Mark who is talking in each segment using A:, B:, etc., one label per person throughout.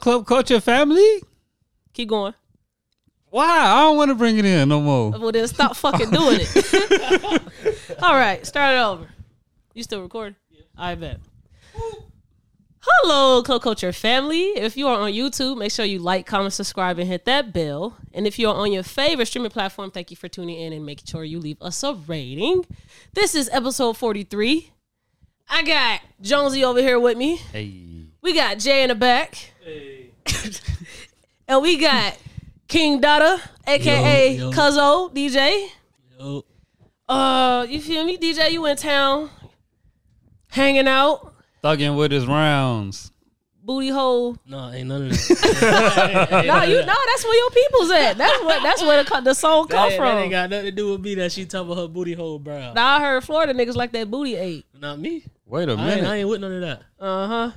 A: club culture family?
B: Keep going.
A: Why? I don't want to bring it in no more.
B: Well, then stop fucking doing it. All right, start it over. You still recording? I bet. Hello, Club Culture family. If you are on YouTube, make sure you like, comment, subscribe, and hit that bell. And if you are on your favorite streaming platform, thank you for tuning in and making sure you leave us a rating. This is episode 43. I got Jonesy over here with me.
A: Hey.
B: We got Jay in the back. and we got King Dada, aka
C: Yo, yo.
B: Cuzzo DJ.
C: Yo,
B: Uh, you feel me, DJ? You in town, hanging out,
A: Thugging with his rounds.
B: booty hole.
C: no, ain't none of that.
B: No, you no. That's where your people's at. That's what. That's where the, co- the song
C: that,
B: come
C: ain't- that
B: from.
C: ain't got nothing to do with me that she talking about her booty hole brow.
B: now I heard Florida niggas like that booty ache.
C: Not me.
A: Wait a
C: I ain't,
A: minute.
C: I ain't with none of that.
B: Uh huh.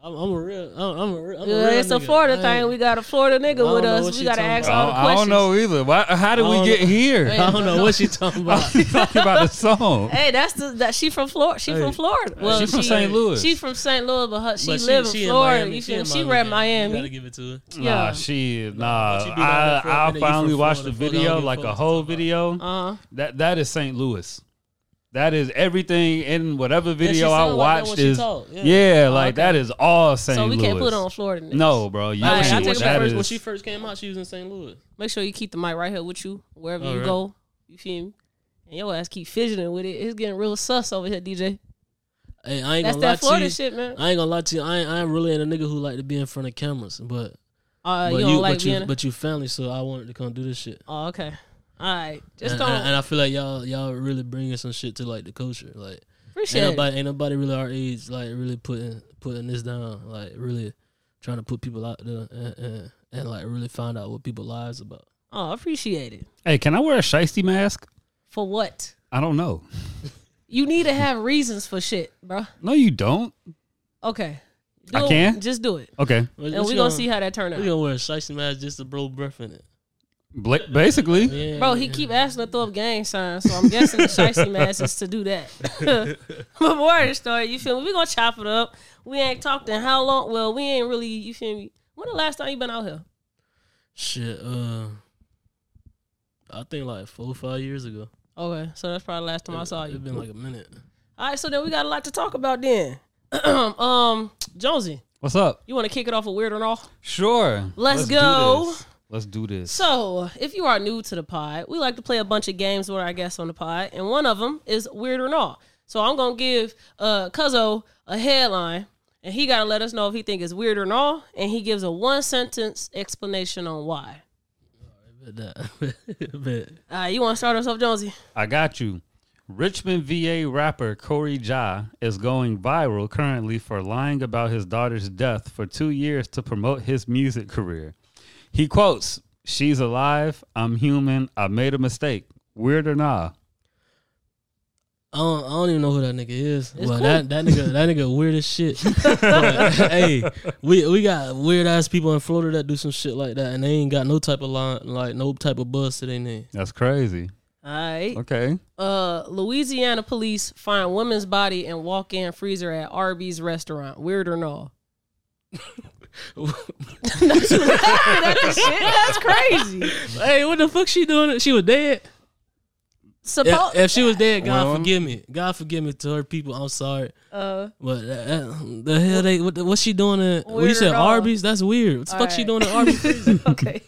C: I'm, I'm a real. I'm, I'm a real. I'm a
B: Yeah,
C: real
B: it's a
C: nigga.
B: Florida
C: I ain't-
B: thing. We got a Florida nigga
C: don't
B: with
C: know
B: us.
C: what
B: We
C: she
B: gotta
C: talking
B: ask
A: I
C: about.
B: all
A: don't,
B: the
A: I don't
B: questions.
A: know either. Why, how did
C: I
A: we
C: don't
A: get
C: know.
A: here?
C: I don't know what she talking about.
A: you talking about the song.
B: Hey, that's the that she from Florida. She from Florida. Well,
A: she from St. Louis.
B: She from St. Louis, but her, she
C: But
B: live in Florida.
C: Miami.
B: you feel me?
C: in
B: She ran
C: You gotta
B: Miami.
C: give it to her.
A: Nah,
B: Yeah.
A: she nah.
C: but you be down there for a
A: I I
C: minute, you
A: finally
C: from
A: watched the
C: Florida, fuck, I
A: video,
C: don't give a
A: like
C: fuck
A: a
C: what
A: whole
C: you talking
A: video.
B: Uh huh.
A: That that is St. Louis. That is everything in whatever
C: she
A: video I
C: sound like that
A: watched
C: when she
A: is
C: talk,
A: yeah,
C: yeah. Oh,
A: like
B: okay.
A: that is all St.
B: So we
A: Louis.
B: can't put on Florida. Niggas.
A: No, bro, you
B: All right,
C: When she-
B: I
A: can't.
C: when,
B: take
C: she
B: it back.
A: That
C: first, when
A: is-
C: she first came out, she was in St. Louis.
B: Make sure you keep the mic right here with you wherever
C: All
B: you
C: right.
B: go. You feel me? And your ass keep fidgeting with it. It's getting real sus over here, DJ.
C: Hey, I ain't
B: That's
C: gonna
B: that
C: lie to
B: Florida
C: you.
B: shit, man. Uh,
C: I ain't gonna lie to you. I ain't, I ain't really ain't a nigga who like to be in front of cameras, but
B: Uh,
C: but
B: you don't like
C: but
B: being.
C: you but you family, so I wanted to come do this shit.
B: oh, okay. All right. Just
C: and,
B: don't
C: and, and I feel like y'all y'all really bringing some shit to like the culture. Like
B: appreciate
C: ain't
B: it.
C: nobody ain't nobody really our age like really putting putting this down. Like really trying to put people out there and, and, and like really find out what people lives about.
B: Oh, appreciate it.
A: hey, can I wear a shiesty mask?
B: For what?
A: I don't know.
B: You need to have reasons for shit, bro.
A: No, you don't.
B: Okay.
A: I
B: Do it.
A: can?
B: Just do it.
A: Okay,
C: What-
B: And
C: what
B: we're
C: you
B: going to see how that turn
C: We
B: out.
C: gonna wear a shiesty mask just to blow breath in it.
A: Bla- basically,
C: Yeah,
B: Bro, he
C: yeah.
B: keep asking to throw up gang signs, so I'm guessing the shiesty mask is to do that. but more of the story, you feel me? we going to chop it up. We ain't talked in how long? Well, we ain't really, you feel me? When the last time you been out here?
C: Shit, uh, I think like four or five years ago.
B: Okay, so that's probably the last time I saw
C: It's
B: you.
C: been like a minute.
B: All right, so then we got a lot to talk about then. um, Jonesy,
A: what's up?
B: you want to kick it off with weird or all?
A: Sure.
B: Let's
A: do
B: go.
A: this. Let's do this.
B: So, if you are new to the pod, we like to play a bunch of games with our guests on the pod, and one of them is weird or not. So, I'm gonna give uh Cuzzo a headline, and he gotta let us know if he think it's weird or not, and he gives a one sentence explanation on why.
C: But that, but
B: Uh, you want to start us off, Jonesy?
A: I got you. Richmond VA rapper Corey Ja is going viral currently for lying about his daughter's death for two years to promote his music career. He quotes, She's alive. I'm human. I made a mistake. Weird or nah?
C: I don't, I don't even know who that nigga is. well,
B: cool.
C: that that nigga that nigga weird as shit. But, hey, we we got weird ass people in Florida that do some shit like that, and they ain't got no type of line, like no type of buzz to their name.
A: That's crazy.
B: All right.
A: Okay.
B: Uh, Louisiana police find woman's body in walk-in freezer at Arby's restaurant. Weird or not? That's, that's, the shit. that's crazy.
C: hey, what the fuck she doing? She was dead.
B: Suppo-
C: If, if she was dead, God
A: Well-
C: forgive me. God forgive me to her people. I'm sorry,
B: uh,
C: but that, that- the hell they what the, what's she doing? At, when you
B: Weird
C: said
B: at all.
C: Arby's, that's weird. What the
B: All
C: fuck she
B: right.
C: doing at Arby's? freezer?
B: okay.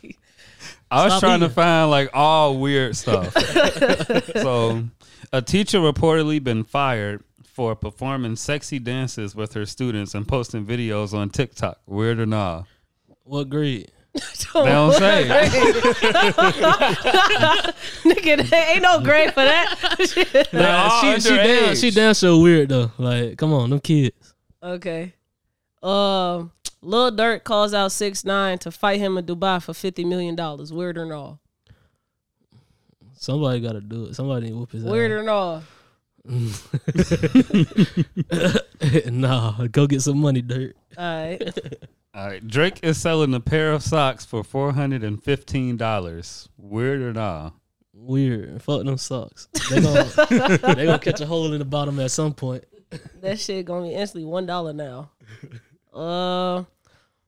A: I was
C: Stop
A: trying to
C: eating.
A: find like all weird stuff. so, a teacher reportedly been fired for performing sexy dances with her students and posting videos on TikTok. Weird or nah?
C: what grade?
A: They don't say.
B: Nigga, there ain't no grade for that.
A: They're all
C: she, she,
A: underage.
C: down, she down so weird though. Like, come on, them kids.
B: okay. Um, Lil Durk calls out six nine to fight him in Dubai for fifty million dollars. Weird or not?
C: Somebody got to do it. Somebody need to whoop his
B: Weird or not?
C: ass. nah, go get some money, dirt.
B: All right.
A: All right, Drake is selling a pair of socks for four hundred and fifteen dollars. Weird or nah?
C: Weird. Fuck them socks. They gonna they gonna catch a hole in the bottom at some point.
B: That shit gonna be instantly one dollar now. Uh,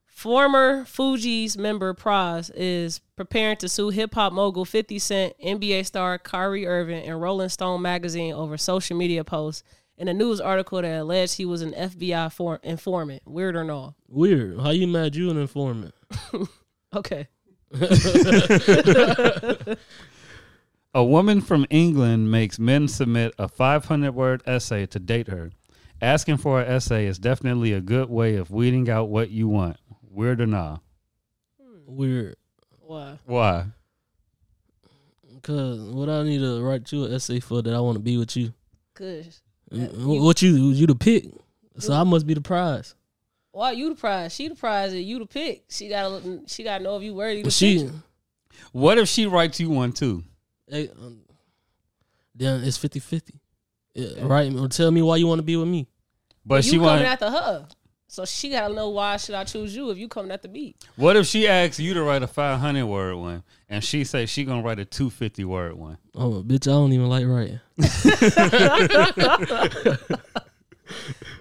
B: Former Fuji's member Prize is preparing to sue hip hop mogul 50 Cent, NBA star Kyrie Irving, and Rolling Stone magazine over social media posts and a news article that alleged he was an FBI for- informant. Weird or not?
C: Weird. How you mad you an informant?
B: Okay.
A: A woman from England makes men submit a 500 word essay to date her. Asking for an essay is definitely a good way of weeding out what you want. Weird or nah?
C: Weird.
B: Why?
A: Why?
C: Cause what I need to write you an essay for that I want to be with you.
B: Good.
C: Wh- What you you the pick? So I must be the prize.
B: Why you the prize? She the prize, and you the pick. She gotta she gotta know if you worthy. To
C: She.
A: What if she writes you one too?
C: Hey, um, then it's 50 50. Yeah, right? Well, Tell me why you want to be with me.
A: But
B: you
A: she
B: coming
A: want.
B: after her, so she gotta know why should I choose you if you coming after me.
A: what if she asks you to write a 500 word one, and she says she gonna write a 250 word one?
C: Oh, bitch, I don't even like writing.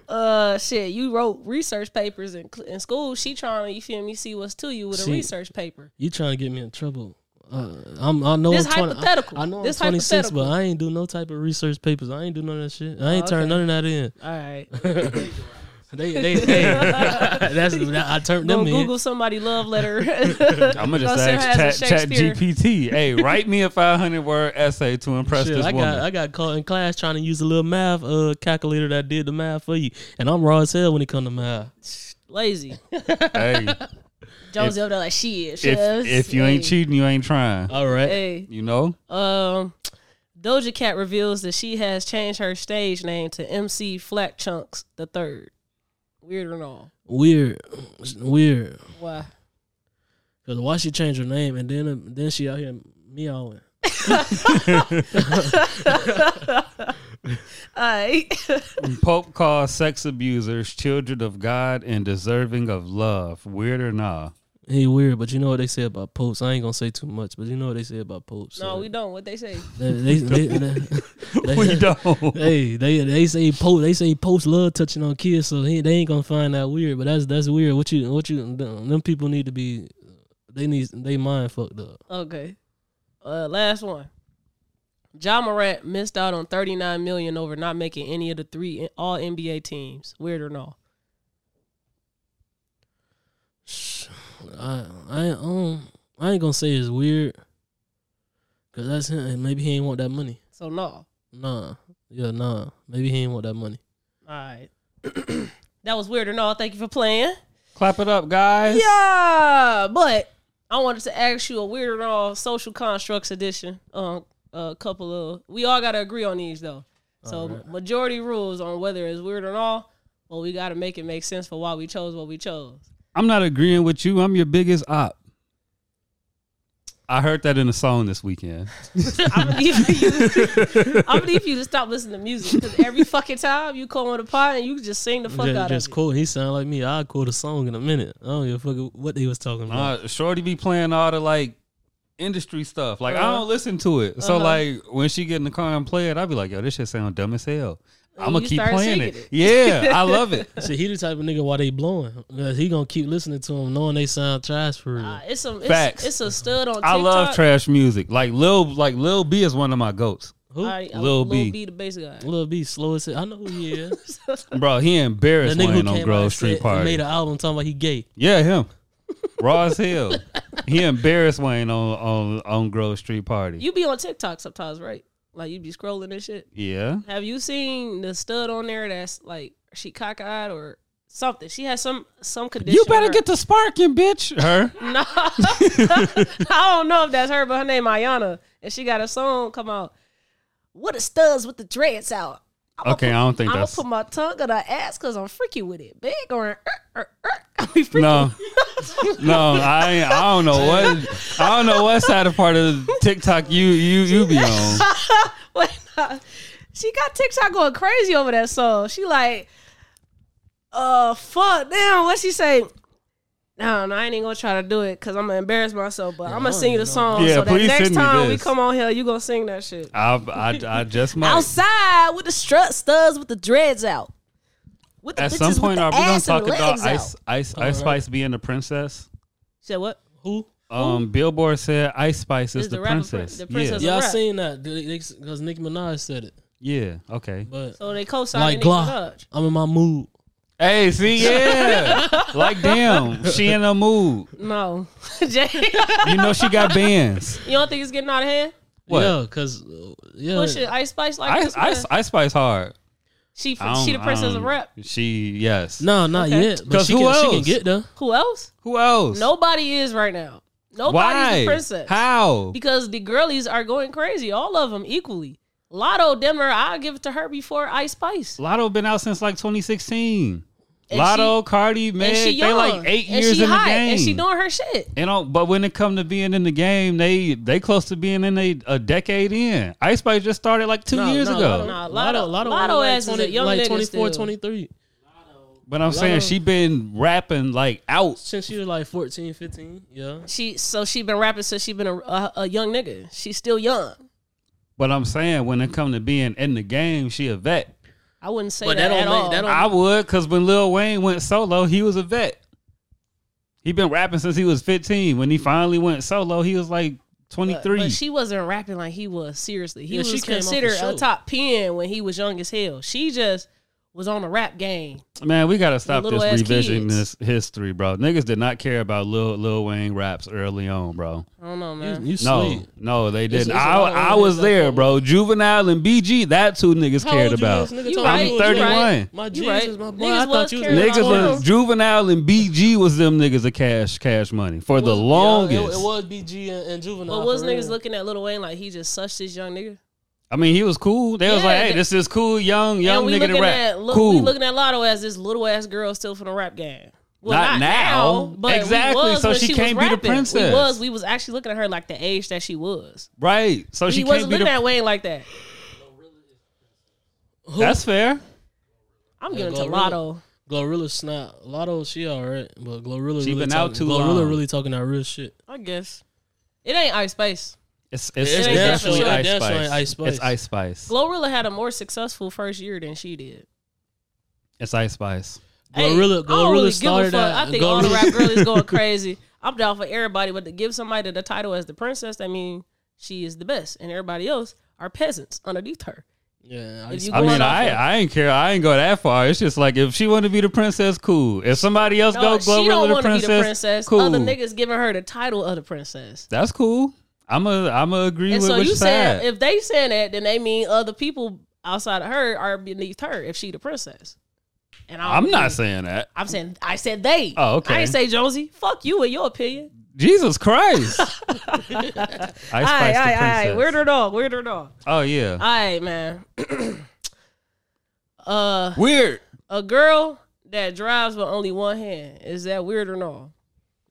B: Uh, shit, you wrote research papers in cl- in school. She trying to you feel me see what's to you with a
C: See,
B: research paper.
C: You trying to get me in trouble. Uh, I'm, I know
B: This
C: I'm 20,
B: hypothetical.
C: I, I know
B: This
C: I'm 26, but
B: hypothetical.
C: I ain't do no type of research papers. I ain't do none of that shit. I ain't
B: Oh,
C: turned
B: okay.
C: none of that in.
B: All right,
C: They, they, hey, that's I turned
B: go
C: them in.
B: Google somebody love letter.
A: I'm gonna
B: Go
A: just
B: sit her
A: ask
B: ass in
A: Chat, chat
B: Shakespeare.
A: GPT. Hey, write me a 500 word essay to impress
C: Shit,
A: this
C: I
A: woman.
C: got I got caught in class trying to use a little math uh calculator that did the math for you, and I'm raw as hell when it come to math.
B: Lazy
A: hey,
B: Jones over there like she is.
A: if, if you ain't cheating, you ain't trying.
C: All right,
B: hey,
A: You know.
B: um. Doja Cat reveals that she has changed her stage name to MC Flat Chunks the Third. Weird and all.
C: weird, weird.
B: Why?
C: Cause why she change her name and then uh, then she out here meowing.
B: All right.
A: Pope calls sex abusers children of God and deserving of love. Weird or nah?
C: He weird, but you know what they say about popes. I ain't gonna say too much, but you know what they say about popes.
B: no,
C: uh,
B: we don't. What they say?
C: they, they, they, they- they-
A: We don't.
C: Hey, they they say pope they say popes love touching on kids, so he, they ain't gonna find that weird. But that's that's weird. What you what you them people need to be, they need they mind fucked up.
B: Okay. Uh, last one. John Morant missed out on 39 million over not making any of the three all NBA teams. Weird or no?
C: Sh- I I um I ain't gonna say it's weird, cause that's him. Maybe he ain't want that money.
B: So no. All
C: Nah, yeah, nah. Maybe he ain't want that money.
B: right. that was weird or no. Thank you for playing.
A: Clap it up, guys.
B: Yeah, but I wanted to ask you a weird or all social constructs edition. Um, a couple of we all gotta agree on these though. So majority rules on whether it's weird or not. Well, we gotta make it make sense for why we chose what we chose.
A: I'm not agreeing with you. I'm your biggest op. I heard that in a song this weekend.
B: I'm gonna need you. I'm gonna need you to stop listening to music because every fucking time you come on the pod and you just sing the fuck
C: just
B: out
C: just
B: of it.
C: quote. He sound like me. I'll quote a song in a minute. I don't give a fuck what they was talking about.
A: Uh, Shorty be playing all the like industry stuff. Like I
B: Uh-huh.
A: don't listen to it. So
B: Uh-huh.
A: like when she get in the car and play it, I be like, yo, this shit sound dumb as hell.
C: Uh,
A: I'm gonna
B: you
A: keep
B: start
A: playing
B: singing
A: it. Yeah, I love it.
C: See, he the type of nigga why they blowing. 'Cause He gonna keep listening to him, knowing they sound trash for real.
B: Uh, it's some it's,
A: Facts.
B: it's a stud on TikTok.
A: I love trash music. Like Lil, like Lil B is one of my goats,
C: who?
B: All right, uh,
A: Lil
B: Lil,
A: B.
B: B. the bass guy.
C: Lil B slow as hell. I know who he is.
A: bro. He
C: the
A: embarrassed
C: nigga who
A: Wayne on
C: came out
A: Grove
C: and
A: Street
C: said,
A: Party.
C: made an album talking about he gay.
A: Yeah, him. Raw as hell. He embarrassed Wayne on on, on Grove Street Party.
B: You be on TikTok sometimes, right? Like you be scrolling and shit.
A: yeah.
B: Have you seen the stud on there that's like she cockeyed or something? She has some some condition.
A: You
B: on
A: better
B: her-
A: get the sparking, bitch. Her.
B: No, I don't know if that's her, but her name Ayana, and she got a song come out. What a studs with the dreads out. I'ma
A: Okay,
B: put-
A: I don't think
B: I'ma
A: that's-
B: put my tongue on her ass because I'm freaky with it, big or an er, er, er. I be freaky.
A: No. No, I ain't- I don't know what I don't know what side of part of TikTok you you you be on.
B: When, uh, she got TikTok going crazy over that song. She like, uh, fuck, damn, what she say? No, no, I ain't even gonna try to do it because I'm gonna embarrass myself. But I'm gonna sing you the song
A: Yeah,
B: so that
A: please send
B: next
A: me
B: time we
A: this.
B: come on here, you gonna sing that shit.
A: I I, I just might.
B: outside with the strut studs with the dreads out. With the
A: At
B: bitches
A: some
B: with
A: point,
B: the
A: are we gonna
B: ass and
A: talk about
B: legs out.
A: Ice Ice Ice Spice being the princess?
B: Said what?
C: Who?
A: Um, Billboard said Ice Spice is,
B: Is
A: the,
B: the rapper prin-
A: princess.
B: the princess- It's a
C: Y'all
B: rap.
C: seen that? Because Nicki Minaj said it,
A: Yeah. Yeah. Okay.
C: but
B: So Oh, they co-signed
C: like
B: Nicki
C: Glock,
B: Minaj.
C: I'm in my mood.
A: Hey, see, yeah. like, damn, she in a mood.
B: No, Jay,
A: You know, she got bands.
B: you don't think it's getting out of hand?
A: What?
C: Yeah, because yeah,
B: Push it, Ice Spice like
A: Ice,
B: this. man.
A: Ice, Ice Spice hard.
B: she
A: I don't-
B: she the
A: I
B: princess of
A: don't-
B: rap.
A: She yes.
C: no, not
B: Okay.
C: yet. But
A: 'Cause
C: she
A: who
C: can, she can
A: else?
C: get there.
B: Who else?
A: Who else?
B: Nobody is right now. Nobody's
A: Why?
B: the princess
A: How?
B: because the girlies are going crazy. All of them equally. Lotto Denver, I'll give it to her before Ice Spice.
A: Lotto been out since like 2016.
B: And
A: Lotto, Cardi,
B: And
A: Meg,
B: she
A: they
B: young.
A: like eight
B: and
A: years
B: she
A: in the
B: hot,
A: game.
B: And she doing her shit.
A: You know, but when it come to being in the game, they they close to being in a, a decade in. Ice Spice just started like two years ago.
B: no. Nah, Lotto-
C: Lotto, Lotto,
B: Lotto
C: like
B: ass is a
C: 20
B: young
C: like
B: nigga
C: 24,
B: still.
C: 23
A: But I'm saying
C: Lotto-
A: she been rapping like out.
C: since she was like 14, 15. Yeah,
B: She so she been rapping since she been a, a, a young nigga. She's still young.
A: But I'm saying when it come to being in the game, she a vet.
B: I wouldn't say
C: But
B: that,
C: that
B: at
C: don't make-
B: all.
C: that don't-
A: I would, cause when Lil Wayne went solo, he was a vet. He been rapping since he was 15. When he finally went solo, he was like
B: but,
A: 23.
B: but she wasn't rapping like he was. Seriously, he
C: Yeah,
B: was
C: she came off the
B: considered a
C: show.
B: top ten when he was young as hell. She just was on the rap game.
A: Man, we gotta stop
B: little
A: this
B: ass
A: revisionist history, bro. Niggas did not care about Lil Lil Wayne raps early on, bro.
B: I don't know, man.
C: you, you
A: No,
C: sweet.
A: no, they
C: It's-
A: didn't.
C: it's a
A: I,
C: lot of
A: I
C: old
A: was
C: niggas
A: there,
C: that-
A: bro. Juvenile and BG, that's who niggas
C: How
A: cared
C: old you
A: about.
C: is, nigga?
B: You
C: Tell
B: right,
C: me
B: you
C: who you is.
A: right.
C: My
B: You
C: Jesus,
B: right.
C: my boy.
B: Niggas
C: I
B: was
C: thought you was
B: caring
C: my
B: about
A: Niggas
B: That's
C: boy.
B: wild.
A: was Juvenile and BG was them niggas of cash, cash money for the
C: Was- yeah,
A: longest.
C: it, it was BG and, and juvenile.
B: But was
C: for
B: niggas
C: real.
B: looking at Lil Wayne like he just such this young nigga?
A: I mean, he was cool. They was
B: Yeah,
A: like, "Hey,
B: th-
A: this is cool, young, young
B: and we
A: nigga
B: looking
A: to rap."
B: at look,
A: cool.
B: we looking at Lotto as this little ass girl still from the rap game. Well,
A: Not
B: not,
A: now.
B: now, but we
A: Exactly,
B: was
A: so
B: when
A: she
B: was
A: can't be the
B: rapping. We
A: princess.
B: was, we was actually looking at her like the age that she was.
A: right? So
B: He
A: she
B: wasn't
A: can't be
B: looking
A: the.
B: at Wayne like that.
A: That's fair.
B: I'm
C: Yeah,
B: giving it to
C: Glorilla.
B: Lotto.
C: Glorilla snap. Lotto, she alright, but Glorilla
A: She
C: really
A: been
C: talking,
A: out too
C: Glorilla
A: long.
C: really talking that real shit.
B: I guess it ain't Ice Spice.
A: It's it's,
C: It
A: it's
B: ain't
A: definitely
B: definitely-
A: ice,
C: definitely
A: spice.
C: Ice Spice.
A: It's ice spice.
B: Glorilla had a more successful first year than she did.
A: It's ice spice.
B: Hey, I
C: Glorilla,
B: don't
C: Glorilla
B: really give a
C: started
B: fuck.
C: out.
B: I think all the
C: Glorilla-
B: rap girlies going crazy. I'm down for everybody, but to give somebody the title as the princess, I mean, she is the best, and everybody else are peasants underneath her.
C: Yeah,
B: If
C: Ice
B: you
A: I
B: Going
A: mean,
B: off
A: I
B: of-
A: I ain't care. I ain't go that far. It's just like if she want to be the princess, cool. If somebody else
B: No,
A: go go
B: she don't
A: really the
B: want to be
A: princess,
B: the princess.
A: cool.
B: Other niggas giving her the title of the princess.
A: That's cool. I'm a I'm a agree
B: And
A: with
B: so
A: what
B: you
A: you
B: said
A: said.
B: if they saying that, then they mean other people outside of her are beneath her if she the princess. And I don't
A: I'm not
B: think-
A: saying that.
B: I'm saying I said they.
A: Oh, okay.
B: I didn't say Jonesy. Fuck you in your opinion.
A: Jesus Christ. ice spice
B: All right, all
A: the
B: right, all right.
A: princess.
B: Weird or dog. Weird or dog.
A: oh yeah.
B: All right, man. uh,
A: Weird.
B: a girl that drives with only one hand is that weird or no,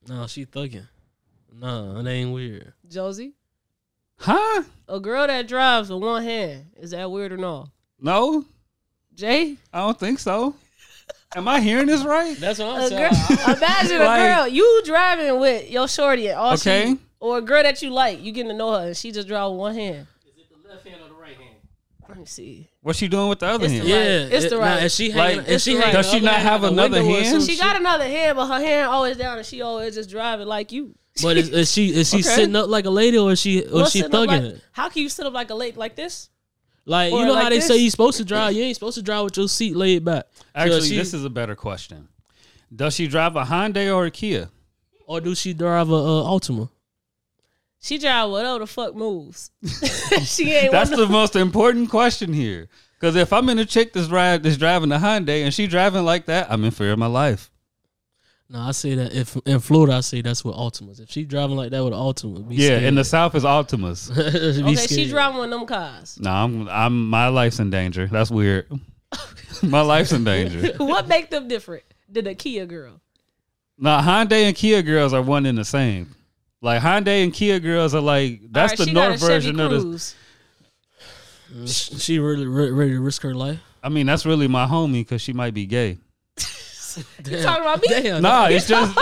C: No, she thugging. Nah, it ain't weird.
B: Josie?
A: Huh?
B: A girl that drives with one hand is that weird or no,
A: No,
B: Jay?
A: I don't think so. Am I hearing this right?
C: That's what I'm
B: A girl, imagine
A: Like-
B: a girl you driving with your shorty and all
A: Okay.
B: she, or a girl that you like, you getting to know her and she just drive with one hand. Let me see.
A: What's she doing with the other
B: It's
A: hand?
B: the
C: Yeah,
B: Right. It's the
C: nah,
B: right.
C: if she
A: Like,
C: hanging, if
B: it's
C: she
B: the
C: hanging
B: right.
A: Does she
C: up
A: not
C: in
A: have
C: the
A: another
C: window or
A: hand?
C: some
B: She
C: shit-
B: got another hand, but her hand always down and she always just driving like you.
C: But is, is she is she
A: Okay.
C: sitting up like a lady or is she or
B: What's
C: she
B: sitting up
C: thugging
B: like-
C: it?
B: How can you sit up like a lake like this?
C: Like you
B: Or
C: know
B: like
C: how they
B: this?
C: say you supposed to drive, you ain't supposed to drive with your seat laid back. So
A: Actually,
C: she-
A: this is a better question. Does she drive a Hyundai or a Kia?
C: or do she drive a uh, Altima?
B: She drive whatever the fuck moves. she ain't
A: That's
B: one
A: the most important question here. Because if I'm in a chick that's ride that's driving a Hyundai and she driving like that, I'm in fear of my life.
C: No, I say that if in Florida, I say that's with Altimas. If she driving like that with Altima, be
A: Yeah,
C: scared.
A: in the South is Optimus.
C: be
B: Okay,
C: scared.
B: she driving one of them cars.
A: no, I'm I'm my life's in danger. That's weird. my life's in danger.
B: what make them different than a Kia girl?
A: Now Hyundai and Kia girls are one and the same. Like Hyundai and Kia girls are like that's
B: Alright,
A: the
B: she got a
A: North
B: Chevy
A: version of this.
B: Cruze.
C: She really re- ready to risk her life.
A: I mean, that's really my homie because she might be gay.
B: You talking about me?
C: Damn,
A: Nah, it's just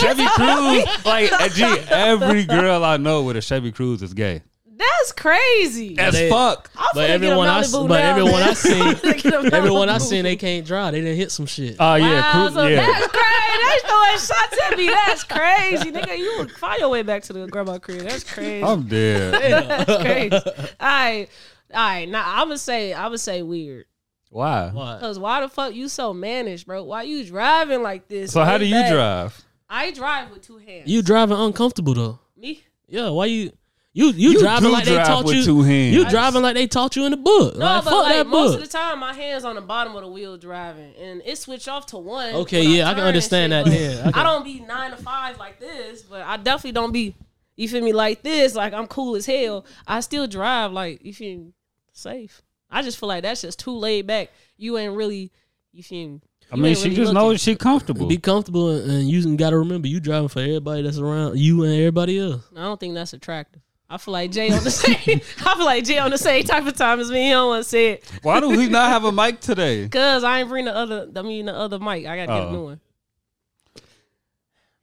A: Chevy Cruze. Like, gee, every girl I know with a Chevy Cruze is gay.
B: That's crazy.
A: As
C: They-
A: fuck.
B: I'm
C: but
B: finna get a
C: everyone I
B: Malibu
C: s- but
B: now,
C: everyone
B: man.
C: I seen-
B: I'm finna get a
C: Everyone I
B: Malibu.
C: seen, they can't drive. They didn't hit some shit.
B: Uh,
A: Oh yeah,
B: Wow,
A: cru-
B: so
A: yeah.
B: that's crazy. They throwing shots at me. That's crazy, nigga. You would find your way back to the grandma crib. That's crazy.
C: Oh,
A: I'm dead.
B: That's crazy. All right, all right. Now I'm gonna say I'm gonna say weird.
A: Why?
C: Why?
B: Cause why the fuck you so managed, bro? Why you driving like this?
A: So how
B: Way
A: do you
B: back.
A: drive?
B: I drive with two hands.
C: You driving uncomfortable though.
B: me?
C: Yeah, why you you you,
A: You
C: driving
A: do
C: like they
A: drive
C: taught
A: with
C: you
A: two hands.
C: You driving like they taught you in the book.
B: No,
C: like,
B: but
C: fuck
B: like
C: that
B: most
C: book.
B: of the time, my hands on the bottom of the wheel driving, and it switch off to one.
C: Okay,
B: when
C: yeah, I can
B: turn and
C: understand
B: shit,
C: that,
B: but
C: yeah, I can-
B: I don't be nine to five like this, but I definitely don't be. You feel me? Like this, like I'm cool as hell. I still drive like you feel me, safe. I just feel like that's just too laid back. You ain't really. You feel me?
A: I
B: You
A: mean,
B: ain't
A: she
B: really
A: just
B: looking.
A: knows she comfortable.
C: Be comfortable and, and you got to remember you driving for everybody that's around you and everybody else.
B: I don't think that's attractive. I feel like Jay on the same. I feel like Jay on the same type of time as me. He don't want to say it
A: Why do we not have a mic today?
B: because I ain't bring the other. I mean the other mic. I gotta get
A: Oh.
B: a new one.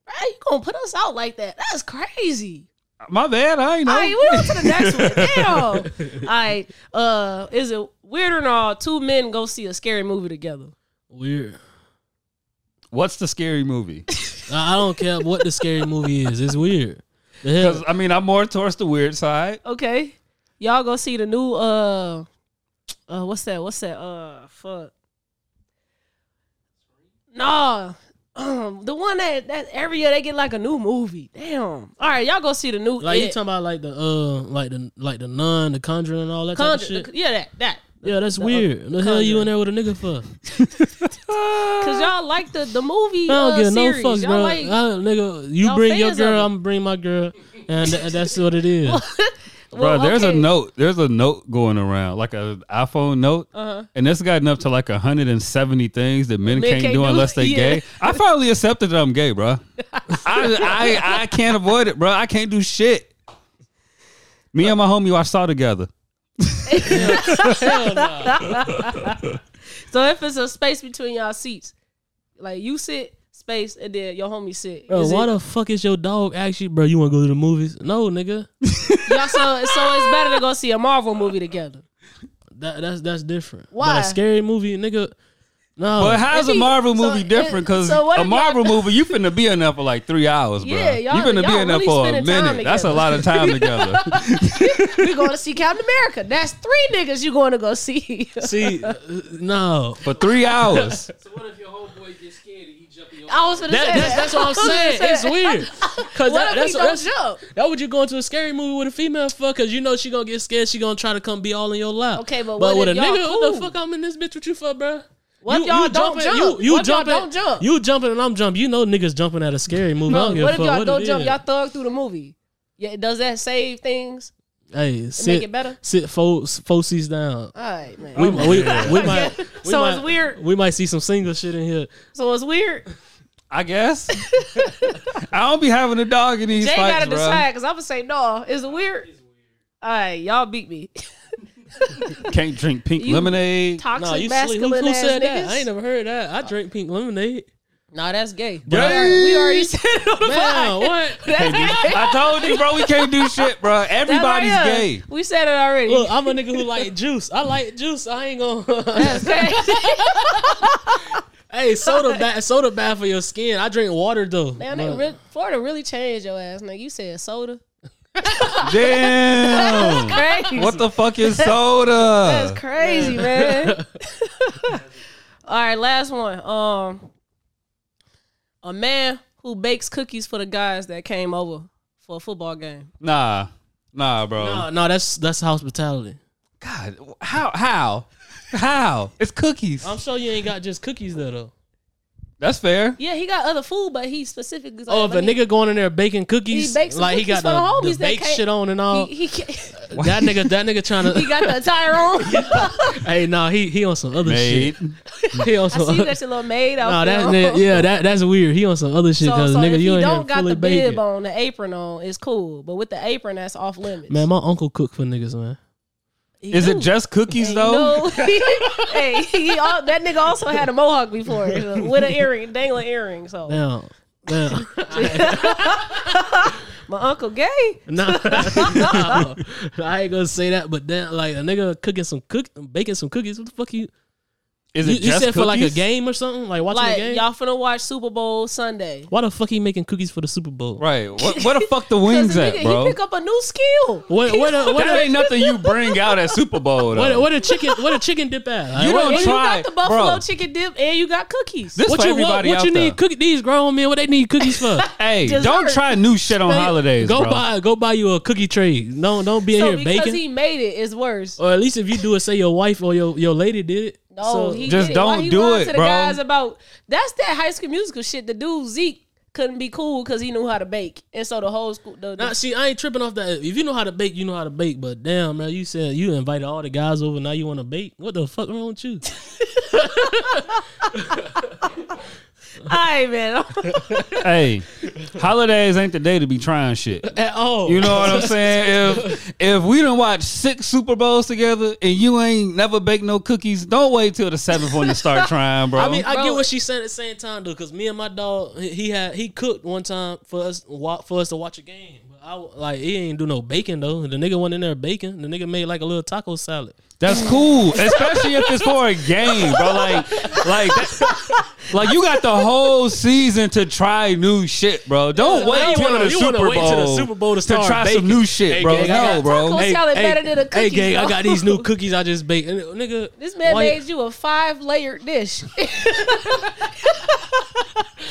B: Bro, you gonna put us out like that? That's crazy.
A: My bad. I ain't know.
B: All right, we on to the next one. Damn. All right, uh, is it weird or not? Two men go see a scary movie together.
C: Weird.
A: What's the scary movie?
C: I I don't care what the scary movie is. It's weird. The hell-
A: Because I mean, I'm more towards the weird side.
B: Okay, y'all go see the new uh, uh, what's that? What's that? Uh, fuck. Nah, um, the one that that every year they get like a new movie. Damn. All right, y'all go see the new.
C: Like you
B: It.
C: talking about like the uh like the like the nun, the conjuring and all that
B: Conjure-
C: type of shit.
B: the- uh, yeah, that that.
C: yeah, that's weird. The hell you in there with a nigga for?
B: Cause y'all like the the movie.
C: I don't
B: uh,
C: give
B: series.
C: no fucks,
B: y'all
C: bro.
B: Like,
C: I, nigga, you
B: y'all
C: bring your
B: fans of
C: girl,
B: it.
C: I'm gonna bring my girl, and tha- that's what it is.
A: Bro,
B: well,
A: there's a
B: okay.
A: note. There's a note going around, like an iPhone note,
B: Uh-huh.
A: and it's gotten up to like 170 things that men,
B: Men
A: can't,
B: can't
A: do
B: do,
A: unless they
B: yeah.
A: gay. I finally accepted that I'm gay, bro. I, I I can't avoid it, bro. I can't do shit. Me and my homie watched Saw together.
B: So if it's a space between y'all seats, like you sit space and then your homie sit.
C: Bro,
B: Is
C: why
B: it-
C: the fuck is your dog actually, bro? You wanna go to the movies? No, nigga,
B: y'all so so it's better to go see a Marvel movie together.
C: that, that's that's different.
B: Why?
C: But a scary movie, nigga. No,
A: But how's
B: If
A: a
B: he-
A: Marvel
B: so
A: movie
B: it-
A: different? Because
B: so what
A: a
B: if
A: Marvel movie, you finna be in there for like three hours, bro.
B: Yeah,
A: you
B: y'all-
A: finna be
B: y'all
A: in there
B: really
A: for a
B: spending time
A: minute. That's a
B: together.
A: lot of time together.
B: We going to see Captain America. That's three niggas you going to go see.
C: see, uh, no.
A: for three hours.
D: So what if your homeboy gets scared and he jump in your
B: I was gonna
C: That,
B: say
C: that's, that's what I'm
B: I was gonna
C: saying.
B: say
C: It's
B: that.
C: weird. Cause
B: What
C: that,
B: if
C: that's,
B: he don't
C: that's,
B: jump?
C: that what you go into a scary movie with a female for? Cause you know she gonna get scared. She gonna try to come be all in your lap.
B: Okay, but
C: but
B: what if
C: with a
B: y'all
C: nigga, what the
B: cool?
C: fuck I'm in this bitch with you for, bro?
B: What if y'all don't
C: jumping,
B: jump?
C: You, you
B: What if y'all
C: jumping,
B: don't jump?
C: You jumping and I'm jumping. You know niggas jumping at a scary movie. I don't give
B: What
C: a
B: if
C: fuck
B: y'all
C: what
B: don't
C: it
B: jump?
C: is.
B: Y'all thug through the movie. Yeah, does that save things?
C: Hey, sit,
B: it better?
C: Sit four, four seats down.
B: All right, man.
C: We, we, we might. we
B: so it's
C: might-
B: weird.
C: We might see some single shit in here.
B: So it's weird.
A: I guess. I don't be having a dog in these
B: Jay
A: fights,
B: gotta
A: bro.
B: decide because I'm gonna say no. Is it weird? All right, y'all beat me.
A: Can't drink pink
B: You-
A: lemonade.
C: Nah,
B: Toxic
C: you sleep.
B: masculine
C: Who, who
B: ass
C: said
B: niggas.
C: that? I ain't never heard that. I drink pink lemonade.
B: Nah, that's gay.
A: Gay.
B: We already said it on the
C: Man,
B: pod.
C: what?
B: That's gay.
A: I told you, bro, we can't do shit, bro.
B: That right
A: Everybody's
B: there.
A: gay.
B: We said it already.
C: Look, I'm a nigga who like juice. I like juice. I ain't gonna.
B: That's gay.
C: hey, soda bad. Soda bad for your skin. I drink water though.
B: Damn,
C: Look.
B: nigga, re- Florida really changed your ass, nigga. You said soda.
A: Damn.
B: Crazy.
A: What the fuck is soda?
B: That's crazy, man. All right, last one. Um, a man who bakes cookies for the guys that came over for a football game.
A: Nah. Nah, bro.
C: No, no, that's that's hospitality.
A: God, how? How? How? It's cookies.
C: I'm sure you ain't got just cookies there though.
A: That's fair.
B: Yeah, he got other food, but he specifically.
C: Oh, if a
B: let me-
C: nigga going in there baking cookies,
B: baked some
C: like he
B: cookies
C: got
B: for the
C: the,
B: homies
C: the,
B: that
C: baked
B: can't-
C: shit on and all.
B: he, he, can't-
C: that nigga, that nigga trying
B: he
C: to.
B: got the attire on.
C: hey, no, nah, he he on some other
A: Made.
C: shit. He on
B: I
C: some.
B: see you
C: other-
B: got your little maid
C: No,
B: out
C: that
B: there.
C: nigga, yeah, that that's weird. He on some other shit
B: So,
C: because
B: so
C: nigga,
B: if
C: you
B: you
C: ain't
B: don't
C: here
B: got
C: fully
B: the
C: baking.
B: bib on, the apron on, it's cool. But with the apron, that's off limits.
C: Man, my uncle cook for niggas, man.
B: He
A: Is
B: do.
A: it just cookies, though?
B: No, hey, he al- that nigga also had a mohawk before so, with an earring, dangling earring. So
C: Damn, damn.
B: My uncle gay.
C: No, no, I ain't gonna say that. But then, like a nigga cooking some cook, baking some cookies. What the fuck you?
A: Is
C: You,
A: it
C: you
A: just
C: said for like a
A: cookies?
C: game or something? Like watching a
B: Like
C: game?
B: y'all finna watch Super Bowl Sunday.
C: Why the fuck he making cookies for the Super Bowl?
A: Right. What, where the fuck the
B: 'Cause
A: wings
B: the
A: at,
B: nigga,
A: bro?
B: He pick up a new skill.
C: What what a, what,
A: that
C: a,
A: ain't nothing you bring out at Super Bowl though.
C: what, a, what a chicken what a chicken dip at? Like,
A: You
C: what,
A: don't
B: And you
A: try,
B: got the buffalo
A: bro.
B: chicken dip, and you got cookies.
A: This
C: what
A: for
C: you what,
A: everybody
C: what
A: out
C: you
A: there.
C: need cookie these grown men? What they need cookies for?
A: Hey,
B: Dessert.
A: don't try new shit on holidays,
C: go
A: bro.
C: buy go buy you a cookie tray. No, don't be in
B: so
C: here
B: because
C: baking.
B: he made it, it's
A: Oh,
B: worse.
C: or at least if you do it, say your wife or your, your lady did it.
B: No,
C: So-
B: he
A: Just
B: did it. Why
A: don't
B: he
A: do
B: lying
A: it,
B: to the
A: bro.
B: guys about that's that High School Musical shit. The dude Zeke couldn't be cool because he knew how to bake, and so the whole school. The, the-
C: Nah, see, I ain't tripping off that. If you know how to bake, you know how to bake. But damn, man, you said you invited all the guys over. Now you want to bake? What the fuck wrong with you?
B: Aye, man.
A: Hey, holidays ain't the day to be trying shit.
C: At all?
A: You know what I'm saying? If if we done watch six Super Bowls together and you ain't never baked no cookies, don't wait till the seventh one to start trying, bro.
C: I mean, I
B: Bro.
C: get what she said at the same time though, because me and my dog, he- he had he cooked one time for us wa- for us to watch a game. But I w- like he ain't do no baking though. The nigga went in there baking. The nigga made like a little taco salad.
A: That's cool, especially if it's for a game, bro. Like, like, that- like you got the whole season to try new shit, bro. Don't
C: Yeah,
A: wait
C: you
A: till
C: wanna-
A: the
C: you wanna
A: Super Bowl
C: wait till the Super Bowl to start
A: try some
C: baking.
A: new shit,
C: Hey,
A: bro.
C: gang, I
A: no,
C: got
A: bro.
B: tacos. salad better than the
C: Hey,
B: cookies,
C: gang, I
B: though.
C: got these new cookies I just baked. And, nigga,
B: this man
C: why-
B: made you a five layered dish.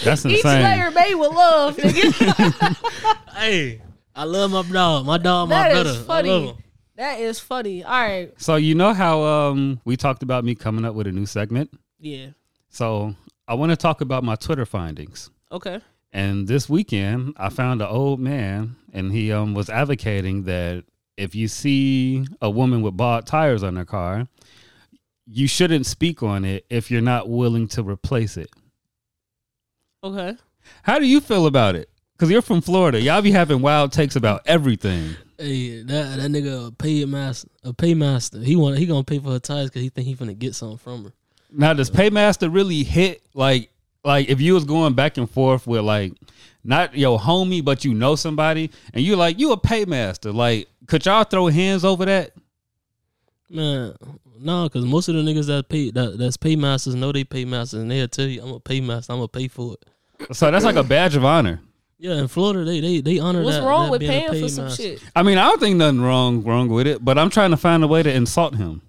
A: That's
B: Each layer made with love, nigga.
C: Hey, I love my dog. My dog, my
B: That is
C: brother. I love
B: funny.
C: him.
B: That is funny. All right.
A: So you know how um we talked about me coming up with a new segment.
B: Yeah.
A: So I want to talk about my Twitter findings.
B: Okay.
A: And this weekend, I found an old man, and he um, was advocating that if you see a woman with bald tires on her car, you shouldn't speak on it if you're not willing to replace it.
B: Okay.
A: How do you feel about it? Because you're from Florida, y'all be having wild takes about everything.
C: Hey, that that nigga a paymaster, a paymaster. He want he gonna pay for her tires because he think he finna get something from her.
A: Now, does Paymaster really hit like like if you was going back and forth with like not your homie, but you know somebody, and you're like you a Paymaster? Like, could y'all throw hands over that?
C: Man, nah, cause most of the niggas that pay that that's paymasters know they paymasters and they'll tell you I'm a paymaster, I'm gonna pay for it.
A: So that's like a badge of honor.
C: Yeah, in Florida they they they honor
B: What's
C: that.
B: wrong
C: that
B: with
C: being a
B: paying for some
C: paymaster.
B: shit?
A: I mean, I don't think nothing wrong wrong with it, but I'm trying to find a way to insult him.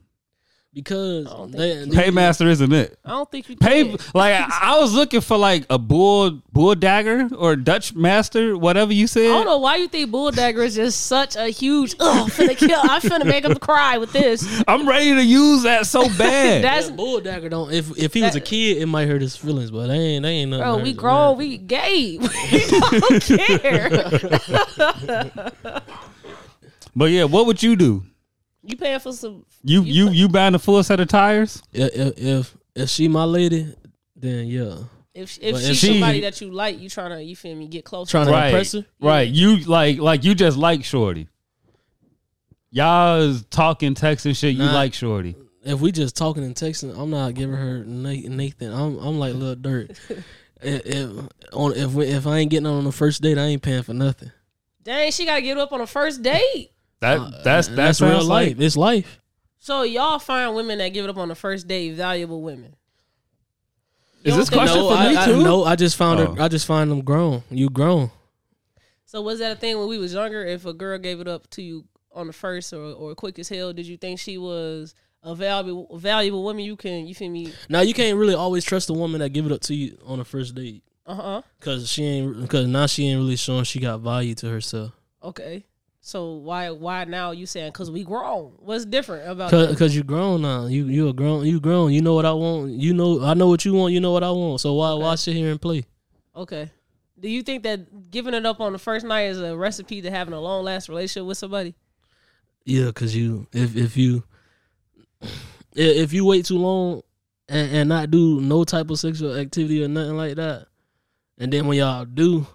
C: Because
B: don't
C: they, they-
A: Paymaster isn't it?
B: I don't think you
A: Pay
B: did.
A: like I, I was looking for like a bull bull dagger or Dutch master, whatever you
B: I don't
A: said.
B: know why you think Bulldagger is just such a huge. Oh, finna kill. I'm finna make him cry with this.
A: I'm ready to use that so bad.
B: That's
C: that bull dagger don't. If if he was a
B: That-
C: kid, it might hurt his feelings, but they ain't they ain't nothing.
B: Bro,
C: hurt
B: we
C: his-
B: grown, we gay. We don't care.
A: but yeah, what would you do?
B: You paying for some
A: You you you buying a full set of tires?
C: If if- if if she my lady, then yeah.
B: if if
C: But
B: she's
A: she-
B: somebody that you like, you trying to you feel me get closer.
C: Tryna- An
A: right,
C: oppressor?
A: right. You like like you just like shorty. Y'all is talking, texting shit. You
C: Nah.
A: like shorty.
C: if we just talking and texting, I'm not giving her Na- Nathan. I'm I'm like little dirt. if if, on, if, we, if I ain't getting on the first date, I ain't paying for nothing.
B: Dang, she gotta get up on a first date.
A: That that's that's,
C: And that's real life.
A: like
C: it's life.
B: So y'all find women that give it up on the first date valuable women.
A: is this
B: Don't think-
A: question
C: no,
A: for
C: I,
A: me
C: I-
A: too?
C: no, I just found
A: Oh.
C: her. I just find them grown. You grown.
B: So was that a thing when we was younger? If a girl gave it up to you on the first or, or quick as hell, did you think she was a valuable valuable woman? You can you feel me?
C: Now you can't really always trust a woman that give it up to you on the first date
B: Uh huh.
C: because she ain't because now she ain't really showing she got value to herself.
B: Okay. So why why now you saying because we grown? What's different about that?
C: Cause, Cause you grown now. You you a grown. You grown. You know what I want. You know I know what you want. You know what I want. So why why sit here and play?
B: Okay. Do you think that giving it up on the first night is a recipe to having a long last relationship with somebody?
C: Yeah, cause you if if you i- if you wait too long and, and not do no type of sexual activity or nothing like that, and then when y'all do,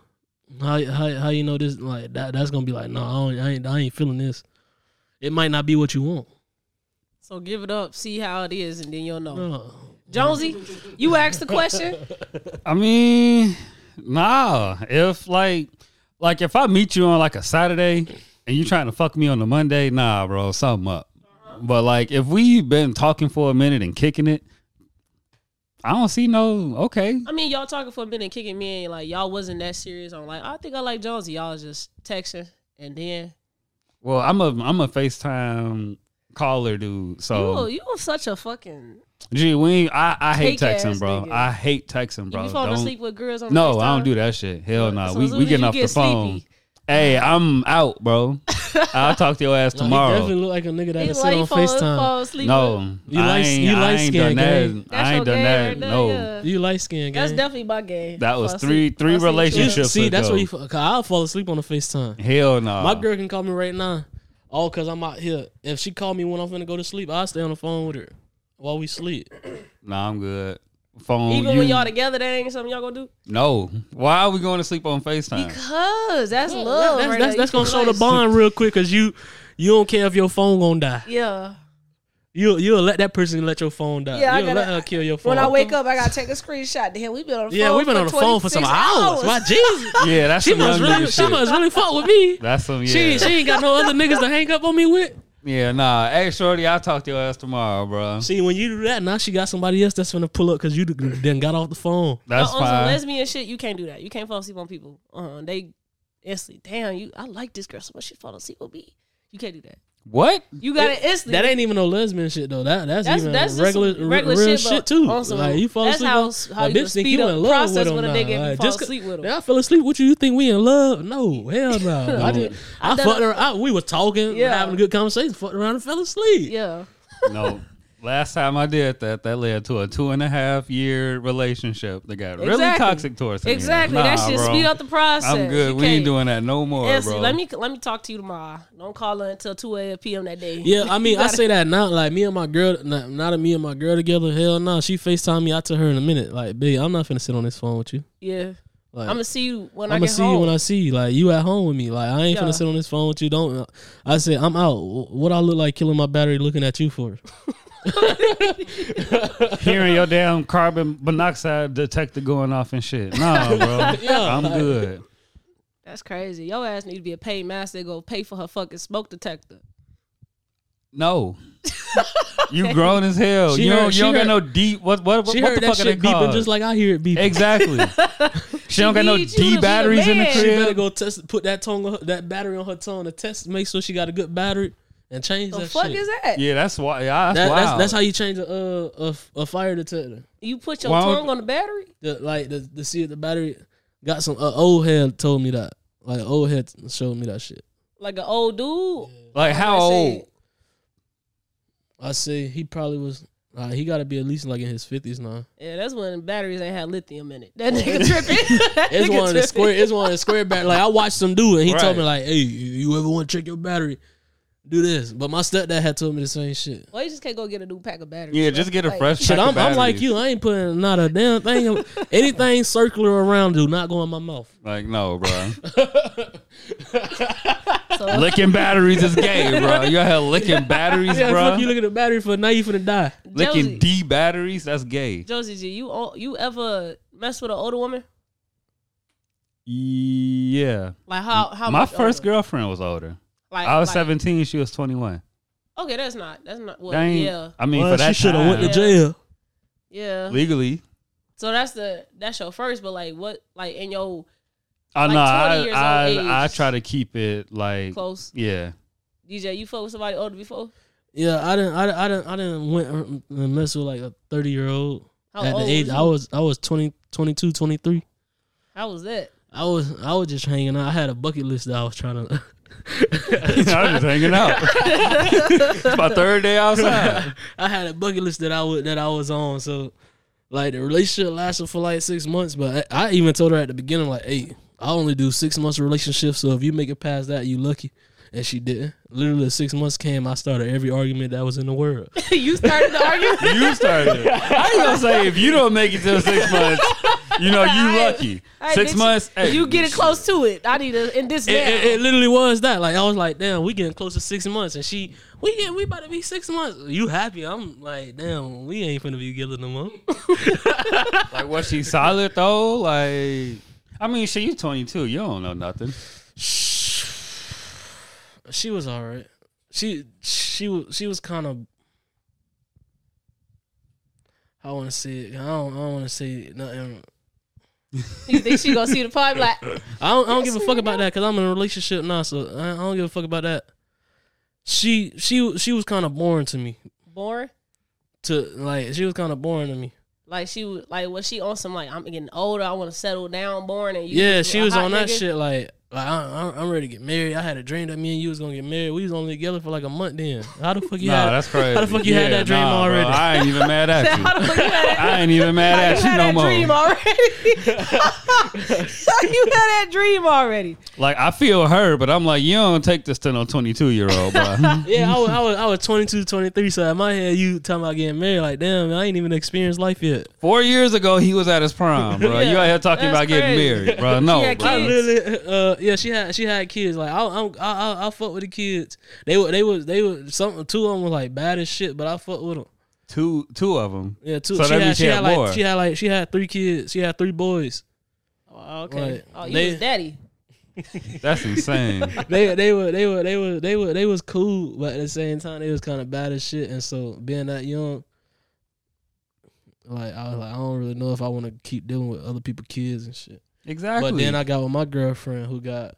C: how how how you know this like that that's gonna be like no I, don't, I ain't I ain't feeling this. It might not be what you want.
B: So give it up, see how it is, and then you'll know.
C: No.
B: Jonesy, you asked the question.
A: I mean, nah. If like Like if I meet you on like a Saturday and you trying to fuck me on a Monday, nah, bro, something up.
B: Uh-huh.
A: But like if we been talking for a minute and kicking it, I don't see no okay.
B: I mean, y'all talking for a minute, kicking me in, like y'all wasn't that serious. I'm like, I think I like Jonesy. Y'all was just texting, and then
A: Well, I'm a I'm a FaceTime caller dude. So
B: you, you was such a fucking.
A: gee, we ain't, I I hate
B: Fake ass
A: texting, bro.
B: nigga.
A: I hate texting, bro.
B: you falling
A: Don't-
B: asleep with girls on
A: no, I
B: FaceTime?
A: don't do that shit. Hell no.
B: So
A: we
B: as soon
A: we
B: as
A: getting
B: you
A: off the
B: get
A: phone.
B: sleepy.
A: Hey, I'm out, bro. I'll talk to your ass
C: Nah, He
A: tomorrow.
C: definitely look like a nigga that
B: He
C: sit
B: like
C: on
B: fall-
C: FaceTime.
B: fall asleep with-
A: No,
C: You
A: I
C: light-
A: ain't-
C: you
A: I
C: light
A: ain't
C: skin,
A: done that.
B: That's
A: I ain't
B: your
A: done
B: game
A: that.
B: right there,
A: no,
B: yeah.
C: You light skin, gang.
B: That's definitely my game.
A: That was
B: Fall
A: three-
B: asleep-
A: three
B: fall asleep with-
A: relationships.
C: You- See,
A: should
C: that's
A: go.
C: what he. Cause I'll fall asleep on a FaceTime.
A: hell no.
C: My girl can call me right now, all cause I'm out here. If she call me when I'm finna go to sleep, I'll stay on the phone with her while we sleep.
A: Nah, I'm good. Phone.
B: Even
A: you,
B: when y'all together, that ain't something y'all gonna do
A: no. Why are we going to sleep on Facetime?
B: because that's
C: Yeah,
B: love.
C: That's,
B: Oh, right
C: that's,
B: there.
C: that's
B: You
C: gonna show the
B: like-
C: bond real quick because you you don't care if your phone gonna die.
B: Yeah.
C: You you'll let that person let your phone die.
B: Yeah, I
C: you'll let
B: gotta-
C: her kill your phone.
B: When I wake up, I gotta take a screenshot. Damn, we've been on the
C: yeah,
B: phone.
C: we've been
B: for
C: on the phone for some
B: 26
C: hours. My Jesus,
A: yeah, that's
C: she
A: some young
C: must really
A: nigga
C: she
A: shit.
C: must really fuck with me.
A: That's some yeah.
C: She she ain't got no other niggas to hang up on me with.
A: yeah, nah. Hey, shorty, I'll talk to your ass tomorrow, bro.
C: See, when you do that, now she got somebody else that's gonna pull up because you then got off the phone.
A: That's
B: Uh, on some
A: fine.
B: lesbian shit, you can't do that. You can't fall asleep on people. Uh, they instantly, damn, you. I like this girl so much. She fall asleep with me. You can't do that.
A: What?
B: You gotta instantly.
C: That ain't even no lesbian shit though. That that's,
B: that's
C: even
B: that's just
C: regular
B: some regular
C: real
B: shit,
C: shit,
B: but
C: too.
B: on some-
C: like you fall
B: that's
C: asleep.
B: how-
C: on-
B: how you can
C: like, bitch think
B: speed
C: you
B: up
C: in love
B: process
C: with him
B: with a
C: now.
B: nigga if you
C: Like,
B: fall
C: just 'cause-
B: asleep with him.
C: I fell asleep with you. You think we in love? No, hell no. I just I,
B: done
C: fucked
B: it.
C: her out. We were talking,
B: Yeah.
C: having a good conversation. Fucked around and fell asleep.
B: yeah.
A: No. Last time I did that, that led to a two and a half year relationship that got really
B: Exactly.
A: toxic towards me.
B: Exactly. that
A: Nah,
B: shit
A: bro.
B: speed up the process.
A: I'm good.
B: You
A: We ain't
B: can't.
A: doing that no more,
B: Yes,
A: bro.
B: let me let me talk to you tomorrow. Don't call her until two a.m. p.m. that day.
C: Yeah, I mean,
B: You
C: I
B: gotta-
C: say that now. Like me and my girl, not, not a me and my girl together. Hell no, she Facetime me. I tell her in a minute. Like, babe, I'm not finna sit on this phone with you.
B: yeah.
C: Like,
B: I'm gonna see you when i
C: I'm
B: get
C: gonna see
B: home.
C: you when I see you. Like you at home with me. Like I ain't
B: Yeah.
C: finna sit on this phone with you. Don't. I said I'm out. Wh- What I look like killing my battery looking at you for?
A: hearing your damn carbon monoxide detector going off and shit. Nah, bro.
C: Yeah.
A: I'm good.
B: That's crazy. Your ass need to be a paid master. to Go pay for her fucking smoke detector.
A: No. you grown as hell.
C: She
A: you
C: heard-
A: don't,
C: she
A: you don't got
C: heard-
A: no deep. What what what,
C: She
A: what
C: heard
A: the
C: that
A: fuck are they
C: shit beeping
A: called?
C: just like I hear it beeping.
A: exactly. she don't got no
B: need you to be
A: D
B: a
A: batteries in the
B: man.
A: crib.
B: She
C: She better go test. Put that tongue, on her, that battery on her tongue to test. Make sure she got a good battery and change
B: The
C: that
B: fuck
C: shit.
B: is that?
A: yeah, that's why. Yeah, that's
C: That-
A: wild.
C: that's, that's how you change a, uh, a f- a fire detector.
B: You put your
A: Why don't-
B: tongue on the battery.
C: The, like the, the see if the battery got some. Uh, old head told me that. Like old head showed me that shit.
B: like an old dude.
A: like how
B: I
A: old?
B: said-
C: I see. He probably was. Uh, he got to be at least like in his fifties now.
B: Yeah, that's when batteries ain't had lithium in it. That nigga tripping. That
C: It's
B: nigga
C: one of the
B: tripping.
C: square. It's one of the square battery. Like I watched some dude, and he told
A: Right.
C: me like, "Hey, you you ever want to check your battery? Do this." But my stepdad had told me the same shit.
B: Well, you just can't go get a new pack of batteries.
A: Yeah,
B: bro.
A: just get a
B: Like,
A: fresh. pack
C: Shit,
A: of
C: I'm, I'm like
A: batteries.
C: you. I ain't putting not a damn thing, anything circular around. Do not go in my mouth.
A: Like no, bro.
B: So,
A: licking batteries is gay, bro. You out here licking batteries,
C: Yeah,
A: bro.
C: fuck you. Look at the battery for now. You finna die.
A: licking
B: Josie.
A: D batteries, that's gay.
B: Josie G, you all, you ever mess with an older woman?
A: Yeah.
B: Like how how
A: My
B: much
A: first
B: older?
A: girlfriend was older.
B: Like
A: I was
B: like-
A: 17, she was 21.
B: Okay, that's not that's not. Well,
A: Dang.
B: yeah,
A: I mean, for that
C: she should have went to
A: time,
B: Yeah.
C: jail.
B: yeah.
A: legally.
B: So that's the that's your first, but like what like in your
A: Oh,
B: Like
A: no,
B: 20 years
A: I,
B: old
A: I, I
B: age.
A: try to keep it like,
B: close
A: yeah.
B: DJ, you fuck with somebody older before?
C: Yeah, I didn't. I didn't. I didn't. I didn't went and mess with like a thirty year old
B: How
C: at the
B: old
C: age.
B: was you?
C: I was. I was 20, 22, 23.
B: How was that?
C: I was. I was just hanging out. I had a bucket list that I was trying to.
A: I was just hanging out. it's my third day outside.
C: I had a bucket list that I would that I was on. So, like the relationship lasted for like six months. But I, I even told her at the beginning, like, hey, I only do six months of relationship. So if you make it past that, you lucky. And she didn't. Literally, six months came. I started every argument that was in the world.
B: you started the argument.
A: You started it. I ain't gonna say if you don't make it till six months, you know, you lucky.
B: Hey,
A: six
B: bitch,
A: months, hey,
B: You get it close to it. I need to in this
C: It,
B: now.
C: it, it literally was that. Like I was like, damn, we getting close to six months, and she, we get, we about to be six months. You happy? I'm like, damn, we ain't finna be together no more.
A: Like, was she solid though? Like, I mean, shit, you 22. You don't know nothing.
C: She was all right. She she wa- she was kind of. I want to say it. I don't. I don't want to say nothing.
B: You think she gonna see the pod? Like,
C: I don't. I don't give a fuck about that because I'm in a relationship now, so I I don't give a fuck about that. She she she was kind of boring to me.
B: boring.
C: To like she was kind of boring to me.
B: Like she was like was she on some like I'm getting older, I want to settle down, born and you
C: yeah,
B: just
C: she
B: a
C: was
B: hot
C: on that
B: nigga?
C: shit like. Like I, I, I'm ready to get married. I had a dream that me and you was gonna get married. We was only together for like a month. Then how the fuck you?
A: nah,
C: had,
A: that's crazy.
C: How the fuck you had
A: Yeah,
C: that dream
A: nah, bro,
C: already?
A: I ain't even mad at you.
B: How the fuck you had that-
A: I ain't even
B: how
A: mad
B: you
A: at you
B: had
A: no
B: that
A: more.
B: dream already. so you had that dream already.
A: Like I feel her, but I'm like, you don't take this to no 22 year old, bro.
C: Yeah, I was, I was I was 22, 23, so in my head you talking about getting married like damn, I ain't even experienced life yet.
A: Four years ago, he was at his prime, bro. you out here talking
B: that's
A: about getting
B: crazy.
A: married, bro. No,
B: had
A: bro.
C: I
B: Kids.
C: literally uh yeah, she had she had kids. Like I I'm, I I I fuck with the kids. They were they was they were some two of them were like bad as shit, but I fuck with them.
A: two two of them.
C: Yeah, two.
A: So
C: she,
A: that means
C: had, she
A: she
C: had,
A: had more.
C: like she had like she had three kids. She had three boys.
B: Oh, okay.
C: Right.
B: Oh, you
C: They-
B: was daddy.
A: That's insane.
C: they they were they were they were they were they was cool, but at the same time they was kind of bad as shit. And so being that young, like I was like I don't really know if I want to keep dealing with other people's kids and shit.
A: exactly.
C: But then I got with my girlfriend who got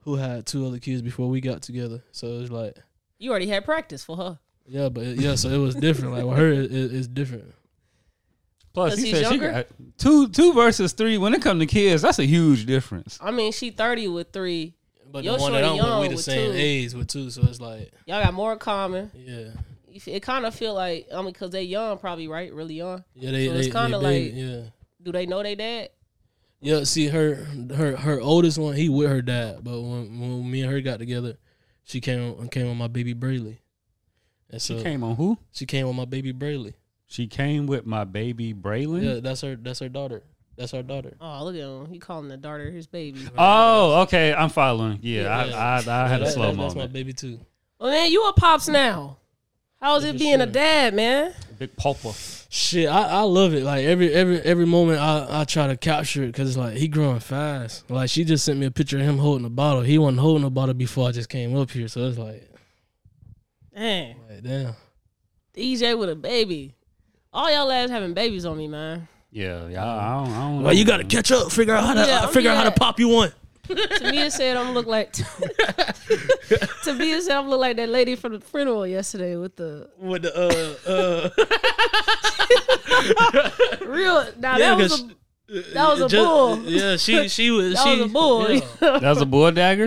C: who had two other kids before we got together. So it was like
B: You already had practice for her.
C: yeah, but it- yeah, so it was different. Like with her, it, it- it's different.
A: Plus,
B: Cause
A: he
B: he's
A: said she
B: younger?
A: got two two versus three. When it comes to kids, that's a huge difference.
B: I mean, she 30 with 3.
C: But
B: Your
C: the one that
B: shorty
C: I'm with, we
B: young
C: the
B: with
C: same
B: two.
C: age with two, so it's like
B: Y'all got more in common.
C: yeah,
B: You f- It kind of feel like I mean cuz they young probably, right? Really young.
C: yeah, they
B: So
C: they,
B: it's
C: they
B: kinda like-
C: big, yeah.
B: Do they know they dad?
C: Yeah, see her her her oldest one, he with her dad, but when, when me and her got together, she came came with my baby Brayley. And so
A: She
C: she came,
A: came on who?
C: with my baby Brayley.
A: She came with my baby Braylon.
C: Yeah, that's her that's her daughter. That's her daughter.
B: Oh, look at him. He calling the daughter his baby.
A: Oh, okay. I'm following. Yeah,
C: Yeah,
A: I, I I had a
C: That-
A: slow
C: that- That's my
A: moment.
C: baby too.
B: Well, man, you a pops now. How's
C: Yeah,
B: it
C: for
B: being a
C: sure.
B: dad, man?
A: Big pulpa.
C: Shit, I, I love it. Like every every every moment I, I try to capture it because it's like he growing fast. Like she just sent me a picture of him holding a bottle. He wasn't holding a bottle before I just came up here, so it's like,
B: Dang,
C: like damn.
B: DJ E with a baby. All y'all lads having babies on me, man.
A: Yeah, yeah. I don't, I don't know.
C: Like you gotta catch up, figure out how to uh,
B: Yeah, I'm
C: figure out how to
B: good.
C: pop you one.
B: Tamia said I'm look like Tamia said I'm look like that lady from the funeral yesterday with the
C: With the uh uh
B: real. Now
C: Yeah,
B: that was
C: 'cause-
B: a, that was a
C: Ju-
B: bull.
C: Yeah, she she was
B: that
C: she
B: was a bull.
C: yeah.
A: That's a bull dagger.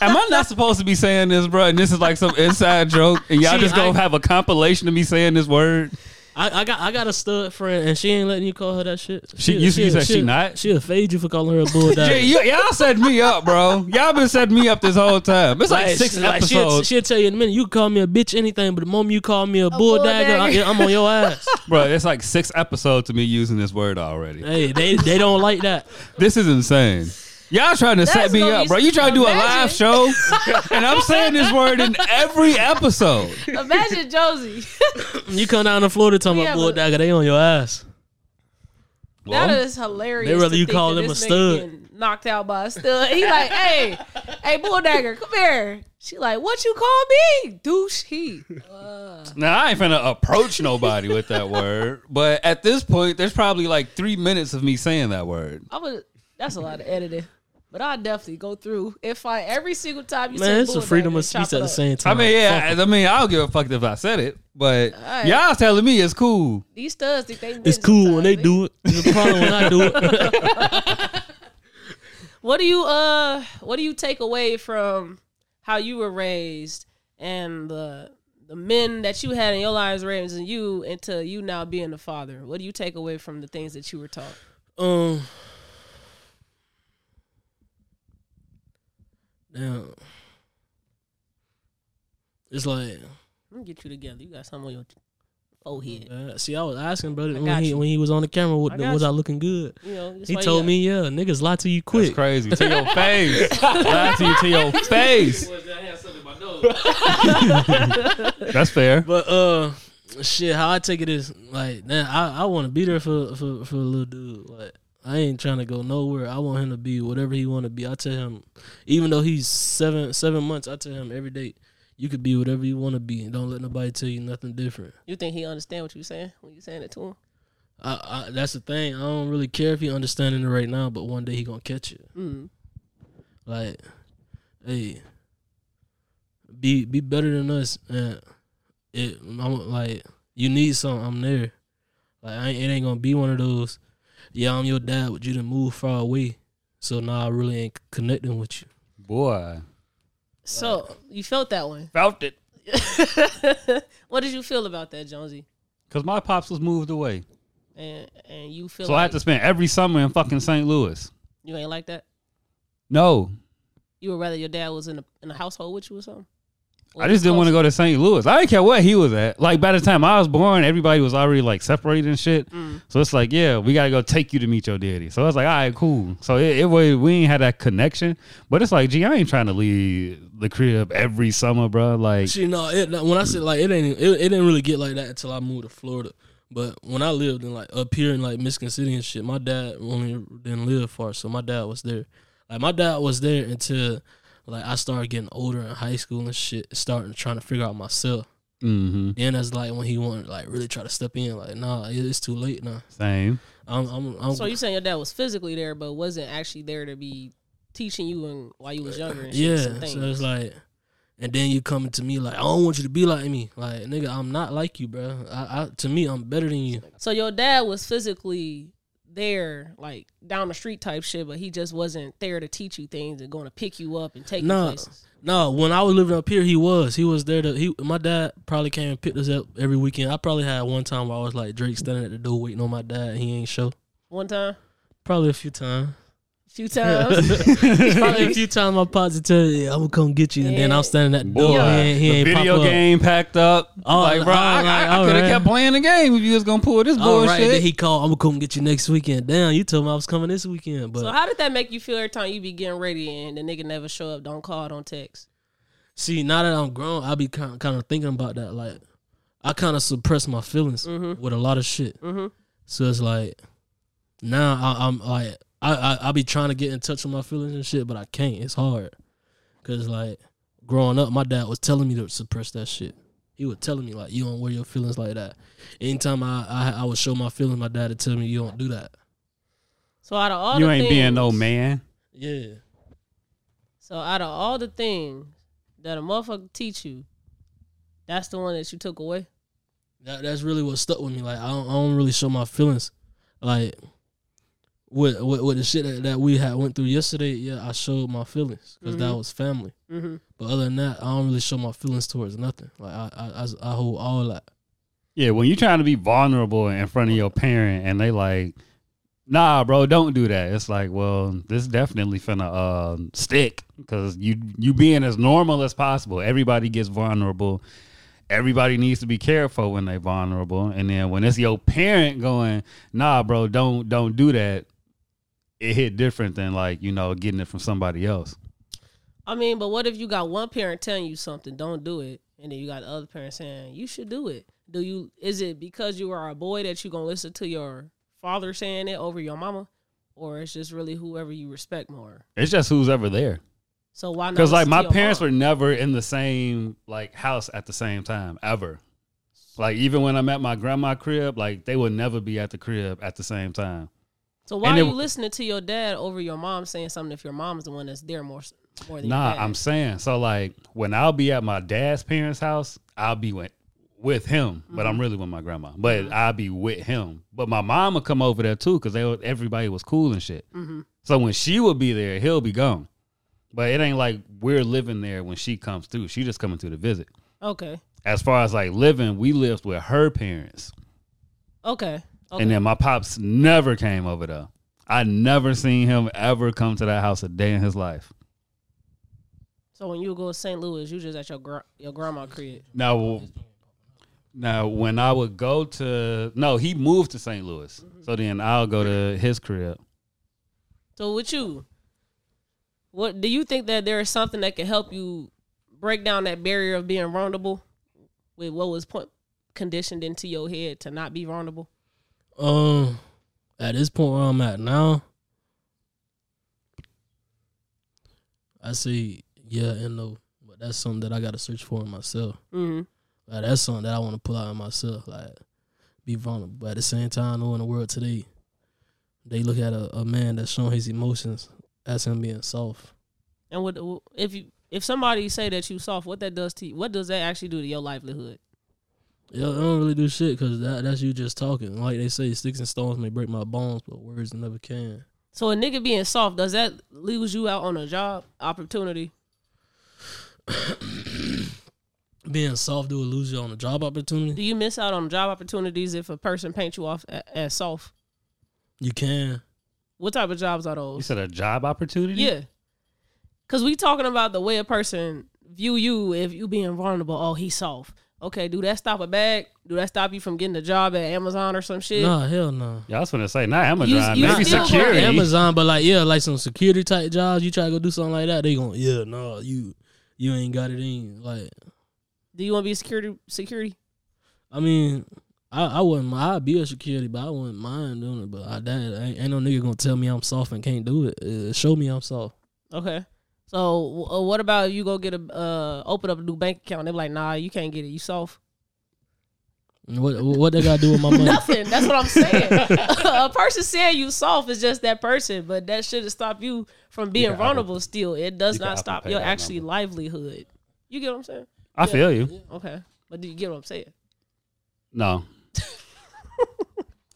A: Am I not supposed to be saying this, bro? And this is like some inside joke, and y'all
C: See,
A: just gonna
C: I-
A: have a compilation of me saying this word.
C: I, I got I got a stud friend, and she ain't letting you call her that shit.
A: She- you- you said she not?
C: She'll fade you for calling her a bull
A: Yeah,
C: daddy.
A: y- y'all set me up, bro. Y'all been setting me up this whole time. It's like, six
C: she- like, she'll-
A: episodes,
C: she'll, tell you in a minute. You can call me a bitch, anything, but the moment you call me a, bull,
B: bull
C: dagger,
B: dagger.
C: I, am on your ass.
A: bro. It's like six episodes of me using this word already.
C: hey, they they don't like that.
A: This is insane. Y'all trying to set
B: That's
A: me
B: gonna
A: up,
B: be-
A: bro. You trying to do a live
B: imagine.
A: show, and I'm saying this word in every episode.
B: Imagine Josie.
C: You come down to Florida talking
B: Yeah,
C: about bull
B: but-
C: dagger, they on your ass.
A: Well,
B: that is hilarious.
C: They really-
B: to
C: you
B: think
C: call
B: that
C: him a
B: this nigga
C: stud.
B: getting Knocked out by a stud. He like, hey, hey, bulldagger, come here. She like, what you call me? Douche he.
A: Now I ain't finna approach nobody with that word, but at this point, there's probably like three minutes of me saying that word.
B: I would. That's a lot of editing, but I definitely go through and find every single time you
C: Man,
B: say
C: it's the
B: bulldagger
C: freedom of
B: and chop
C: speech at
B: it
C: the
B: up.
C: same
A: I
C: time.
A: mean, yeah, I mean, I'll give a fuck if I said it, but
B: right.
A: y'all telling me it's cool.
B: These studs think they.
C: it's cool when they do it. It's a problem when I do it.
B: What do you uh? What do you take away from how you were raised and the the men that you had in your lives raising you into you now being a father? What do you take away from the things that you were taught?
C: Um. Damn. It's like
B: Let me get you together. You got something on your forehead.
C: uh, see, I was asking brother when
B: got
C: he
B: you.
C: when he was on the camera, what,
B: I got
C: was I
B: you.
C: looking good?
B: You know, that's
C: He
B: why you
C: told
B: got-
C: me, yeah, niggas lie to you
A: It's
C: quick.
A: crazy to your face. Lie to you to your face.
D: Boys, I had something in my nose.
A: That's fair.
C: But uh, shit, how I take it is like, man, I, I want to be there for for for a little dude. Like I ain't trying to go nowhere. I want him to be whatever he want to be. I tell him, even though he's seven seven months, I tell him every day, you could be whatever you want to be, and don't let nobody tell you nothing different.
B: You think he understand what you saying when you saying it to him?
C: I, I that's the thing. I don't really care if he understanding it right now, but one day he gonna catch it.
B: Mm.
C: Like, hey, be be better than us. And it, I'm like, you need something. I'm there. Like, I ain't, it ain't gonna be one of those. Yeah, I'm your dad, but you didn't move far away, so now I really ain't connecting with you.
A: Boy,
B: So you felt that one.
A: felt it.
B: what did you feel about that, Jonesy?
A: Cause my pops was moved away,
B: And and you feel
A: so I
B: like
A: had to spend every summer in fucking St. Louis.
B: you ain't like that.
A: No,
B: You would rather your dad was in the in the household with you or something. Or
A: I just didn't want to go to St. Louis. I didn't care where he was at. Like by the time I was born, everybody was already like separated and shit.
C: Mm.
A: So it's like, yeah, we gotta go take you to meet your daddy. So I was like, all right, cool. So it, it was we ain't had that connection. But it's like, gee, I ain't trying to leave the crib every summer, bro. Like,
C: See, no, it, no, when I said like it ain't, it, it didn't really get like that until I moved to Florida. But when I lived in like up here in like Michigan City and shit, my dad only didn't live far, so my dad was there. Like my dad was there until like I started getting older in high school and shit, starting trying to figure out myself.
A: mm-hmm,
C: Then that's like when he wanted to, like really try to step in. Like nah, it- it's too late now.
A: same.
C: I'm I'm, I'm
B: So you saying your dad was physically there, but wasn't actually there to be teaching you and while you was younger. And shit,
C: yeah.
B: some
C: So
B: things.
C: it's like, and then you coming to me like I don't want you to be like me. Like nigga, I'm not like you, bro. I, I to me I'm better than you.
B: So your dad was physically there, like down the street type shit, but he just wasn't there to teach you things and going to pick you up and take you
C: No.
B: places.
C: No, when I was living up here, he was. He was there to he my dad probably came and picked us up every weekend. I probably had one time where I was like Drake standing at the door waiting on my dad and he ain't show.
B: One time,
C: Probably a few times.
B: a few times.
C: probably a few times my pops tell yeah, I'm gonna come get you and then I'm standing at the
A: Boy,
C: door and he ain't, he
A: the
C: ain't
A: video
C: pop up.
A: game packed up.
C: Oh,
A: like, bro,
C: oh,
A: I,
C: like,
A: I,
C: all
A: could have
C: right.
A: kept playing the game if you was gonna pull this
C: All
A: bullshit.
C: right, then he called, I'm gonna come get you next weekend. Damn, you told me I was coming this weekend. But
B: so how did that make you feel every time you be getting ready and the nigga never show up? Don't call, don't text.
C: See, now that I'm grown, I be kind kind of thinking about that. Like, I kind of suppress my feelings with a lot of shit.
B: Mhm.
C: So it's like now I, I'm like I, I I be trying to get in touch with my feelings and shit, but I can't. It's hard because like growing up, my dad was telling me to suppress that shit. He was telling me like you don't wear your feelings like that. Anytime I I, I would show my feelings, my dad would tell me you don't do that.
B: So out of all
A: you
B: the
A: ain't being no
B: things-
A: man.
C: Yeah.
B: So out of all the things that a motherfucker teach you, that's the one that you took away.
C: that that's really what stuck with me. Like I don't, I don't really show my feelings, like with with, with the shit that, that we had went through yesterday. Yeah, I showed my feelings because that was family.
B: Mm-hmm.
C: But other than that, I don't really show my feelings towards nothing. Like I I, I, I hold all that.
A: Yeah, when you're trying to be vulnerable in front of your parent and they like, nah, bro, don't do that. It's like, well, this definitely finna um stick because you you being as normal as possible. Everybody gets vulnerable. Everybody needs to be careful when they vulnerable. And then when it's your parent going, nah, bro, don't don't do that. It hit different than like you know getting it from somebody else.
B: I mean, but what if you got one parent telling you something, don't do it, and then you got the other parent saying you should do it? Do you? Is it because you are a boy that you gonna listen to your father saying it over your mama, or it's just really whoever you respect more?
A: It's just who's ever there.
B: So why not?
A: Because like my parents were never in the same like house at the same time ever. Like even when I'm at my grandma crib, like they would never be at the crib at the same time.
B: So why are
A: and
B: you
A: it-
B: listening to your dad over your mom saying something if your mom's the one that's there more s- more than
A: Nah,
B: your dad?
A: I'm saying so. Like when I'll be at my dad's parents' house, I'll be with with him, but I'm really with my grandma. But I'll be with him. But my mom would come over there too because they were- everybody was cool and shit. So when she would be there, he'll be gone. But it ain't like we're living there when she comes through. She just coming through to visit.
B: okay,
A: as far as like living, we lived with her parents.
B: okay, okay.
A: And then my pops never came over though. I never seen him ever come to that house a day in his life.
B: so when you go to St. Louis, you just at your gr- your grandma crib.
A: Now, now when I would go to no, he moved to St. Louis. So then I'll go to his crib.
B: So with you, what do you think that there is something that can help you break down that barrier of being vulnerable with what was put conditioned into your head to not be vulnerable?
C: Um, at this point where I'm at now, I say yeah and no, but that's something that I got to search for in myself.
B: Mm-hmm.
C: Like that's something that I want to pull out in myself. Like be vulnerable. But at the same time, though, in the world today, they look at a, a man that's showing his emotions as him being soft.
B: And what if you if somebody say that you soft, what that does to you? What does that actually do to your livelihood?
C: Yeah, I don't really do shit because that, that's you just talking. Like they say, sticks and stones may break my bones, but words never can.
B: So a nigga being soft, does that leaves you out on a job opportunity?
C: Being soft do lose you on a job
B: Do
C: opportunity.
B: you miss out on job opportunities if a person paints you off a- as soft?
C: You can.
B: What type of jobs are
A: You
B: those?
A: said a job opportunity?
B: Yeah, because we talking about the way a person view you if you being vulnerable. Oh, he soft. Okay, do that stop a bag? Do that stop you from getting a job at Amazon or some shit?
C: Nah, hell no.
A: Yeah, I was gonna say not Amazon,
B: you
A: maybe
B: still work
A: security.
C: Amazon, but like yeah, like some security type jobs. You try to go do something like that, they going yeah, no, you you ain't got it in. Like
B: Do you want to be security? Security?
C: I mean, I, I wouldn't. mind- I'd be a security, but I wouldn't mind doing it. But I, that ain't, ain't no nigga gonna tell me I'm soft and can't do it. Uh, show me I'm soft.
B: Okay. So wh- uh, what about you go get a uh, open up a new bank account? They're like, nah, you can't get it. You soft.
C: What what they gotta do with my money?
B: Nothing. That's what I'm saying. a person saying you soft is just that person, but that shouldn't stop you from being
A: can Apple-
B: vulnerable. still, it does
A: you can
B: not
A: Apple
B: stop
A: Pay
B: your
A: that
B: actually
A: number.
B: livelihood. You get what I'm saying?
A: I feel you.
B: Okay. But do you get what I'm saying?
A: No.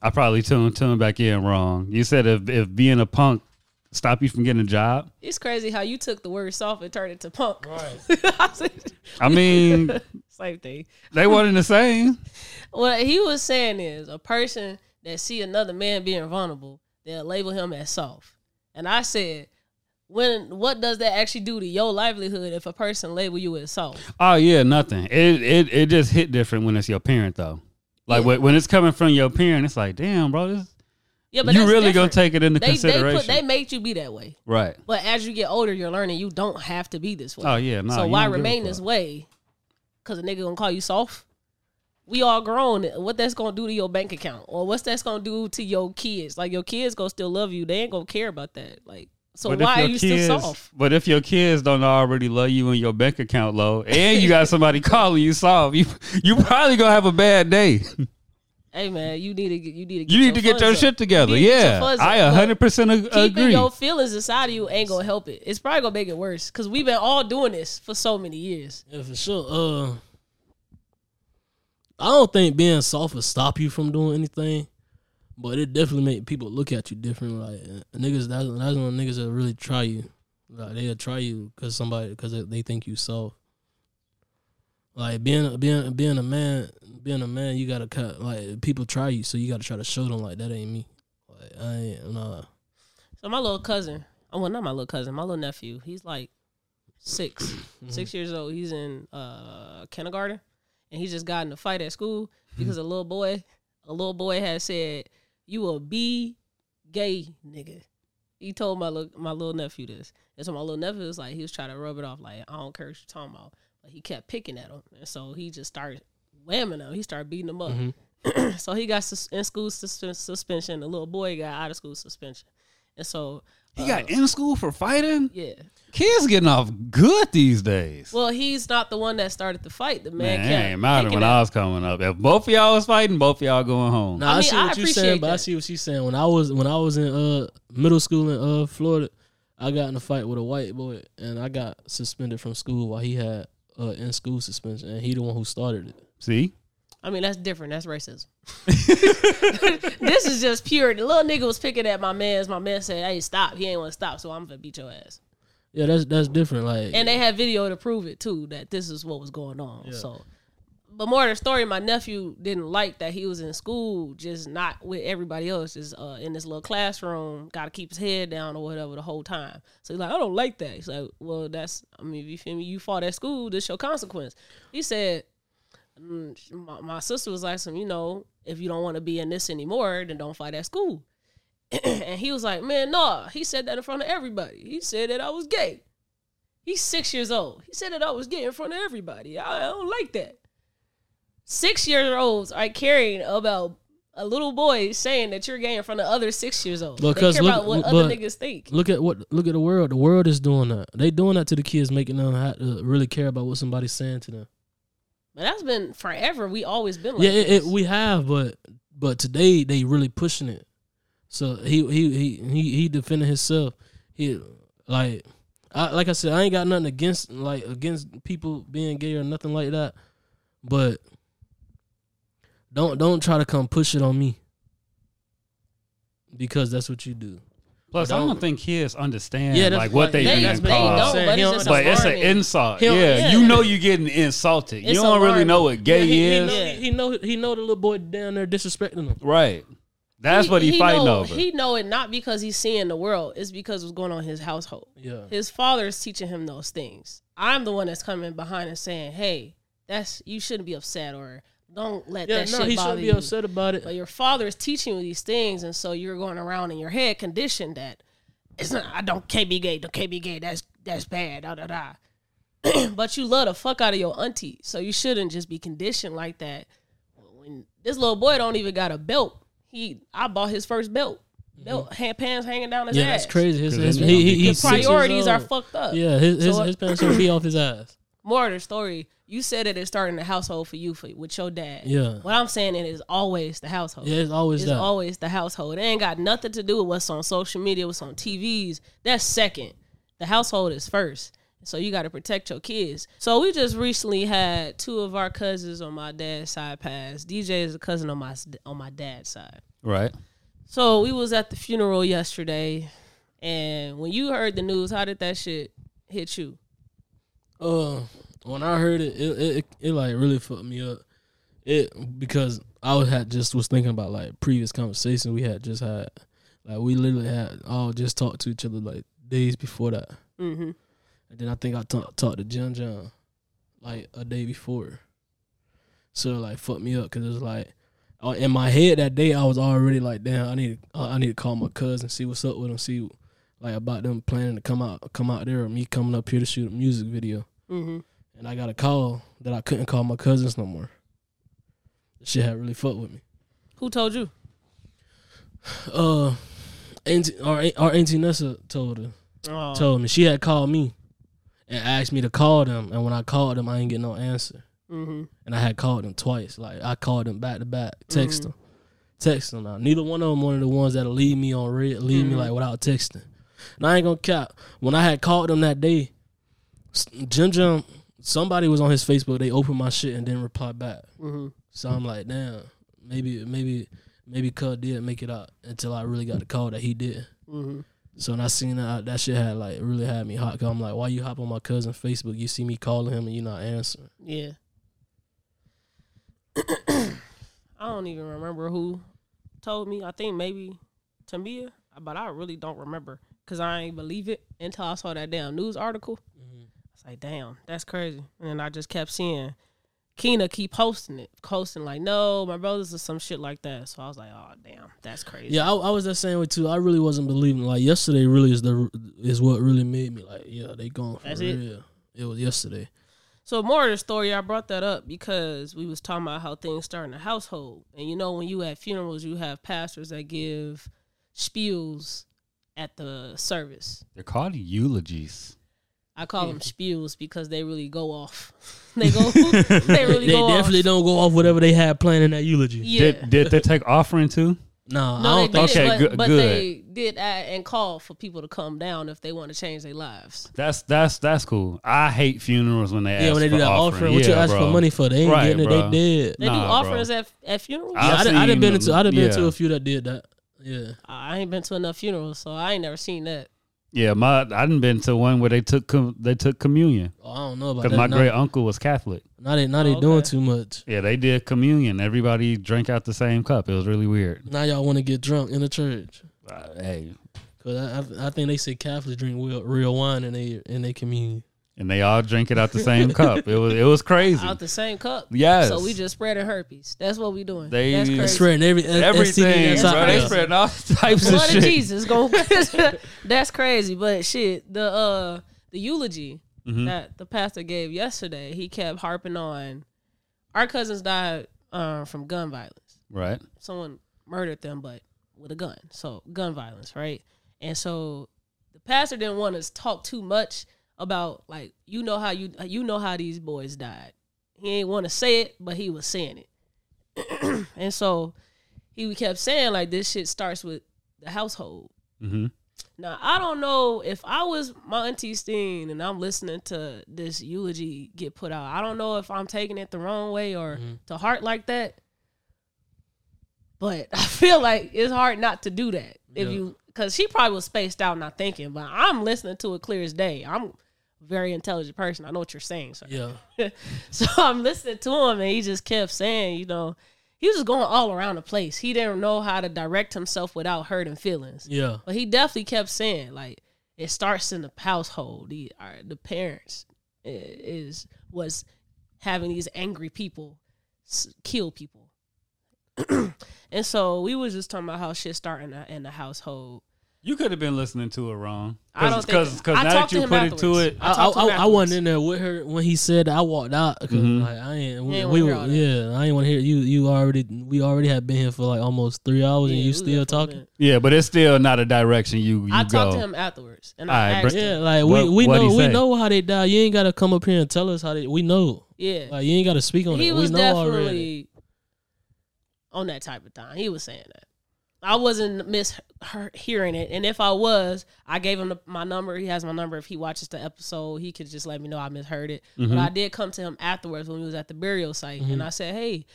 A: I probably tuned tuned back in wrong. You said if if being a punk stop you from getting a job.
B: It's crazy how you took the word soft and turned it to punk.
C: Right.
A: I mean,
B: Same thing.
A: they wasn't the same.
B: What he was saying is a person that see another man being vulnerable, they'll label him as soft. And I said, when what does that actually do to your livelihood if a person label you as soft?
A: Oh yeah, nothing. It it it just hit different when it's your parent though. Like when when it's coming from your parent, it's like, damn, bro, this,
B: Yeah,
A: you really gonna
B: different.
A: take it into
B: they they put
A: consideration,
B: they made you be that way.
A: right?
B: But as you get older, you're learning you don't have to be this way.
A: Oh yeah, nah,
B: so
A: you
B: why
A: don't give a
B: remain this
A: fuck.
B: way? Cause a nigga gonna call you soft. We all grown. What that's gonna do to your bank account, or what's that's gonna do to your kids? Like your kids gonna still love you. They ain't gonna care about that. Like, so
A: But if
B: why are
A: your
B: you
A: kids-
B: still soft?
A: But if your kids don't already love you and your bank account low, and you got somebody calling you soft, you you probably gonna have a bad day.
B: Hey man, you need to get you need to get
A: You need to get
B: funds
A: your
B: up.
A: shit together.
B: You need to get your
A: Yeah,
B: funds up.
A: I
B: Look,
A: 100 percent
B: Keeping
A: agree.
B: your feelings inside of you ain't gonna help it. It's probably gonna make it worse because we've been all doing this for so many years.
C: Yeah, for sure. Uh, I don't think being soft will stop you from doing anything, but it definitely make people look at you different. Like uh, niggas, that's that's when niggas that really try you. Like they'll try you because somebody because they, they think you soft. Like being being being a man, being a man, you gotta cut. Like people try you, so you gotta try to show them like that ain't me. Like I ain't nah.
B: So my little cousin, oh well, not my little cousin, my little nephew. He's like 6
A: Mm-hmm.
B: six years old. He's in uh, kindergarten, and he just got in a fight at school
A: Mm-hmm.
B: because a little boy, a little boy had said, "You a be gay nigga." He told my little, my little nephew this, and so my little nephew was like, he was trying to rub it off, like I don't care what you're talking about, but he kept picking at him, and so he just started whamming him. He started beating him up.
C: Mhm.
A: Mm-hmm.
B: so he got sus- in school suspen- suspension. The little boy got out of school suspension, and so uh,
A: He got in school for fighting.
B: yeah.
A: Kids getting off good these days.
B: Well, he's not the one that started the fight. The man,
A: Man,
B: kept
A: it ain't matter
B: picking
A: when
B: at
A: I was coming up. If both of y'all was fighting, both of y'all going home.
C: Nah, I,
B: I mean,
C: see
B: I
C: what you're
B: appreciate
C: saying, but I
B: that.
C: see what she's saying. When I was when I was in uh middle school in uh Florida, I got in a fight with a white boy, and I got suspended from school while he had uh in school suspension, and he the one who started it.
A: See,
B: I mean, that's different. That's racism. this is just pure. The little nigga was picking at my man's. My man said, "Hey, stop! He ain't want to stop, so I'm gonna beat your ass."
C: Yeah, that's that's different. Like,
B: And they had video to prove it too that this is what was going on. So, but more of the story, my nephew didn't like that he was in school, just not with everybody else, just uh, in this little classroom. Got to keep his head down or whatever the whole time. So he's like, I don't like that. He's like, Well, that's I mean, if you feel me, you fought at school, this your consequence. He said, mm, sh- my, my sister was like, some, you know, if you don't want to be in this anymore, then don't fight at school. and he was like, man, nah. He said that in front of everybody. He said that I was gay. He's six years old. He said that I was gay in front of everybody. I, I don't like that. Six year olds are caring about a little boy saying that you're gay in front of other six years old.
C: Because
B: they care
C: look-
B: about what
C: look-
B: other
C: but-
B: niggas think.
C: Look at what look at the world. The world is doing that. They doing that to the kids, making them have to really care about what somebody's saying to them.
B: But that's been forever. We always been like
C: yeah, it, it,
B: this.
C: we have, but but today they really pushing it. So he he he he, he defending himself. He like I like I said, I ain't got nothing against like against people being gay or nothing like that. But don't don't try to come push it on me because that's what you do.
A: Plus, I don't
C: Don't-
A: think kids understand
C: Yeah, that's
A: like what they
B: they,
C: yeah,
A: being
C: that's
B: they
C: what I'm
A: called.
B: don't,
C: saying.
B: but
C: He
B: it's
C: don't-
B: just
A: But it's an
B: alarming.
A: insult.
C: He don't-
A: yeah,
B: yeah.
A: you know you're getting insulted.
B: It's
A: you don't really
B: alarming.
A: know what gay
C: he,
A: is.
C: He know,
B: Yeah.
C: he know he know the little boy down there disrespecting him.
A: Right. That's what he, fighting
B: know,
A: over.
B: He know it not because he's seeing the world. It's because what's going on in his household.
C: Yeah.
B: His father is teaching him those things. I'm the one that's coming behind and saying, "Hey, that's you shouldn't be upset or don't let
C: Yeah,
B: that
C: no,
B: shit
C: he
B: bother
C: shouldn't be
B: you."
C: upset about it.
B: But your father is teaching you these things, and so you're going around in your head conditioned that it's not. I don't can't be gay. Don't can't be gay. That's that's bad. Da da da. but you love the fuck out of your auntie, so you shouldn't just be conditioned like that. When this little boy don't even got a belt, he I bought his first belt. Belt hand pants hanging down his
C: Mm-hmm. Yeah,
B: ass.
C: that's crazy. His,
A: 'Cause
C: his,
A: then
C: he,
A: they
C: he,
A: don't get
C: he's
A: the
C: six years
B: Priorities are
C: old.
B: fucked up.
C: Yeah, his his,
B: So-
C: his parents should be off his ass.
B: More of the story. You said that it started in the household for you for with your dad.
C: Yeah.
B: What I'm saying it is always the household.
C: Yeah, it's always
B: It's
C: that.
B: always the household. It ain't got nothing to do with what's on social media, what's on TVs. That's second. The household is first. So you got to protect your kids. So we just recently had two of our cousins on my dad's side pass. DJ is a cousin on my s- on my dad's side.
A: right.
B: So we was at the funeral yesterday, and when you heard the news, how did that shit hit you?
C: uh, when I heard it, it, it, it, like really fucked me up. It because I was had just was thinking about like previous conversations we had just had, like we literally had all just talked to each other like days before that,
B: Mm-hmm.
C: and then I think I talked talked to Jim John, like a day before. So it, like fucked me up because it was like, uh, in my head that day I was already like, damn, I need uh, I need to call my cousin see what's up with him, see like about them planning to come out come out there or me coming up here to shoot a music video
B: Mm-hmm.
C: and I got a call that I couldn't call my cousins no more. The shit had really fucked with me.
B: Who told you?
C: Uh, auntie, our our auntie Nessa told her
B: Oh,
C: told me she had called me and asked me to call them, and when I called them, I ain't get no answer,
B: mm-hmm.
C: and I had called them twice. Like I called them back to back, text
B: Mhm.
C: them, text them. Now neither one of them one of the ones that'll leave me on red, leave me
B: Mhm.
C: like without texting. And I ain't gonna cap. When I had called them that day, s- Jim Jim, somebody was on his Facebook. They opened my shit and didn't reply back.
B: Mm-hmm.
C: So I'm like, damn, maybe maybe maybe Cud did make it out until I really got the call that he did.
B: Mm-hmm.
C: So when I seen that, that shit had like really had me hot. i I'm like, why you hop on my cousin Facebook? You see me calling him and you not answering.
B: Yeah. I don't even remember who told me. I think maybe Tamia, but I really don't remember because I ain't believe it until I saw that damn news article. I was like, damn, that's crazy. And then I just kept seeing Keena keep posting it, posting like, no, my brothers or some shit like that. So I was like, oh damn, that's crazy.
C: Yeah, I, I was that same way too. I really wasn't believing. Like yesterday, really is the is what really made me like, yeah, they gone for
B: That's it?
C: real. It. was yesterday.
B: So more of the story, I brought that up because we was talking about how things start in the household, and you know when you at funerals, you have pastors that give spiels at the service.
A: They're called eulogies.
B: I call them spiels because they really go off. they go, they really
C: They
B: go
C: definitely
B: off.
C: don't go off whatever they had planned in that eulogy.
B: Yeah.
A: Did did they take offering too?
C: Nah, I
B: No,
C: don't
B: they did,
C: think.
A: think- Okay,
B: but,
A: good-
B: but
A: good.
B: they did add and call for people to come down if they want to change their lives.
A: That's that's that's cool. I hate funerals when they ask
C: Yeah, when they do
A: for
C: that offering, what you
A: Yeah,
C: ask
A: bro.
C: for money for? They ain't
A: Right,
C: getting it.
A: bro.
C: They dead.
B: They do
A: Nah, bro.
B: offerings at at funerals.
A: I-
B: I,
C: Yeah,
A: I've
C: I'd, I'd
A: seen
C: have been
A: them.
C: into I'd have been to
A: Yeah.
C: a few that did that. Yeah.
B: I ain't been to enough funerals, so I ain't never seen that.
A: Yeah, my I didn't been to one where they took com, they took communion
C: Oh, I don't know about
A: because
C: that.
A: my
C: now,
A: great uncle was Catholic.
C: now they now they
B: Oh,
C: doing
B: okay.
C: too much.
A: Yeah, they did communion. Everybody drank out the same cup. It was really weird.
C: Now y'all want to get drunk in the church
A: Uh, hey,
C: because I, I I think they say Catholics drink real, real wine in they in their communion.
A: and they all drank it out the same cup. It was it was crazy.
B: Out the same cup.
A: Yes.
B: So we just spreading herpes. That's what we doing.
A: They-
B: That's
A: They
B: crazy.
C: Spreading every e,
A: Everything,
C: STD
A: bro. They
B: crazy.
A: spread all types of
B: Blood
A: shit.
B: of Jesus going. That's crazy, but shit, the uh the eulogy
A: Mhm.
B: that the pastor gave yesterday, he kept harping on. Our cousins died uh, from gun violence,
A: Right.
B: someone murdered them, but with a gun. So gun violence, right? And so the pastor didn't want us to talk too much about like you know how you you know how these boys died. He ain't want to say it, but he was saying it. and so he kept saying like this shit starts with the household.
A: Mm-hmm.
B: Now I don't know if I was my auntie Steen and I'm listening to this eulogy get put out. I don't know if I'm taking it the wrong way or
C: Mm-hmm.
B: to heart like that. But I feel like it's hard not to do that if
C: Yeah.
B: you because she probably was spaced out, not thinking. But I'm listening to it clear as day. I'm a very intelligent person. I know what you're saying, sir.
C: Yeah.
B: So I'm listening to him, and he just kept saying, you know, he was just going all around the place. He didn't know how to direct himself without hurting feelings.
C: Yeah.
B: But he definitely kept saying like it starts in the household. The are the parents i- is was having these angry people s- kill people, and so we was just talking about how shit starting in the, in the household.
A: You could have been listening to it wrong.
B: I don't think-
A: because
B: I
A: now
B: talked
A: that
B: to
A: you
B: him
A: put it to
B: afterwards.
A: it,
C: I, I,
B: talked to him
C: I, I wasn't
B: afterwards.
C: in there with her when he said that. I walked out because
A: Mhm.
C: like I ain't we,
B: ain't wanna
C: we
B: hear
C: were-
B: all that.
C: yeah I ain't want to hear you you already we already had been here for like almost three hours
B: Yeah,
C: and you
B: we
C: still
B: left him
C: talking
B: there.
A: yeah, but it's still not a direction you you
B: I
A: go.
B: talked to him afterwards, and I
A: All right,
B: asked,
A: bro.
B: him,
C: yeah like
A: What-
C: we, we
A: what'd
C: know
A: he
C: we
A: say?
C: know how they die you ain't gotta come up here and tell us how they we know
B: yeah,
C: like you ain't gotta speak on
B: he
C: it
B: was
C: we know
B: definitely
C: already
B: on that type of time. He was saying that. I wasn't mishearing it, and if I was, I gave him the, my number. He has my number. If he watches the episode, he could just let me know I misheard it.
A: Mm-hmm.
C: Mm-hmm.
B: But I did come to him afterwards when we was at the burial site, and I said, "Hey,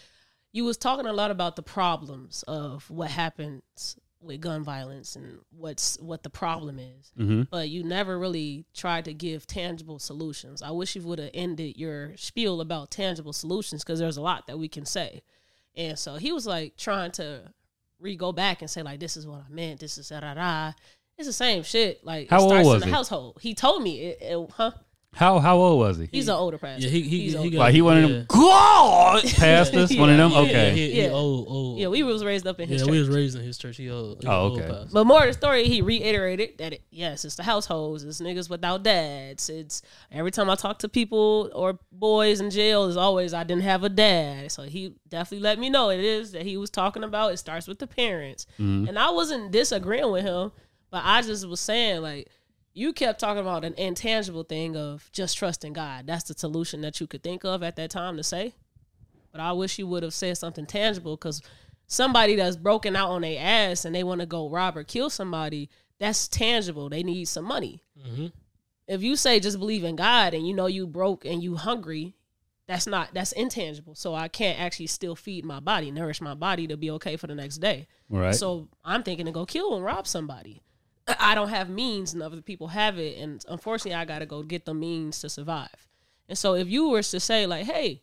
B: you was talking a lot about the problems of what happens with gun violence and what's what the problem is."
A: hmm
B: but you never really tried to give tangible solutions. I wish you would have ended your spiel about tangible solutions because there's a lot that we can say. And so he was like trying to re go back and say like this is what I meant. This is da da da. It's the same shit. Like
A: How
B: it
A: old
B: starts
A: was
B: in the
A: he?
B: household. He told me it, it- huh?
A: How how old was he?
B: He's an older pastor.
C: yeah he he,
B: He's
C: he,
B: older.
C: got
A: like he one of them God pastors, one of them.
C: yeah, yeah,
A: Okay,
C: he, he
B: Yeah.
C: old old
B: yeah, we was raised up in his
C: yeah
B: church.
C: we was raised in his church he old he
A: Oh,
C: old
A: okay.
C: pastor.
B: But more of the story, he reiterated that it, yes, it's the households, it's niggas without dads. It's every time I talk to people or boys in jail, is always I didn't have a dad. So he definitely let me know it is that he was talking about. It starts with the parents, and I wasn't disagreeing with him, but I just was saying like you kept talking about an intangible thing of just trusting God. That's the solution that you could think of at that time to say. But I wish you would have said something tangible because somebody that's broken out on their ass and they want to go rob or kill somebody, that's tangible. They need some money.
C: Mhm.
B: If you say just believe in God and you know you broke and you hungry, that's not that's intangible. So I can't actually still feed my body, nourish my body to be okay for the next day.
A: right.
B: So I'm thinking to go kill and rob somebody. I don't have means, and other people have it, and unfortunately, I got to go get the means to survive. And so, if you were to say like, "Hey,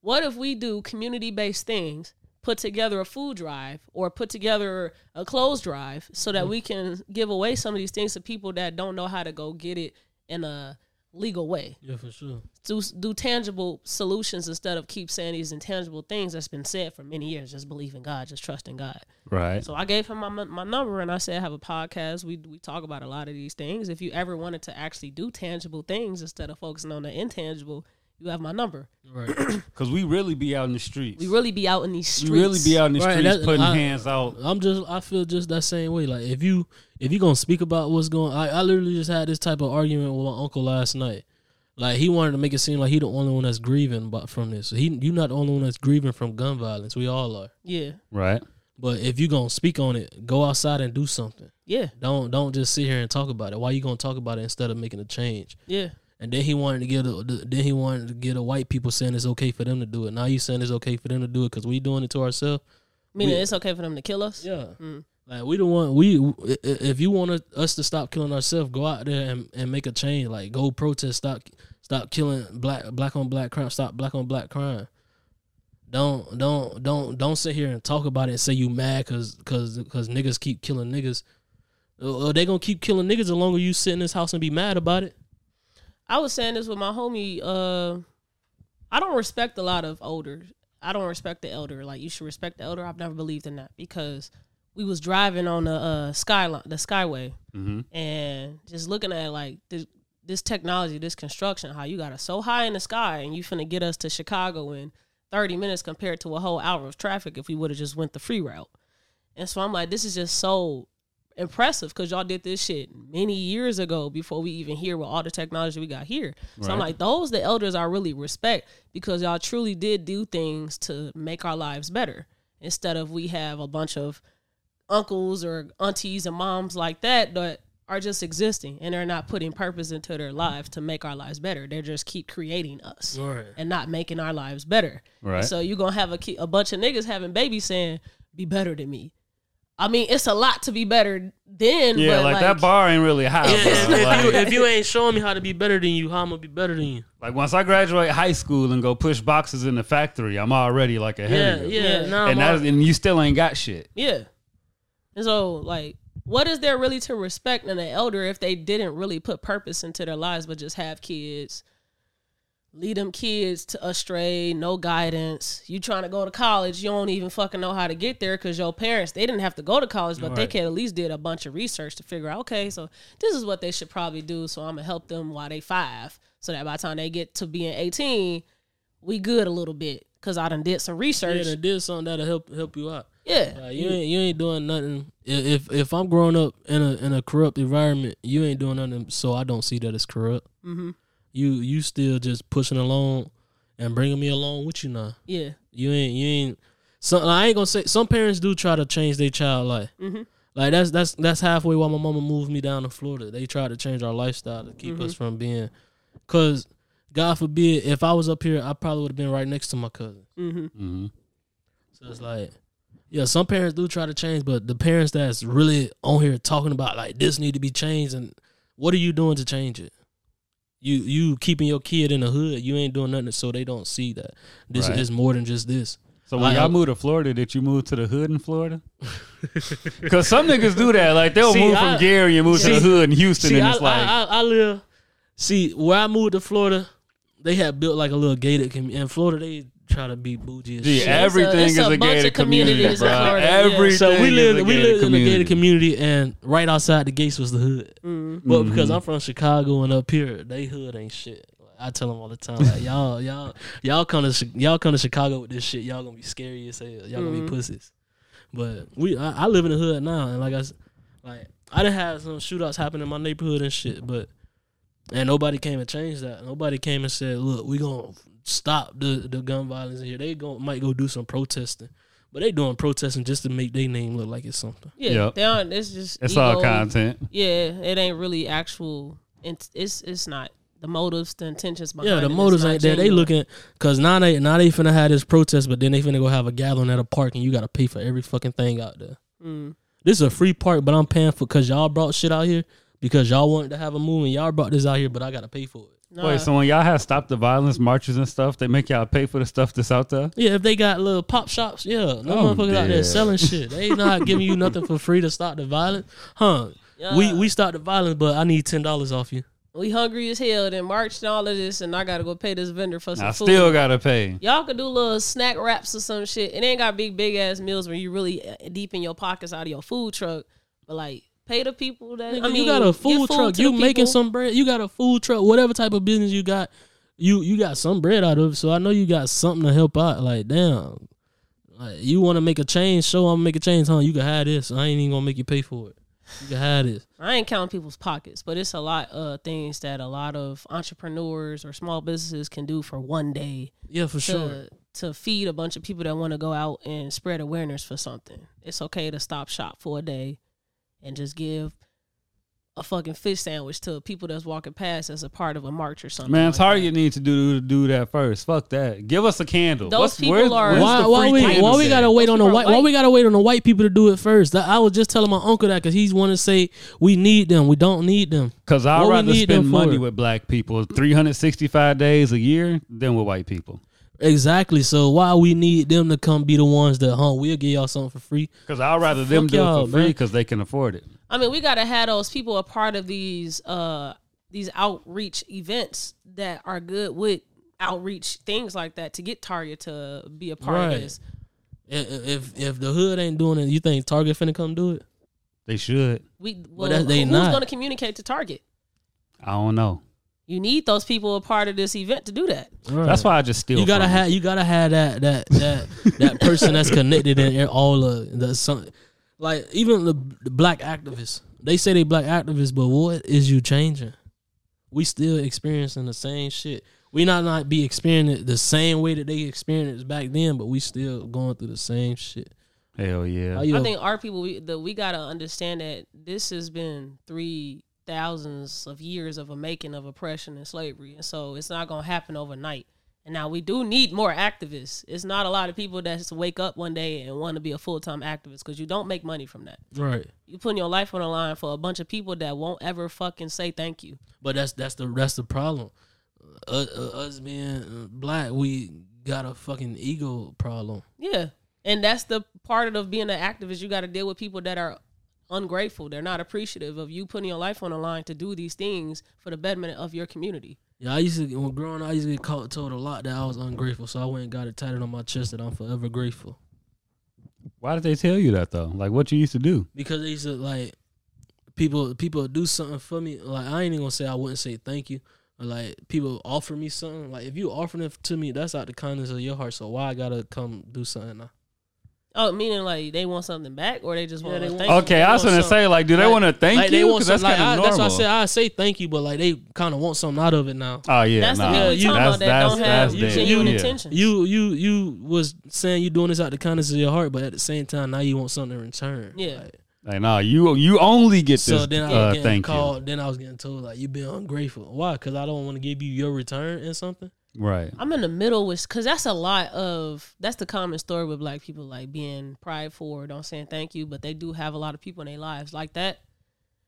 B: what if we do community-based things? Put together a food drive or put together a clothes drive, so that we can give away some of these things to people that don't know how to go get it in a legal way."
C: yeah for sure
B: do do tangible solutions instead of keep saying these intangible things that's been said for many years. Just believe in God, just trust in God.
A: Right.
B: So I gave him my mon- my number and I said, I have a podcast. We we talk about a lot of these things. If you ever wanted to actually do tangible things instead of focusing on the intangible, you have my number.
C: right.
A: Because we really be out in the streets.
B: We really be out in these streets.
A: We really be out in the
C: Right,
A: streets
C: that's-
A: putting
C: I-
A: hands out.
C: I'm just I feel just that same way. Like if you if you gonna speak about what's going, I I literally just had this type of argument with my uncle last night. Like he wanted to make it seem like he the only one that's grieving but from this. He you not the only one that's grieving from gun violence. We all are.
B: Yeah,
A: Right.
C: But if you gonna speak on it, go outside and do something.
B: yeah,
C: Don't don't just sit here and talk about it. Why you gonna talk about it instead of making a change?
B: yeah.
C: And then he wanted to get a, then he wanted to get a white people saying it's okay for them to do it. Now you saying it's okay for them to do it because we doing it to ourselves.
B: Meaning
C: We-
B: it's okay for them to kill us.
C: Yeah.
B: Mm.
C: Like we don't want we i- i- if you want us to stop killing ourselves, go out there and, and make a change. Like go protest, stop stop killing black black on black crime, stop black on black crime. Don't don't don't don't sit here and talk about it and say you mad cause cause cause niggas keep killing niggas. Uh, uh, they gonna keep killing niggas the longer you sit in this house and be mad about it.
B: I was saying this with my homie. Uh, I don't respect a lot of older. I don't respect the elder. Like you should respect the elder. I've never believed in that because we was driving on the uh, skyline, the skyway,
A: Mm-hmm.
B: and just looking at like this, this technology, this construction, how you got us so high in the sky, and you finna get us to Chicago in 30 minutes compared to a whole hour of traffic if we would have just went the free route. And so I'm like, this is just so impressive because y'all did this shit many years ago before we even hear with all the technology we got here. So I'm
A: Right.
B: like, those the elders I really respect because y'all truly did do things to make our lives better instead of we have a bunch of uncles or aunties and moms like that that are just existing and they're not putting purpose into their lives to make our lives better. They just keep creating us
C: Right.
B: and not making our lives better.
A: Right.
B: And so you're gonna have a ki- a bunch of niggas having babies saying, "Be better than me." I mean, it's a lot to be better than.
A: Yeah,
B: but
A: like,
B: like
A: that bar ain't really high.
C: Yeah, if,
A: bro.
C: if you,
A: Like,
C: if you ain't showing me how to be better than you, how I'm gonna be better than you?
A: like, once I graduate high school and go push boxes in the factory, I'm already like ahead
C: Yeah,
A: of you.
C: yeah.
B: Yeah.
C: Nah,
A: and
C: I'm
A: that, and you still ain't got shit.
B: Yeah. And so, like, what is there really to respect in an elder if they didn't really put purpose into their lives, but just have kids, lead them kids to astray, no guidance. You trying to go to college, you don't even fucking know how to get there because your parents they didn't have to go to college, but they
A: Right.
B: could at least did a bunch of research to figure out. Okay, so this is what they should probably do. So I'm gonna help them while they five, so that by the time they get to being 18, we good a little bit because I done did some
C: yeah,
B: research.
C: they did something that'll help help you out.
B: Yeah,
C: Like, you ain't you ain't doing nothing. I- If if I'm growing up in a in a corrupt environment, you ain't doing nothing. So I don't see that as corrupt.
B: hmm
C: You you still just pushing along and bringing me along with you now.
B: yeah,
C: You ain't you ain't. Some I ain't gonna say. Some parents do try to change their child life.
B: Mhm.
C: Like that's that's that's halfway why my mama moved me down to Florida. They tried to change our lifestyle to keep us from being. Cause God forbid, if I was up here, I probably would have been right next to my cousin.
B: hmm
A: hmm
C: So it's like, yeah, some parents do try to change, but the parents that's really on here talking about like this need to be changed, and what are you doing to change it? You you keeping your kid in the hood, you ain't doing nothing, so they don't see that this
A: Right.
C: is more than just this.
A: So when
C: I-
A: y'all moved to Florida, did you move to the hood in Florida? Because some niggas do that. Like they'll
C: See,
A: move
C: I-
A: from Gary and move to
C: see-
A: the hood in Houston,
C: See,
A: and
C: I,
A: it's like
C: I, I, I live. See, where I moved to Florida, they had built like a little gated community. In Florida, they try to be bougie. As
A: Gee,
C: shit.
A: everything
B: it's
A: is
B: a
A: a
B: bunch of
A: gated community,
B: communities in
A: bro.
B: Florida, yeah.
A: Everything.
C: So we
A: is a
C: lived we
A: gated
C: lived in a gated
A: community. Mm-hmm.
C: community, and right outside the gates was the hood.
B: Mm.
C: But because I'm from Chicago and up here, they hood ain't shit. I tell them all the time, like, y'all, y'all, y'all come to Chi- y'all come to Chicago with this shit. Y'all gonna be scary as hell. Y'all gonna be pussies. But we, I, I live in the hood now, and like I, s- like I done had some shootouts happen in my neighborhood and shit, but and nobody came and changed that. Nobody came and said, look, we gonna stop the the gun violence in here. They going might go do some protesting, but they doing protesting just to make their name look like it's something.
B: Yeah,
A: Yep.
B: they don't, it's just
A: It's all
B: ego.
A: content.
B: Yeah, it ain't really actual. It's it's, it's not the motives, the intentions behind.
C: Yeah,
B: it,
C: the
B: it's
C: motives
B: not
C: ain't there. They
B: genuine.
C: looking because now they now they finna have this protest, but then they finna go have a gathering at a park, and you gotta pay for every fucking thing out there.
B: Mm.
C: This is a free park, but I'm paying for because y'all brought shit out here because y'all wanted to have a movement. Y'all brought this out here, but I gotta pay for it.
B: Nah.
A: Wait, so when y'all have stopped the violence marches and stuff, they make y'all pay for the stuff that's out there.
C: Yeah, if they got little pop shops, yeah, no
A: Oh,
C: motherfuckers out there
A: yeah.
C: selling shit. They not giving you nothing for free to stop the violence, huh? We
B: Yeah.
C: we stop the violence, but I need ten dollars off you.
B: we hungry as hell. Then marched and all of this, and I gotta go pay this vendor for some
A: I
B: food.
A: still gotta pay.
B: Y'all could do little snack wraps or some shit. It ain't got big big ass meals where you really uh, deep in your pockets out of your food truck, but like. Pay the people that I
C: Nigga,
B: mean,
C: you got a
B: give
C: food
B: food
C: truck.
B: to
C: You
B: the
C: making
B: people.
C: some bread. You got a food truck. Whatever type of business you got, you you got some bread out of. it. So I know you got something to help out. Like damn, like you want to make a change? Show I'm gonna make a change, huh? You can have this. I ain't even gonna make you pay for it. You can have this.
B: I ain't counting people's pockets, but it's a lot of things that a lot of entrepreneurs or small businesses can do for one day
C: Yeah, for
B: to
C: sure.
B: to feed a bunch of people that want to go out and spread awareness for something. It's okay to stop shop for a day and just give a fucking fish sandwich to people that's walking past as a part of a march or something.
A: Man,
B: like that.
A: Target needs to do do that first. Fuck that. Give us a candle.
B: Those
A: What's-
B: people
A: where's-
B: are-
A: where's
C: Why,
A: the
C: why
A: free
C: we
A: candle
C: why we
A: set?
C: gotta wait
B: Those
C: on the
B: people are
C: white, why we
B: white.
C: gotta wait on the white people to do it first? That- I was just telling my uncle that because he's want to say we need them, we don't need them.
A: Cause I'd
C: What we
A: rather
C: need them
A: spend money
C: for?
A: with black people 365 days a year than with white people.
C: Exactly. So why we need them to come be the ones that huh? We'll give y'all something for free.
A: Cause I'd rather them do it
C: y'all,
A: for free
C: man.
A: because they can afford it.
B: I mean, we gotta have those people a part of these uh these outreach events that are good with outreach things like that to get Target to be a part of
C: Right.
B: this.
C: I- i- If if the hood ain't doing it, you think Target finna come do it?
A: They should.
B: We well,
C: that's- they
B: who's
C: not.
B: going to communicate to Target?
A: I don't know.
B: You need those people a part of this event to do that.
A: That's why I just steal.
C: you gotta
A: from
C: have you gotta have that that that that person that's connected in, in all of the some, like even the, the black activists. They say they black activists, but what is you changing? We still experiencing the same shit. We not not be experiencing it the same way that they experienced back then, but we still going through the same shit.
A: Hell
C: How
A: yeah.
C: you
B: I think our people we the, we gotta understand that this has been three thousands of years of a making of oppression and slavery, and so it's not gonna happen overnight. And now we do need more activists. It's not a lot of people that just wake up one day and want to be a full time activist because you don't make money from that.
C: right?
B: You putting your life on the line for a bunch of people that won't ever fucking say thank you.
C: But that's that's the that's the problem. Uh, uh, us being uh, black, we got a fucking ego problem.
B: Yeah. And that's the part of being an activist. You got to deal with people that are ungrateful. They're not appreciative of you putting your life on the line to do these things for the betterment of your community.
C: Yeah, I used to when growing up, I used to get called, told a lot that I was ungrateful, so I went and got it tatted on my chest that I'm forever grateful
A: Why did they tell you that though? Like what you used to do?
C: because they used to like people people do something for me. Like I ain't even gonna say I wouldn't say thank you. But, like people offer me something. Like if you offering it to me, that's out the kindness of your heart. So why I gotta come do something? Now?
B: Oh, meaning like they want something back or they just
C: Yeah,
B: want
C: they
B: to
C: want
B: thank
A: Okay, I was
C: want
A: gonna
C: some-
A: say like, do they
C: like-
A: want to thank
C: like
A: you?
C: they want
A: 'Cause that's
C: something- like,
A: kind of
C: I,
A: normal.
C: that's why I said I say thank you, but like they kind of want something out of it now.
A: Oh yeah,
B: That's the
A: nah.
B: people we
C: Yeah,
B: talking
A: that's,
B: about that don't have
A: that's dead.
B: genuine
A: Yeah.
B: intentions.
C: You you you was saying you doing this out the kindness of your heart, but at the same time now you want something in return.
B: Yeah.
C: Like,
A: Like nah, you you only get this.
C: So then I was
A: uh,
C: getting
A: thank
C: called. Then I was getting told like you been ungrateful. Why? Because I don't want to give you your return and
A: you.
C: something.
A: Right.
B: I'm in the middle with because that's a lot of that's the common story with black people like being prideful or don't saying thank you, but they do have a lot of people in their lives like that.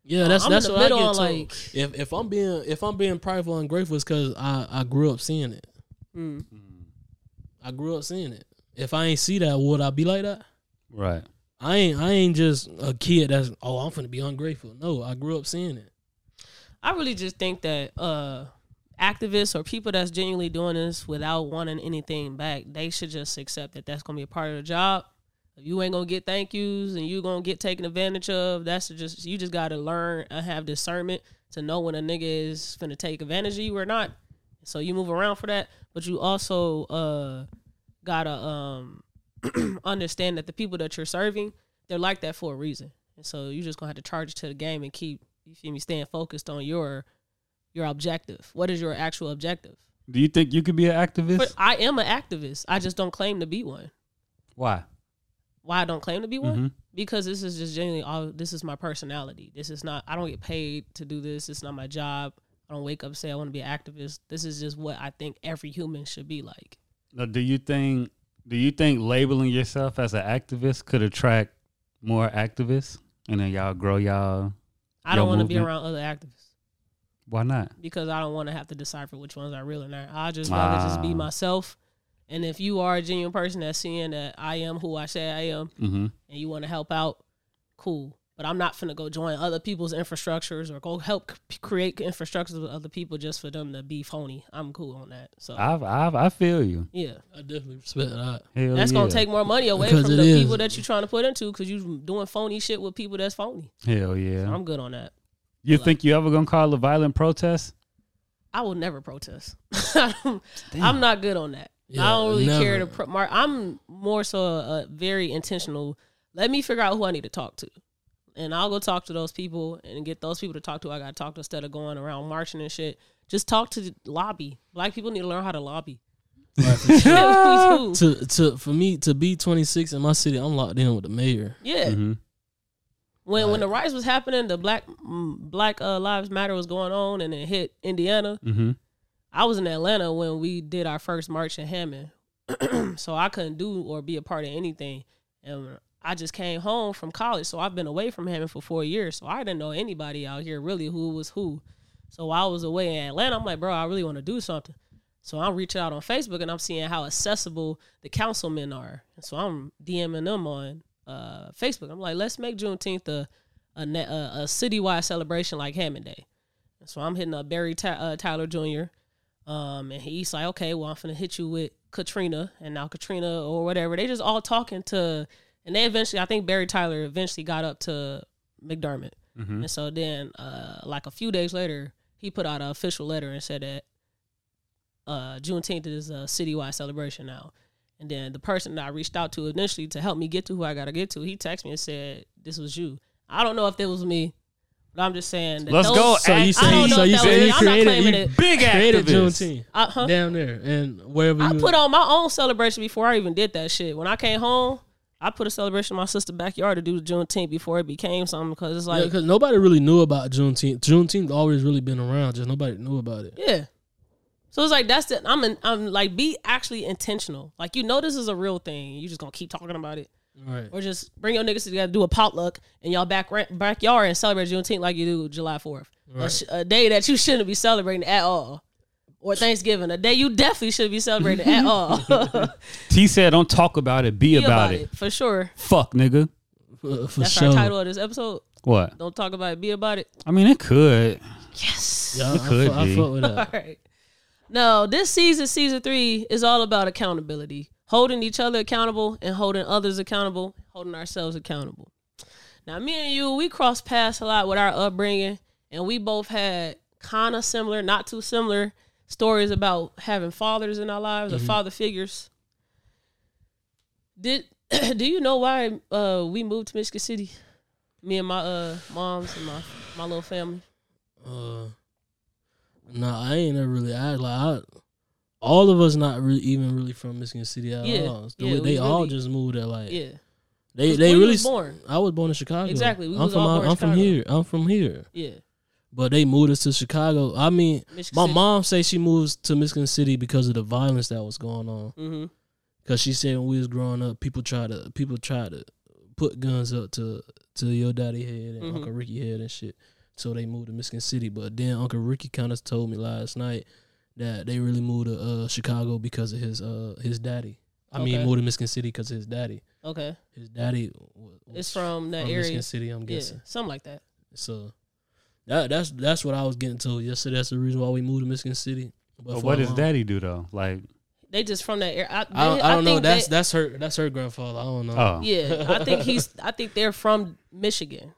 C: Yeah, that's
B: I'm in
C: that's
B: the
C: what I get
B: middle,
C: told.
B: like-
C: if if I'm being if I'm being prideful and grateful, it's because I I grew up seeing it.
B: Mm.
C: I grew up seeing it. If I ain't see that, would I be like that?
A: Right.
C: I ain't I ain't just a kid that's oh I'm finna be ungrateful. No, I grew up seeing it.
B: I really just think that uh activists or people that's genuinely doing this without wanting anything back, they should just accept that that's gonna be a part of the job. If you ain't gonna get thank yous and you gonna get taken advantage of, that's just you just gotta learn and have discernment to know when a nigga is finna take advantage of you or not. So you move around for that, but you also uh gotta um understand that the people that you're serving, they're like that for a reason. And so you just gonna have to charge to the game and keep you feel me staying focused on your your objective. What is your actual objective?
A: Do you think you could be an activist?
B: But I am an activist. I just don't claim to be one.
A: Why?
B: Why I don't claim to be one?
A: Mhm.
B: Because this is just genuinely all this is my personality. This is not I don't get paid to do this. It's not my job. I don't wake up and say I want to be an activist. This is just what I think every human should be like.
A: Now, do you think do you think labeling yourself as an activist could attract more activists and then y'all grow y'all?
B: I
A: Your
B: don't want to be
A: movement?
B: around other activists.
A: Why not?
B: because I don't want to have to decipher which ones are real or not. I just rather just be
A: Ah.
B: myself. And if you are a genuine person that's seeing that I am who I say I am,
A: Mm-hmm.
B: and you want to help out, cool. But I'm not finna go join other people's infrastructures or go help c- create infrastructures with other people just for them to be phony. I'm cool on that. So
A: I've I've I feel you.
B: yeah,
C: I definitely respect that.
A: Hell
B: that's
A: yeah.
B: gonna take more money away
C: Because
B: from
C: it
B: the
C: is.
B: people that you're trying to put into because you doing phony shit with people that's phony.
A: Hell yeah.
B: I'm good on that.
A: you think you ever gonna call a violent protest?
B: I will never protest. I'm not good on that. I
C: Yeah,
B: don't really care to
C: never.
B: pro- mark. I'm more so a, a very intentional. Let me figure out who I need to talk to, and I'll go talk to those people and get those people to talk to. who I got to talk to instead of going around marching and shit. Just talk to the lobby. Black people need to learn how to lobby.
C: Right.
A: Mm-hmm,
B: yeah, we do.
C: to to for me to be 26 in my city, I'm locked in with the mayor.
B: Yeah.
A: Mm-hmm.
B: When when the riots was happening, the black mm, Black uh, Lives Matter was going on, and it hit Indiana.
A: Mm-hmm.
B: I was in Atlanta when we did our first march in Hammond, so I couldn't do or be a part of anything. And I just came home from college, so I've been away from Hammond for four years. So I didn't know anybody out here really who was who. So while I was away in Atlanta, I'm like, bro, I really want to do something. So I'm reaching out on Facebook and I'm seeing how accessible the councilmen are. And so I'm DMing them on uh, Facebook. I'm like, let's make Juneteenth a a, ne- a, a citywide celebration like Hammond Day. And so I'm hitting up Barry Ty- uh, Tyler Jr. Um, and he's like, okay, well, I'm finna hit you with Katrina and now Katrina or whatever. They just all talking to, and they eventually, I think Barry Tyler
C: Mm-hmm.
B: eventually got up to McDermott. And so then, uh, like a few days later, he put out an official letter and said that uh, Juneteenth is a citywide celebration now. And then the person that I reached out to initially to help me get to who I gotta get to, he texted me and said, "This was you." I don't know if it was me, but I'm just saying. That
A: Let's
B: those-
A: go.
C: So you
A: act-
B: I
C: say
B: don't know
C: so
B: if
C: you
B: that
C: say
B: was
C: you
B: it. I'm not claiming
C: created
B: it.
C: you
A: Big
C: created
A: activist.
C: Juneteenth
B: I, Uh, huh?
C: down there and wherever
B: I
C: you
B: put on my own celebration before I even did that shit. When I came home, I put a celebration in my sister's backyard to do the Juneteenth before it became something because it's like,
C: because nobody really knew about Juneteenth. Juneteenth always really been around, just nobody knew about it.
B: yeah. So it's like that's the I'm in, I'm like be actually intentional. Like you know this is a real thing. You just gonna keep talking about it,
C: Right.
B: or just bring your niggas together, do a potluck in y'all back backyard and celebrate Juneteenth like you do July Fourth, a, sh- a day that you shouldn't be celebrating at all, or Thanksgiving, a day you definitely shouldn't be celebrating at all.
A: T said, "Don't talk about it. Be,
B: Be
A: about, it.
B: for sure.
A: Fuck, nigga.
C: For, Uh, for
B: That's
C: sure.
B: our title of this episode.
A: What?
B: Don't talk about it. Be about it.
A: I mean, it could.
B: Yes.
C: Yeah, I,
A: It could
C: fu- I
A: be.
C: fuck with
B: All
C: that.
B: right. No, this season, season three, is all about accountability, holding each other accountable and holding others accountable, holding ourselves accountable. Now, me and you, we cross paths a lot with our upbringing, and we both had kind of similar, not too similar, stories about having fathers in our lives or father figures. Did do you know why uh, we moved to Michigan City? Me and my uh, moms and my my little family.
C: Uh, nah, I ain't never really. I like I, all of us not really even really from Michigan City at
B: Yeah,
C: all. The
B: yeah,
C: way
B: we
C: they all
B: really-
C: just moved there. Like
B: Yeah,
C: they
B: When
C: they
B: you
C: really.
B: was
C: s-
B: born.
C: I was born in Chicago.
B: Exactly, we
C: I'm
B: was
C: from
B: all
C: out-
B: born in
C: I'm from
B: Chicago.
C: here. I'm from here.
B: Yeah.
C: But they moved us to Chicago. I mean,
B: Michigan
C: my
B: City.
C: mom say she moved to Michigan City because of the violence that was going on.
B: Mm-hmm.
C: Cause she said when we was growing up, people try to people try to put guns up to to your daddy head and
B: Mhm.
C: Uncle Ricky head and shit. So they moved to Michigan City, but then Uncle Ricky kind of told me last night that they really moved to uh, Chicago because of his uh his daddy. I mean,
B: Okay.
C: moved to Michigan City because his daddy.
B: Okay.
C: His daddy was,
B: It's from that
C: from
B: area.
C: Michigan City. I'm
B: Yeah.
C: guessing.
B: Something like that.
C: So that that's that's what I was getting to yesterday. That's the reason why we moved to Michigan City.
A: But
C: for
A: what
C: a
A: does
C: long-
A: daddy do though? Like,
B: They just from that area. I,
C: I don't,
B: they-
C: I don't know.
B: think
C: That's
B: they-
C: that's her that's her grandfather. I don't know.
A: oh,
B: Yeah. I think he's I think they're from Michigan.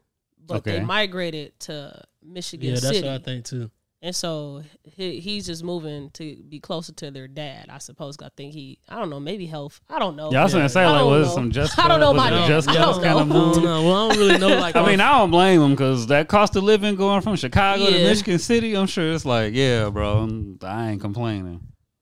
B: But they
A: Okay.
B: migrated to Michigan
C: yeah, that's
B: City.
C: what I think too.
B: And so he, he's just moving to be closer to their dad, I suppose. I think he I don't know, maybe health. I I don't
A: yeah, I
B: know.
A: was gonna say
B: I
A: like,
B: don't
A: was
B: know.
A: it some just?
B: I don't
A: cause?
B: know
A: Was
B: about
A: it
B: that.
A: just
B: I don't
A: kind of
B: know.
A: move?
C: No, no. Well, I don't really know. Like,
A: I mean, I don't blame him because that cost of living going from Chicago to
B: Yeah.
A: Michigan City, I'm sure it's like, yeah, bro, I'm- I ain't complaining.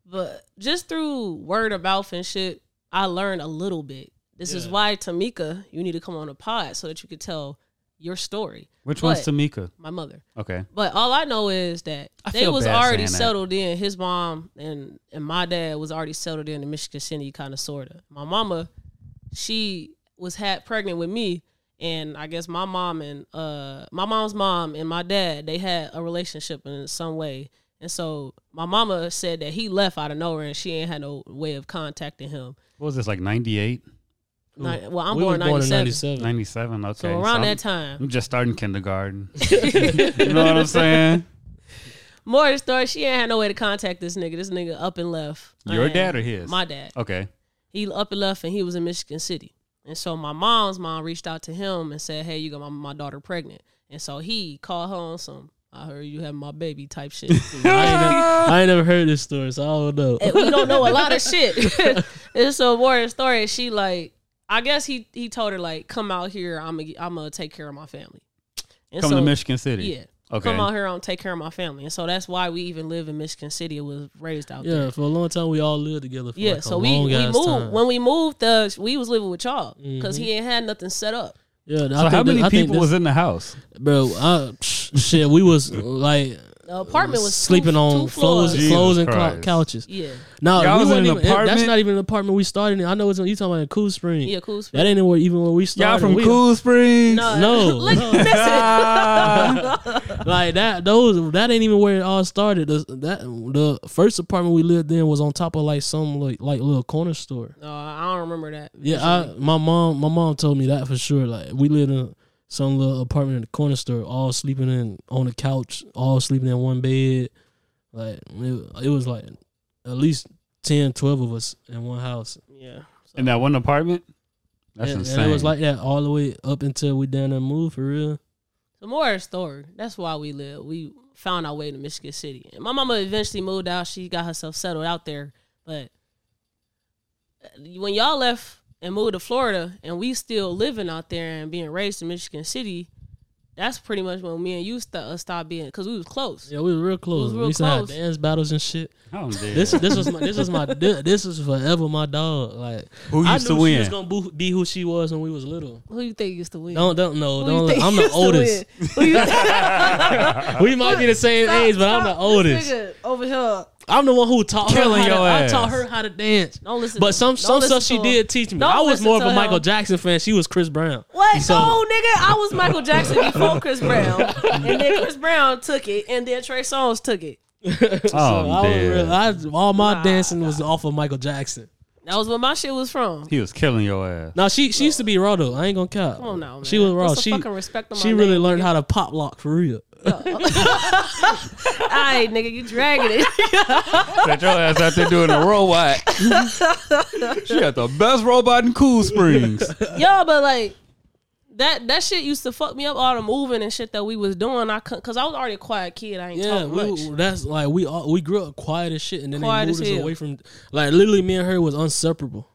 B: But just through word of mouth and shit, I learned a little bit. This is
C: Yeah.
B: why Tamika, you need to come on a pod so that you could tell your story.
A: Which
B: But-
A: one's Tamika?
B: My mother.
A: Okay,
B: But all I know is that
A: I
B: they
A: feel
B: was
A: bad
B: already
A: saying that.
B: settled in. His mom and and my dad was already settled in in Michigan City, kind of sorta. My mama, she was had pregnant with me, and I guess my mom and uh my mom's mom and my dad they had a relationship in some way, and so my mama said that he left out of nowhere and she ain't had no way of contacting him.
A: what was this like 98,
B: Ni- well, I'm
C: we
B: born
C: was born in
B: ninety seven,
C: 97.
A: 97? Okay,
B: so around
A: I'm-
B: that time.
A: I'm just starting kindergarten. you know what I'm saying?
B: More of the story, she ain't had no way to contact this nigga. This nigga up and left.
A: Your
B: And
A: dad or his?
B: My dad.
A: Okay,
B: He up and left and he was in Michigan City. And so my mom's mom reached out to him and said, Hey, you got my, my daughter pregnant. And so he called her on some, I heard you having my baby type shit.
C: I ain't, never, I ain't never heard this story, so I don't know.
B: And we don't know a lot of shit. and so more of the story, she like, I guess he he told her like, come out here, I'm gonna I'm gonna take care of my family. And
A: come
B: so-
A: to Michigan City.
B: Yeah.
A: Okay.
B: Come out here and take care of my family. And so that's why we even live in Michigan City. It was raised out there.
C: Yeah, for a long time we all lived together. For
B: Yeah,
C: like
B: so
C: a
B: we,
C: long
B: we
C: ass
B: moved
C: time. Mm-hmm.
B: when we moved. The we was living with y'all because he ain't had nothing set up.
C: yeah,
A: So
C: I think
A: how many
C: this, I think
A: people
C: this-
A: was in the house?
C: bro? I, shit, we was like
B: The apartment was
C: sleeping
B: two,
C: on
B: two floors.
C: floors,
A: Jesus
C: floors and cou-
A: Christ.
C: couches.
B: Yeah,
C: No,
A: Y'all
C: we
A: was in an
C: wasn't even, it- That's
A: apartment?
C: not even an apartment we started in. I know it's you talking about in Cool Spring.
B: yeah, cool.
C: That ain't where, even where we started.
A: Y'all from
C: We-
A: Cool Springs?
C: No,
B: Look,
C: no.
B: listen.
A: Ah.
C: Like that, those that ain't even where it all started. The, that the first apartment we lived in was on top of like some like, like little corner store.
B: No, I don't remember that.
C: Yeah, I, my mom my mom told me that for sure. Like we lived in some little apartment in the corner store, all sleeping in on the couch, all sleeping in one bed. Like it, it was like at least 10, 12 of us in one house.
B: yeah.
A: in that one apartment? That's
C: and,
A: insane.
C: and it was like that all the way up until we down there moved for real.
B: The more story. That's why we live. We found our way to Michigan City. And my mama eventually moved out. She got herself settled out there. But when y'all left and moved to Florida and we still living out there and being raised in Michigan City, that's pretty much when me and you st- uh, stopped being because we was close.
C: Yeah, we were real close.
B: real
C: we used to have
B: close.
C: dance battles and shit.
A: I'm dead.
C: This this was my this was my thi- this was forever my dog. Like
A: Who
C: I
A: used
C: knew
A: to
C: She was
A: win?
C: gonna boo- be who she was when we was little.
B: Who you think used to win?
C: Don't don't no
B: Who you
C: don't.
B: think
C: I'm the
B: used to
C: oldest.
B: win? Who you-
A: Uh,
C: We might be the same age, but I'm the
B: Stop,
C: oldest.
B: this nigga Over here.
C: I'm the one who taught
A: Killing
C: her. How
A: your
C: to,
A: ass.
C: I taught her how to dance.
B: Don't listen.
C: But
B: to-
C: some
B: don't
C: some
B: listen
C: stuff she
B: to him.
C: did teach me.
B: Don't
C: I was
B: listen
C: more of
B: to
C: a
B: him.
C: Michael Jackson fan. She was Chris Brown.
B: What?
C: So-
B: no, nigga. I was Michael Jackson before Chris Brown, and then Chris Brown took it, and then Trey Songz took it.
A: Oh,
C: So I
A: I'm
C: was
A: dead.
C: real- I- all my
B: Nah,
C: dancing was off of Michael Jackson.
B: That was where my shit was from.
A: He was killing your ass.
C: Now she she used to be raw though. I ain't gonna count.
B: Come on now, man.
C: She was raw.
B: Put some
C: She
B: fucking respect on my
C: she really
B: name,
C: learned how to pop lock for real.
B: All right, nigga, you dragging it.
A: That your ass out there doing a robot. she got the best robot in Cool Springs.
B: Yo, but like that that shit used to fuck me up. All the moving and shit that we was doing, I couldn't because I was already a quiet kid. I ain't
C: Yeah,
B: talk
C: we,
B: much.
C: that's like we all, we grew up quiet as shit, and then
B: Quiet
C: they
B: as
C: moved us
B: hell.
C: away from like literally me and her was inseparable.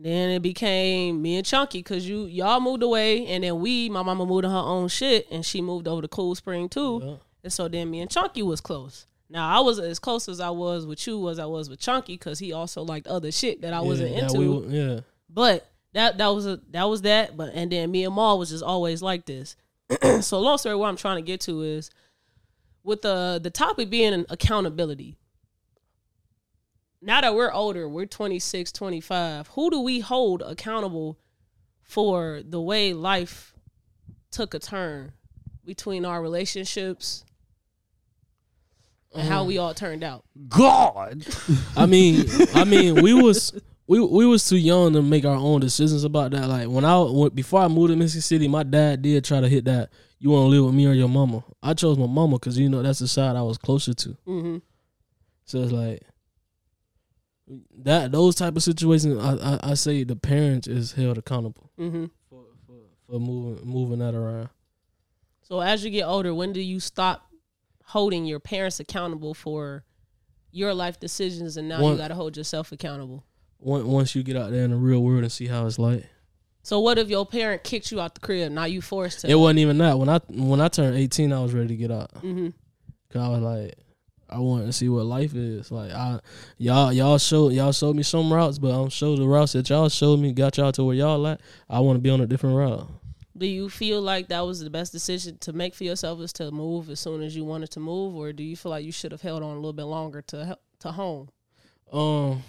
B: Then it became me and Chunky because you y'all moved away, and then we, my mama moved to her own shit, and she moved over to Cool Spring too. And so then me and Chunky was close. Now I was as close as I was with you as I was with Chunky because he also liked other shit that I wasn't
C: yeah, that
B: into.
C: we were- yeah,
B: but that that was a that was that. But and then me and Maul was just always like this. so long story, what I'm trying to get to is with the the topic being accountability. Now that we're older, we're 26, 25, who do we hold accountable for the way life took a turn between our relationships and how we all turned out?
A: God.
C: I mean, I mean, we was we we was too young to make our own decisions about that. Like when I when, before I moved to Mississippi City, my dad did try to hit that. You want to live with me or your mama? I chose my mama because you know that's the side I was closer to.
B: Mm-hmm.
C: So it's like that those type of situations. I I, I say the parents is held accountable
B: Mm-hmm.
C: for, for for moving moving that around.
B: So as you get older, when do you stop holding your parents accountable for your life decisions and now
C: One-
B: you got to hold yourself accountable?
C: Once once you get out there in the real world and see how it's like.
B: So what if your parent kicked you out the crib? Now you forced to.
C: It wasn't even that. When I when I turned eighteen, I was ready to get out.
B: Mhm.
C: Cause I was like, I wanted to see what life is. Like I, y'all y'all showed y'all showed me some routes, but I'm sure the routes that y'all showed me got y'all to where y'all at. I want to be on a different route.
B: do you feel like that was the best decision to make for yourself is to move as soon as you wanted to move, or do you feel like you should have held on a little bit longer to hel- to home?
C: Um,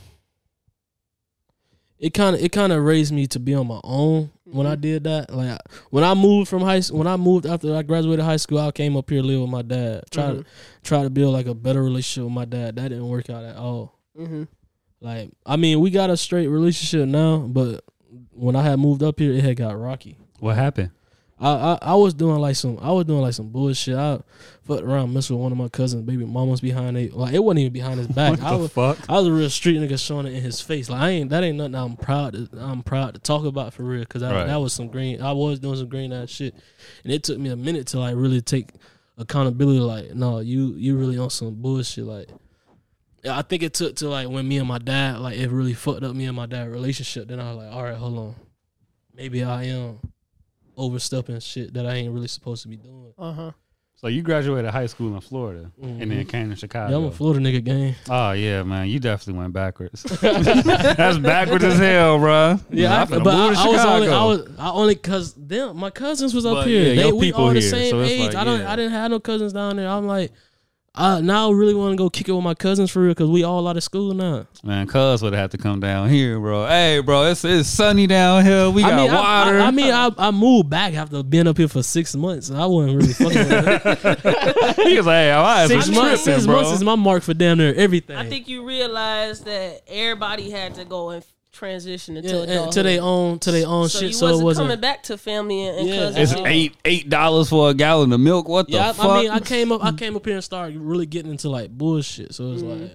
C: it kind of it kind of raised me to be on my own when I did that. Like I- when I moved from high s- when I moved after I graduated high school, I came up here to live with my dad. Try to
B: Mm-hmm.
C: try to build like a better relationship with my dad. That didn't work out at all.
B: Mm-hmm.
C: Like, I mean, we got a straight relationship now, but when I had moved up here, it had got rocky.
A: What happened?
C: I, I, I was doing like some I was doing like some bullshit. I fucked around, messed with one of my cousins' baby mamas behind they like it wasn't even behind his back.
A: What
C: I
A: the
C: was
A: fuck?
C: I was a real street nigga showing it in his face. Like I ain't that ain't nothing I'm proud to, I'm proud to talk about for real because
A: Right.
C: that was some green I was doing some green ass shit, and it took me a minute to like really take accountability. Like no, you you really on some bullshit. Like I think it took to like when me and my dad like it really fucked up me and my dad relationship. Then I was like, all right, hold on, maybe I am overstepping shit that I ain't really supposed to be doing.
B: Uh huh.
A: So you graduated high school in Florida and then came to
C: Mm-hmm. Yeah, I'm
A: Chicago.
C: a Florida nigga gang.
A: oh yeah, man, you definitely went backwards. That's backwards as hell, bruh.
C: Yeah, I,
A: I'm finna
C: but I,
A: move to
C: I was only, I
A: Chicago.
C: was, I only cause them, my cousins was up
A: But,
C: here.
A: yeah,
C: they,
A: your
C: we
A: people
C: all the
A: here,
C: same
A: so it's
C: age.
A: like,
C: I don't,
A: yeah.
C: I didn't have no cousins down there. I'm like, I now really want to go kick it with my cousins for real, cause we all out of school now.
A: Man, cuz would have to come down here, bro. Hey, bro, it's it's sunny down here. We
C: I
A: got
C: mean,
A: water.
C: I, I, I mean, I, I moved back after being up here for six months. I wasn't really fucking. with it.
A: he was like, hey, I
C: six
A: was
C: months,
A: tripping,
C: six
A: bro.
C: months is my mark for damn near everything.
B: I think you realize that everybody had to go and transition
C: yeah,
B: into
C: and to their own, to their own
B: so
C: shit.
B: you
C: So
B: wasn't,
C: it wasn't.
B: coming back to family and, and
C: Yeah,
B: cousins.
A: it's
B: and all.
A: eight eight dollars for a gallon of milk. What the
C: yeah,
A: fuck?
C: I, I mean, I came up, I came up here and started really
B: Mm.
C: getting into like bullshit. So it was like,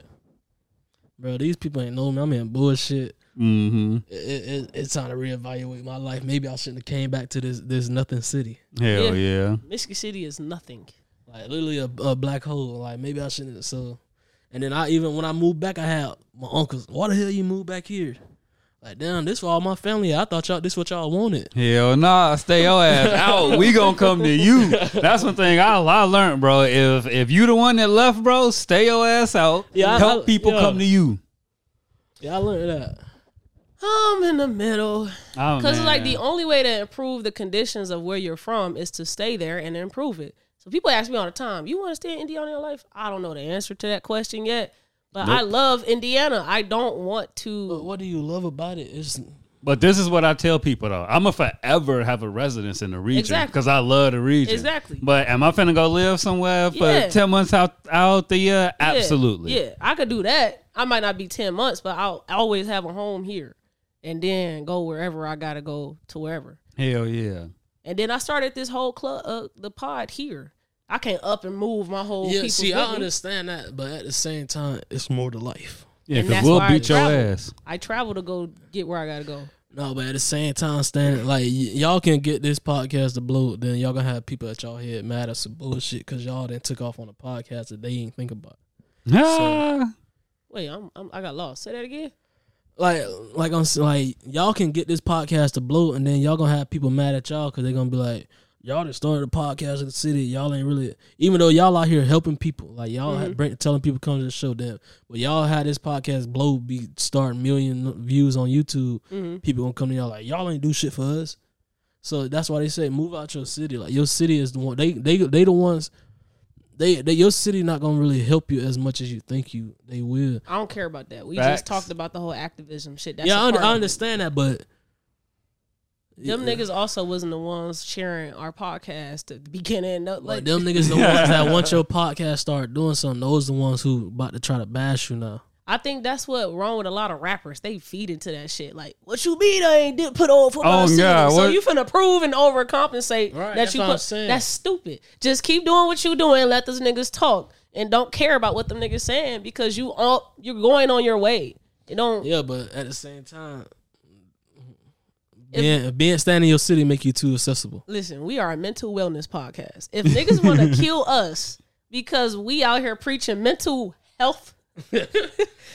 C: bro, these people ain't know me. I'm in bullshit.
A: Mm-hmm.
C: It, it, it's time to reevaluate my life. Maybe I shouldn't have came back to this this nothing city.
A: Hell yeah.
B: Michigan City is nothing.
C: Like literally a, a black hole. Like maybe I shouldn't. have- So, and then I even when I moved back, I had my uncles. Why the hell you moved back here? Like damn, this for all my family. I thought y'all this what y'all wanted.
A: Hell nah, stay your ass out. We gonna come to you. That's one thing I, I learned, bro. If if you the one that left, bro, stay your ass out.
C: Yeah, I-
A: help
C: I-
A: people
C: yeah.
A: come to you.
C: Yeah, I learned that.
B: I'm in the middle.
A: Oh,
B: Because like
A: man.
B: the only way to improve the conditions of where you're from is to stay there and improve it. So people ask me all the time, "You want to stay in Indiana your life?" I don't know the answer to that question yet, but I love Indiana. I don't want
C: But
B: to.
C: what do you love about it? It's
A: But this is what I tell people though. I'ma forever have a residence in the region
B: Exactly.
A: because I love the region.
B: Exactly.
A: But am I finna go live somewhere for
B: Yeah.
A: ten months out out the year? Absolutely.
B: Yeah, yeah, I could do that. I might not be ten months, but I'll always have a home here, and then go wherever I gotta go to wherever.
A: Hell yeah.
B: And then I started this whole club, uh, the pod here. I can't up and move my whole.
C: yeah.
B: people
C: See, I understand that, but at the same time, it's more to life.
A: Yeah,
B: And
A: because
B: that's
A: we'll
B: why I
A: beat your
B: travel.
A: ass.
B: I travel to go get where I gotta go.
C: No, but at the same time, standing like y- y'all can get this podcast to blow, then y'all gonna have people at y'all head mad at some bullshit because y'all then took off on a podcast that they didn't think about.
A: Ah.
B: Wait, I'm, I'm I got lost. Say that again.
C: Like, like I'm s- like y'all can get this podcast to blow, and then y'all gonna have people mad at y'all because they're gonna be like, y'all just started a podcast in the city. Y'all ain't really, even though y'all out here helping people, like y'all had bring, telling people come to the show. Them, but y'all had this podcast blow, be starting million views on YouTube. People gonna come to y'all like y'all ain't do shit for us. So that's why they say move out your city. Like your city is the one they they they the ones they, they your city not gonna really help you as much as you think you they will.
B: I don't care about that. We
A: Facts.
B: just talked about the whole activism shit. That's
C: yeah, I,
B: a
C: under,
B: part
C: I
B: of it.
C: understand that, but
B: Them niggas also wasn't the ones sharing our podcast at the beginning. No,
C: like
B: like,
C: them niggas the ones that once your podcast start doing something, those the ones who about to try to bash you now.
B: I think that's what wrong with a lot of rappers. They feed into that shit. Like, what you mean I ain't did put on for my
A: Oh,
B: city?
A: yeah,
B: So
A: what-
B: you finna prove and overcompensate that
C: Right, that's
B: you
C: what
B: put.
C: I'm saying.
B: That's stupid. Just keep doing what you doing. Let those niggas talk and don't care about what them niggas saying because you all you're going on your way. It don't.
C: Yeah, but at the same time, being, being standing in your city make you too accessible.
B: Listen, we are a mental wellness podcast. If niggas want to kill us because we out here preaching mental health,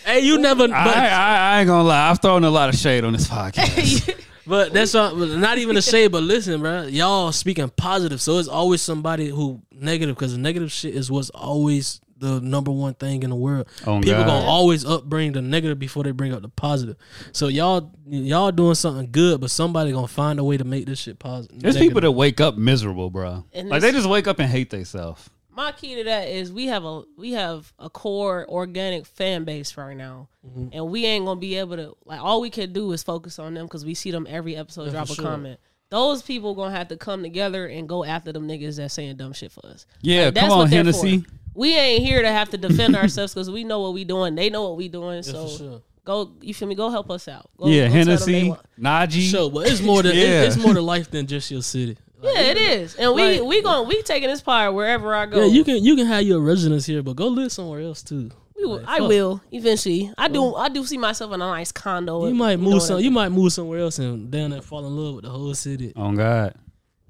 C: Hey, you never. But,
A: I, I, I ain't gonna lie, I've thrown a lot of shade on this podcast. Oh,
C: But that's not, not even a shade. But listen, bro, y'all speaking positive, so it's always somebody who negative because negative shit is what's always the number one thing in the world.
A: Oh,
C: People
A: God.
C: gonna always upbring the negative before they bring up the positive. So y'all y'all doing something good, but somebody gonna find a way to make this shit positive.
A: There's people that wake up miserable, bro.
B: And
A: like they
B: this-
A: just wake up and hate themselves.
B: my key to that is we have a we have a core organic fan base right now, and we ain't gonna be able to like all we can do is focus on them because we see them every episode drop a
C: sure.
B: comment. Those people gonna have to come together and go after them niggas that saying dumb shit for us.
A: Yeah,
B: Like,
A: Uh, come
B: what
A: on,
B: they're for.
A: Hennessy.
B: We ain't here to have to defend ourselves because we know what we doing. They know what we doing. so
C: sure.
B: go, you feel me? Go help us out. Go,
A: Yeah,
B: go tell them they
A: Hennessy,
B: want-
A: Najee.
C: show, but it's more than it-
A: Yeah.
C: it's more to life than just your city. Like,
B: Yeah, it is, and we
C: Like-
B: we going we taking this part wherever I go.
C: yeah, you can you can have your residence here, but go live somewhere else too.
B: We will,
C: Like,
B: I
C: fuck.
B: will eventually. I do. I do see myself in a nice condo.
C: You
B: and
C: might
B: doing
C: move some.
B: it.
C: You might move somewhere else and down there fall in love with the whole city.
A: Oh God.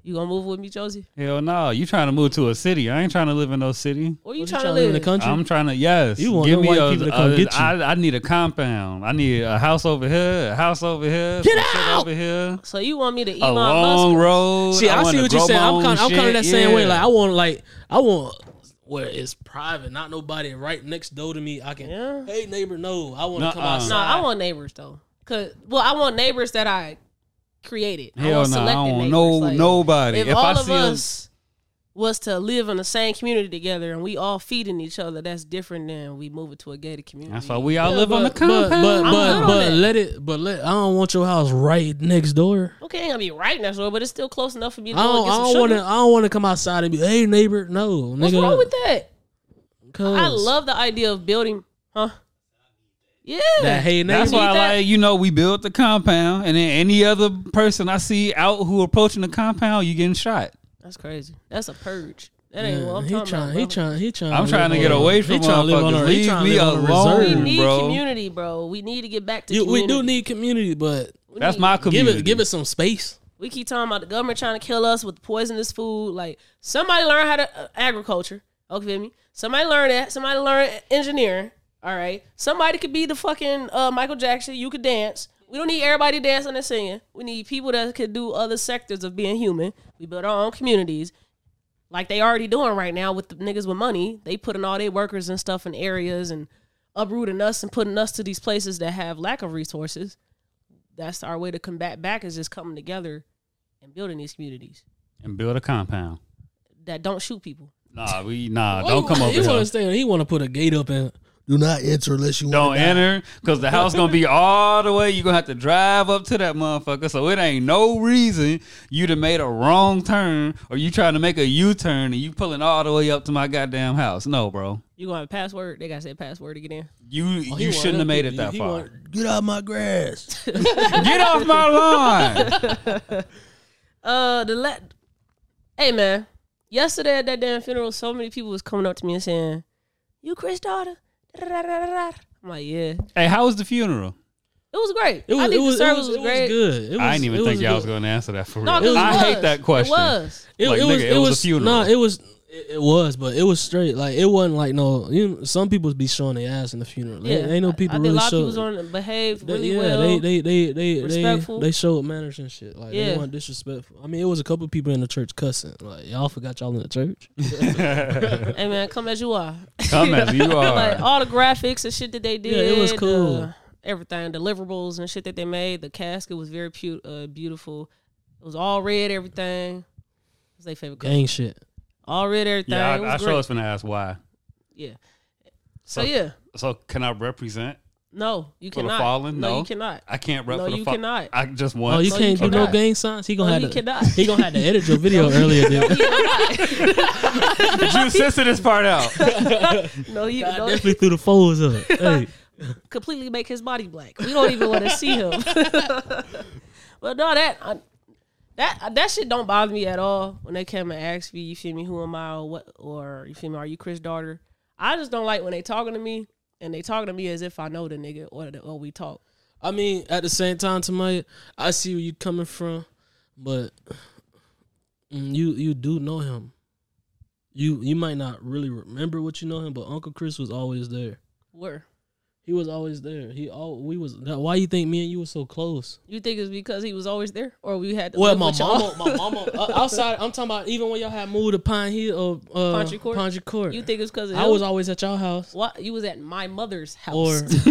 B: You gonna move with me, Josie?
A: Hell no, you trying to move to a city. I ain't trying to live in no city.
B: Where you
C: What,
B: trying to
C: tryna
B: live?
C: in the country?
A: I'm trying to yes.
C: You want them white people to come get you.
A: I, I need a compound. I need a house over here, a house over here, get
B: out!
A: over here.
B: So you want me to eat
A: A
B: my
A: long
B: Musk?
A: road.
C: See, I,
A: wanna
C: see what
A: grow
C: you're saying.
A: my
C: I'm
A: own
C: kind, I'm kind of
A: shit.
C: that same way.
A: Yeah.
C: Like I want, like I want where it's private, not nobody right next door to me. I can,
B: Yeah.
C: hey neighbor, no, I want to come
A: Nuh-uh.
C: outside.
B: No, I want neighbors though. Cause well, I want neighbors that I created. I
A: Hell
B: want
A: no, I
B: selected
A: don't want
B: neighbors.
A: no
B: Like,
A: nobody.
B: If,
A: If,
B: all
A: I
B: of
A: see 'em-
B: us was to live in the same community together and we all feeding each other, that's different than we move to a gated community.
A: that's why we all
C: Yeah,
A: live on the
C: but- but-
A: compound.
C: but
B: I'm good
C: but
B: on
C: but
B: that.
C: let it. But let I don't want your house right next door.
B: okay, ain't gonna be right next door, but it's still close enough for me to
C: I
B: go and
C: don't.
B: get
C: I
B: some
C: don't
B: sugar.
C: want to. I don't want to come outside and be, hey neighbor, no.
B: What's
C: nigga,
B: wrong with that?
C: Cause
B: I love the idea of building, huh? Yeah,
C: that. Hey neighbor.
A: That's
B: Maybe
A: why,
B: that-
A: like, you know, we built the compound, and then any other person I see out who approaching the compound, you getting shot.
B: that's crazy. That's a purge. That ain't what I'm
C: he
B: talking
C: trying,
B: about.
C: he
B: brother.
C: trying, he trying.
A: I'm trying to get away from motherfuckers. Leave me
B: We
A: alone.
B: need
A: bro.
B: community, bro. We need to get back to
C: You, we
B: community.
C: do need community, but
B: We
A: That's
B: need-
A: my community.
C: give it, give it some space.
B: We keep talking about the government trying to kill us with poisonous food. Like somebody learn how to uh, agriculture. Okay, feel me. Somebody learn that. Somebody learn engineering. All right. Somebody could be the fucking uh, Michael Jackson. You could dance. We don't need everybody dancing and singing. We need people that could do other sectors of being human. We build our own communities, like they already doing right now with the niggas with money. They putting all their workers and stuff in areas and uprooting us and putting us to these places that have lack of resources. That's our way to combat back is just coming together and building these communities
A: and build a compound.
B: that don't shoot people.
A: Nah, we nah. Don't come over
C: He want
A: here.
C: to stay. He want to put a gate up and do not enter unless you
A: Don't
C: want to.
A: enter because the house gonna be all the way. You gonna have to drive up to that motherfucker. So it ain't no reason you done made a wrong turn or you trying to make a U turn and you pulling all the way up to my goddamn house. No, bro.
B: You gonna have a password? They gotta say a password to get in.
A: You you shouldn't have made it that far.
C: Get out my grass.
A: Get off my lawn.
B: Uh, the let. Hey man, yesterday at that damn funeral, so many people was coming up to me and saying, "You Chris daughter." Da-da-da-da-da." I'm like, yeah, it
A: hey, how was the funeral?
B: was great.
C: It was,
B: I
C: it
B: think
C: was,
B: the
C: it
B: service
C: was,
B: was,
C: it was
B: great.
C: good. It was,
A: I didn't even
C: it
A: think y'all
C: good.
A: was gonna answer that for real.
B: No, 'cause it
A: I hate
B: was.
A: that question.
B: It was.
C: It,
A: Like,
C: it
A: nigga,
C: was,
A: it was
C: it
A: a
C: was,
A: funeral.
C: Nah, it was, it, it was, but it was straight. Like it wasn't like no. You know, some people be showing their ass in the funeral.
B: Yeah,
C: Yeah, ain't no people
B: I, I think
C: really
B: a lot
C: show.
B: of people was on behaved
C: they,
B: really
C: yeah,
B: well.
C: they they they they,
B: respectful.
C: they they showed manners and shit. Like
B: Yeah.
C: they weren't disrespectful. I mean, it was a couple people in the church cussing. Like y'all forgot y'all in the church.
B: hey man, come as you are.
A: Come as you are.
B: like all the graphics and shit that they did.
C: Yeah, it was cool.
B: uh, everything, deliverables and shit that they made. The casket was very pu- uh, beautiful. It was all red, everything. It was their favorite color.
C: Gang shit.
B: All red, everything.
A: yeah,
B: it
A: I, I
B: was
A: sure
B: great.
A: was gonna ask why.
B: Yeah. So,
A: So-
B: yeah,
A: So can I represent?
B: no, you
A: For the
B: cannot.
A: fallen?
B: no,
A: No.
B: you cannot.
A: I can't rep
B: No,
A: for the
B: you
A: fu-
B: cannot.
A: I just want.
C: Oh, you
B: No, you
C: can't do no
B: cannot.
C: gang signs. He gonna
B: No,
C: have
B: you
C: to.
B: cannot.
C: He gonna have to edit your video earlier. Dude.
A: you censored this part out.
B: No, you no,
C: Definitely threw the folds up. Hey,
B: completely make his body black. We don't even want to see him. but no, that I, that that shit don't bother me at all. When they come and ask me, you feel me? Who am I? Or what? Or you feel me? Are you Chris' daughter? I just don't like when they talking to me and they talking to me as if I know the nigga or the, or we talk.
C: I mean, at the same time, tonight I see where you coming from, but mm, you you do know him. You you might not really remember what you know him, but Uncle Chris was always there.
B: Where
C: He was always there. He all we was. that- Why you think me and you were so close?
B: you think it's because he was always there or we had to
C: Well,
B: live
C: my
B: with y'all?
C: mama, my mama uh, outside. I'm talking about even when y'all had moved to Pine Hill or uh,
B: Ponchicourt?
C: Ponchicourt.
B: You think it's because
C: I was always at y'all house?
B: what you was at my mother's house.
C: Or
B: that's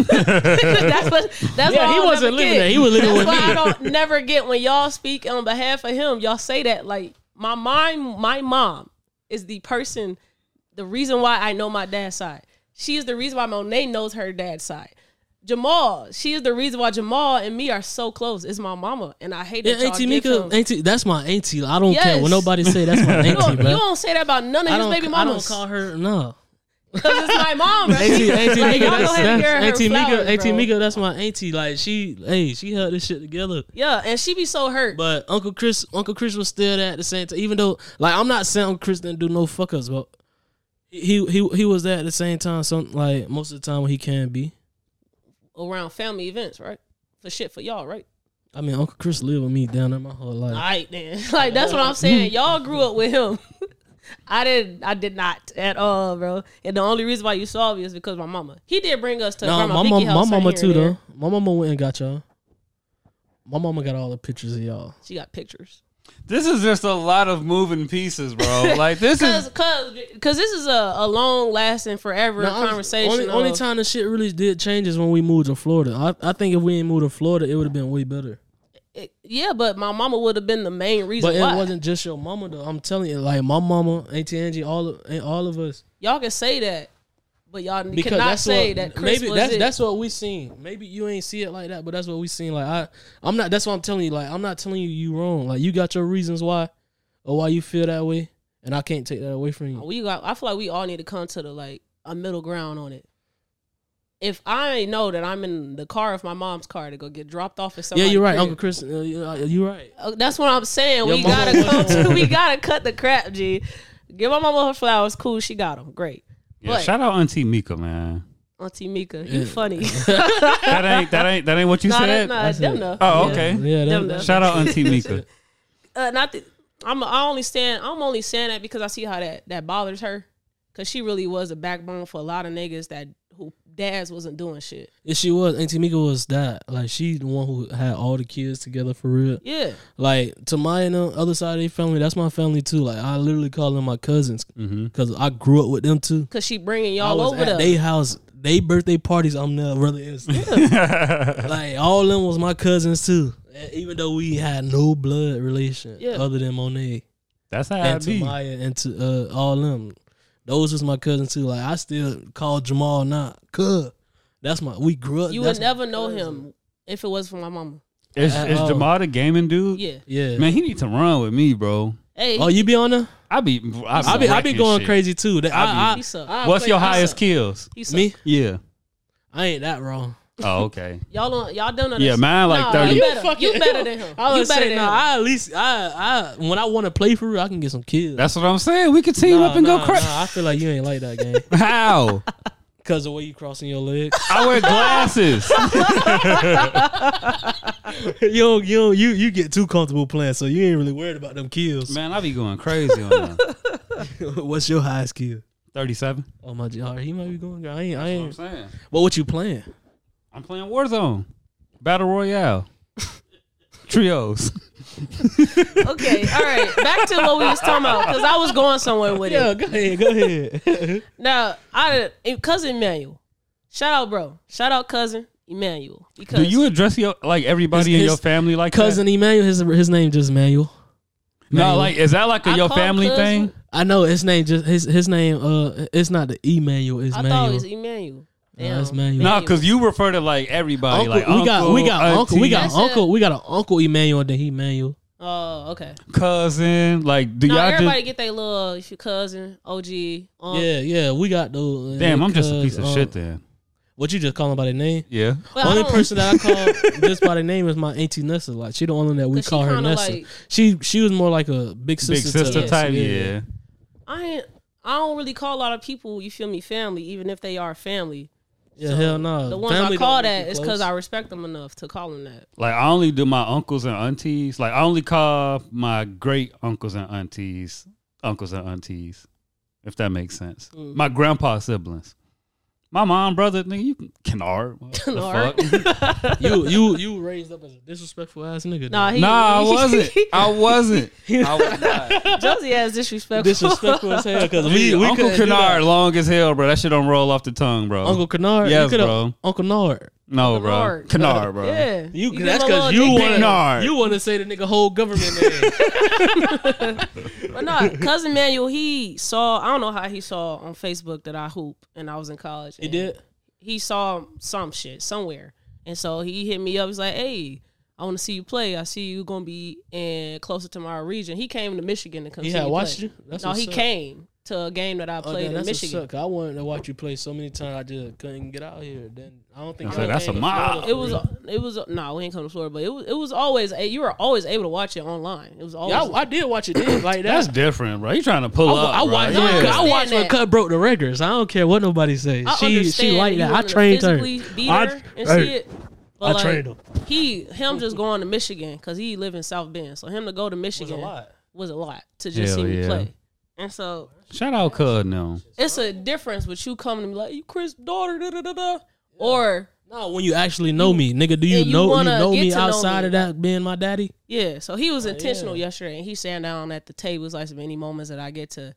B: what. That's
C: Yeah,
B: why
C: he
B: I'll
C: wasn't
B: never
C: living
B: get.
C: there. He was living
B: that's
C: with
B: why
C: me.
B: I don't never get when y'all speak on behalf of him. Y'all say that like my mind, my mom is the person, the reason why I know my dad's side. She is the reason why Monet knows her dad's side. Jamal, she is the reason why Jamal and me are so close. It's my mama, and I hate
C: Yeah,
B: that y'all
C: Auntie
B: give
C: Mika,
B: him-
C: Auntie, that's my auntie. I don't care
B: Yes.
C: when nobody say that's my
B: You don't,
C: auntie,
B: you
C: bro.
B: don't say that about none of
C: I
B: his
C: don't,
B: baby
C: I
B: mamas.
C: don't call her no.
B: Because it's my mom. bro.
C: Auntie, auntie
B: Like,
C: Mika,
B: y'all go
C: that's,
B: ahead and
C: that's
B: get her her
C: auntie
B: flowers,
C: Mika, auntie
B: bro.
C: Mika, that's my auntie. Like she, hey, she held this shit together.
B: Yeah, and she be so hurt.
C: But Uncle Chris, Uncle Chris was still there at the same time. Even though, like, I'm not saying Uncle Chris didn't do no fuck ups, but he he he was there at the same time. Some like most of the time when he can be.
B: around family events, right? For shit for y'all, right?
C: I mean, Uncle Chris lived with me down there my whole life.
B: All right, then. Like that's what I'm saying. Y'all grew up with him. I did. I did not at all, bro. And the only reason why you saw me is because my mama. He did bring us to
C: no,
B: Grandma
C: my
B: Vicky
C: mom, my
B: house.
C: mama
B: right here
C: too
B: and
C: though.
B: there.
C: My mama went and got y'all. My mama got all the pictures of y'all.
B: She got pictures.
A: This is just a lot of moving pieces, bro. Like this
B: Cause,
A: is
B: cause, 'cause this is a, a long lasting forever
C: No, I was-
B: conversation.
C: Only, only
B: of-
C: time the shit really did change is when we moved to Florida. I, I think if we didn't move to Florida, it would have been way better.
B: it- yeah, but my mama would have been the main reason
C: But it
B: why.
C: wasn't just your mama though. I'm telling you, like my mama, Auntie Angie, all of all of us.
B: y'all can say that, but y'all
C: Because
B: cannot
C: that's
B: say
C: what,
B: that. Chris
C: maybe
B: was
C: that's
B: it.
C: that's what we seen. Maybe you ain't see it like that, but that's what we seen. Like I, I'm not. That's what I'm telling you. Like I'm not telling you you wrong. Like you got your reasons why, or why you feel that way, and I can't take that away from you.
B: We got. I feel like we all need to come to the like a middle ground on it. If I know that I'm in the car of my mom's car to go get dropped off at
C: Yeah,
B: somebody,
C: you're right,
B: crib,
C: Uncle Chris. Uh, you- uh, you're right.
B: uh, That's what I'm saying.
C: Your
B: we
C: mama
B: gotta come
C: was-
B: to. We gotta cut the crap, G. Give my mama her flowers. Cool, she got them. Great.
A: Yeah,
B: But-
A: shout out Auntie Mika, man.
B: Auntie Mika, you
C: Yeah.
B: funny.
A: That ain't that ain't that ain't what you
B: nah,
A: said.
B: that, nah, them though.
A: Oh,
B: Yeah.
A: okay.
C: Yeah,
B: Them
C: that,
A: Shout out Auntie Mika.
B: Uh, not that I'm. I only stand. I'm only saying that because I see how that that bothers her. Cause she really was a backbone for a lot of niggas that who dads wasn't doing shit.
C: Yeah, she was. Auntie Mika was that. Like she the one who had all the kids together for real.
B: Yeah.
C: Like to my and the other side of their family, that's my family too. Like I literally call them my cousins
A: Mm-hmm.
C: because I grew up with them too.
B: Cause she bringing
C: I
B: y'all
C: was
B: over
C: at
B: them.
C: they house, they birthday parties. I'm there, brother. It's- like all them was my cousins too. And Even though we had no blood relation
B: Yeah.
C: other than Monet
A: That's how I
C: and to
A: be.
C: Maya and to uh, all them. Those was my cousins too. Like I still call Jamal not cuz. That's my we grew up.
B: you
C: that's
B: would
C: my
B: never know
C: cousin.
B: him if it was for my mama.
A: Is,
C: at
A: is
C: all.
A: Jamal the gaming dude?
B: Yeah.
C: Yeah.
A: Man, he need to run with me, bro.
B: Hey.
C: Oh, you be on there?
A: I be I be,
C: I be I be
A: wrecking
C: going
A: shit.
C: crazy too. That- I,
B: he suck.
C: I- I
A: What's
C: play-
A: your
C: I
A: highest
C: suck.
A: kills?
B: he suck.
C: Me?
A: Yeah.
C: I ain't that wrong.
A: Oh, okay.
B: Y'all don't. Y'all don't know.
A: Yeah,
B: this.
A: mine like
B: Nah,
A: 30.
B: You better, you better than him.
C: I
B: you
C: was
B: better
C: saying
B: than
C: no.
B: him.
C: I at least I I when I want to play for real, I can get some kills.
A: That's what I'm saying. We could team
C: Nah,
A: up and
C: nah,
A: go crazy.
C: nah, I feel like you ain't like that game
A: How?
C: because the way you crossing your legs.
A: I wear glasses.
C: yo, yo, you you get too comfortable playing, so you ain't really worried about them kills.
A: Man, I be going crazy on that.
C: What's your highest kill?
A: 37.
C: Oh my god, he might be going. I ain't. I
A: I'm
C: ain't.
A: saying.
C: But what you playing?
A: I'm playing Warzone. Battle Royale. Trios.
B: Okay, all right. Back to what we was talking about because I was going somewhere with it.
C: go ahead, go ahead.
B: Now, I cousin Emmanuel, shout out, bro. Shout out, cousin Emmanuel. Because
A: Do you address your like everybody
C: His-
A: in
C: his
A: your family like
C: Cousin Emmanuel, his his name just Manuel.
A: That? No, like is that like a
B: I
A: your
B: call
A: family
B: cousin-
A: thing?
C: I know his name just his his name. Uh, it's not the Emmanuel. It's
B: I
C: Manuel.
B: thought it was E. Emmanuel. Damn.
C: it's Manuel.
A: No, because you refer to like everybody.
C: uncle,
A: Oh, like
C: we got we got
A: uncle,
C: uncle we got
B: That's
C: uncle
B: it.
C: we got an uncle Emmanuel then he Emmanuel.
B: Oh, okay.
A: cousin. Like, do
B: No,
A: y'all just?
B: everybody get their little if your cousin, OG, um,
C: yeah, yeah, we got those. uh,
A: Damn, I'm just a
C: cuz,
A: piece of
C: uh,
A: shit. Then,
C: What you just calling by their name?
A: yeah.
B: But I
C: only
B: don't-
C: person that I call just by the name is my auntie Nessa. Like she the only one that we
B: 'Cause she
C: call her
B: kinda
C: Nessa.
B: like-
C: she she was more like a big sister,
A: Big sister
C: to us.
A: type. Yeah.
B: I ain't. I don't really call a lot of people. You feel me? Family, even if they are family.
C: Yeah, hell no.
A: Uh,
B: The ones I call that is because I respect them enough to call them that.
A: Like, I only do my uncles and aunties. Like, I only call my great uncles and aunties uncles and aunties, if that makes sense.
C: Mm-hmm.
A: My grandpa siblings. My mom, brother, nigga, you can Kennard. what the
B: Kennard.
A: fuck?
C: you you you raised up as a disrespectful ass nigga.
B: Nah,
C: dude.
B: he,
A: Nah, I
B: he-
A: wasn't. I wasn't. I was not.
B: Josie has disrespectful.
C: disrespectful as hell because we, we
A: Uncle
C: couldn't do
A: Kennard,
C: that.
A: long as hell, bro. That shit don't roll off the tongue, bro.
C: Uncle Kennard,
A: Yes,
C: you coulda-
A: bro.
C: Uncle Nard.
A: no, bro.
B: Kennard.
A: Kennard, bro.
B: yeah,
C: You,
B: give
C: that's
B: him a
C: because
B: little
C: you
B: dick
A: wanna-
B: pic.
A: Nard.
C: want you want to say the nigga whole government name.
B: But no, cousin Manuel, he saw. I don't know how he saw on Facebook that I hoop and I was in college.
C: he did.
B: He saw some shit somewhere, and so he hit me up. He's like, "Hey, I want to see you play. I see you gonna be in closer to my region." He came to Michigan to come.
C: He
B: see
C: had
B: me
C: watched
B: play.
C: you? That's
B: no,
C: what's
B: he
C: up.
B: came to a game that I
C: Oh,
B: played
C: damn,
B: in
C: that's
B: Michigan.
C: What's up, 'cause I wanted to watch you play so many times. I just couldn't get out here. Then I don't think
A: I'm saying,
C: I
A: that's a
C: came to
A: mob.
C: Florida for
B: It was,
C: real.
B: it was. No, we ain't come to Florida, but it was, it was always. You were always able to watch it online. It was always.
C: Yeah, I, I did watch it then like that.
A: That's different, bro. You trying to pull
C: I,
A: up?
C: I
A: bro.
C: watched.
B: No,
A: Yeah.
B: I
C: I
B: understand
C: watched when
B: that.
C: Cut broke the records. I don't care what nobody says.
B: I
C: she she
B: understand
C: like
B: you
C: that. I
B: wanna
C: trained her.
B: physically Be
C: I-
B: there and
C: hey,
B: see it.
C: I
B: But like,
C: trained him.
B: He him just going to Michigan because he live in South Bend, so him to go to Michigan was a lot to just
A: Hell
B: see me
A: yeah.
B: play. And so
A: Shout out, Cud. No,
B: it's a difference with you coming to me like you Chris daughter da da da da, or
C: No, when you actually know me, nigga, do you,
B: And you
C: know you
B: wanna
C: know
B: get
C: me
B: to know
C: outside
B: me.
C: of that being my daddy?
B: yeah. So he was
C: Oh,
B: intentional yesterday, and he sat down at the table. It's like as many moments that I get to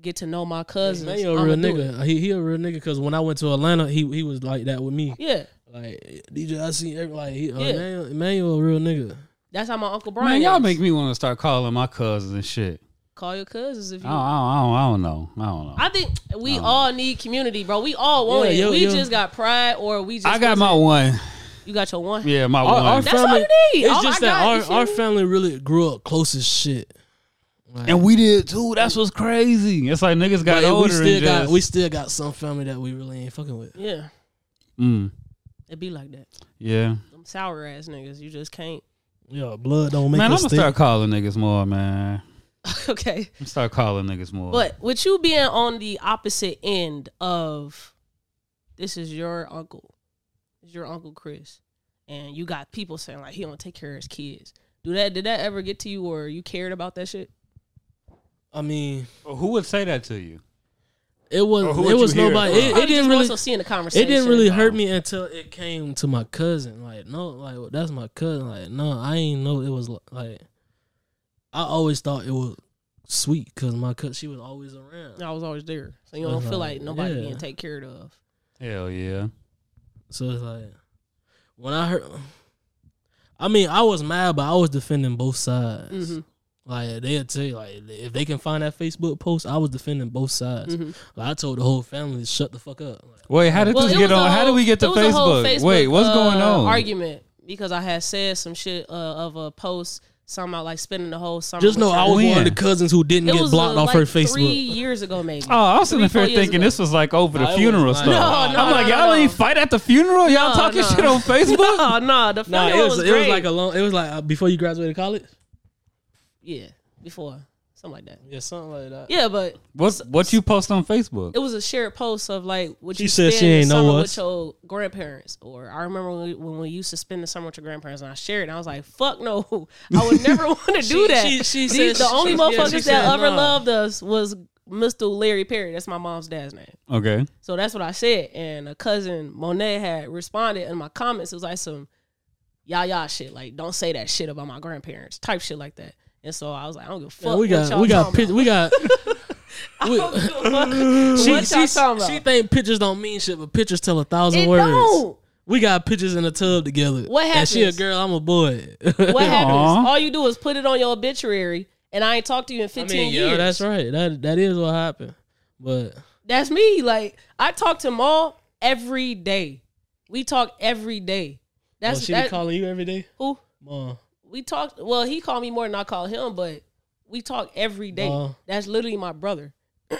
B: get to know my cousins.
C: Man, you a
B: I'ma
C: real
B: do it.
C: nigga. He, he a real nigga because when I went to Atlanta, he he was like that with me.
B: Yeah,
C: Like DJ, I seen every like he, uh,
B: Yeah.
C: Emmanuel, Emmanuel a real nigga.
B: that's how my uncle Brian.
A: man, y'all
B: is.
A: make me want to start calling my cousins and shit.
B: call your cousins if
A: I
B: you.
C: Oh.
A: don't, I don't, I don't know. I don't know. I,
B: I think we all need community, bro. We all want
C: Yeah,
B: it.
C: yo,
B: we
C: yo.
B: just got pride, or we just
A: got my one.
B: You got your one.
A: Yeah, my
C: Our,
A: one.
C: our
B: That's all
C: family,
B: you need.
C: It's
B: All
C: just
B: oh, I
C: that
B: got, you feel
C: our, our
B: me?
C: family really grew up close as shit. Like,
A: and we did too. That's what's crazy. It's like niggas got
C: but
A: older
C: we still
A: and
C: got
A: just.
C: we still got some family that we really ain't fucking with.
B: Yeah,
A: mm,
B: it be like that.
A: yeah,
B: Them sour ass niggas, you just can't.
C: Yeah, blood don't make
A: man, I'm
C: us
A: gonna
C: thick.
A: start calling niggas more, man.
B: okay.
A: I'm start calling niggas more.
B: But with you being on the opposite end of this is your uncle, this is your uncle Chris, and you got people saying like he don't take care of his kids. Do that? Did that ever get to you, or you cared about that shit?
C: I mean,
A: Or who would say that to you?
C: it was
A: Or Oh, who would
C: it was
A: you hear it
C: nobody.
A: from?
C: It, it
B: Probably
C: didn't
B: just
C: really
B: Also seeing the conversation.
C: it didn't really hurt me until it came to my cousin. Like no, like well, that's my cousin. Like no, I ain't know it was li- like. I always thought it was sweet because my cousin she was always around.
B: I was always there, so you don't feel like nobody
C: Uh-huh. Yeah.
B: being taken care of.
A: Hell yeah.
C: So it's like when I heard, I mean, I was mad, but I was defending both sides.
B: Mhm.
C: Like they'll tell you, like if they can find that Facebook post, I was defending both sides.
B: Mhm.
C: Like I told the whole family, to shut the fuck up. Like,
B: Oh
A: Wait, how did
B: Well,
A: this
B: it
A: get
B: was a
A: on? how
B: whole-
A: did we get to
B: it was a whole
A: Facebook? Wait, what's
B: uh,
A: going on?
B: Argument because I had said some shit uh, of a post something about like spending the whole summer.
C: just
B: with
C: know
B: your
C: I was one
A: When?
C: of the cousins who didn't
B: It
C: get
B: was,
C: blocked
B: uh,
C: off
B: like
C: her Facebook.
B: Three years ago, maybe.
A: Oh, I was sitting
B: Three, four
A: there
B: years
A: thinking
B: ago.
A: this was like over the
C: Nah, it
A: funeral
C: was
A: stuff.
C: like-
B: No, no,
A: I'm like,
B: no,
A: y'all
B: no.
A: ain't fight at the funeral. Y'all
B: No,
A: talking
B: no.
A: shit on Facebook.
B: No, no, the
C: Nah,
B: funeral
C: it was,
B: was,
C: it was
B: great.
C: like a long. It was like uh, before you graduated college.
B: yeah, before something like that.
C: Yeah, something like that.
B: Yeah, but
A: What what you post on Facebook?
B: it was a shared post of like what
C: She
B: you
C: said
B: spend
C: she
B: the
C: ain't know
B: summer with
C: us.
B: your grandparents. Or I remember when we, when we used to spend the summer with your grandparents, and I shared. it. And I was like, "Fuck no, I would never want to do
C: She-
B: that."
C: she- she
B: These,
C: said-
B: the only
C: she- yeah, she
B: motherfuckers
C: said
B: that ever
C: nah.
B: loved us was Mr. Larry Perry. That's my mom's dad's name.
A: Okay.
B: So that's what I said. And a cousin Monet had responded in my comments. It was like some yah yah shit. Like, don't say that shit about my grandparents. Type shit like that. And so I was like, I don't give a fuck.
C: Yeah, we got we got pic- we got. we-
B: She, what y'all talking about?
C: she think pictures don't mean shit, but pictures tell a thousand
B: It
C: words.
B: don't.
C: We got pictures in the tub together.
B: What
C: And she a
B: happens?
C: girl, I'm a boy.
B: What happens?
A: Aw.
B: All you do is put it on your obituary, and I ain't talked to you in
C: I
B: 15
C: mean,
B: years.
C: yeah, that's right. That that is what happened. But
B: That's me. Like I talk to Maul every day. We talk every day.
C: that's,
B: That's
C: she
B: that,
C: be calling you every day,
B: who
C: mom.
B: we talked well he called me more than i call him but we talk every day
C: Wow.
B: that's literally my brother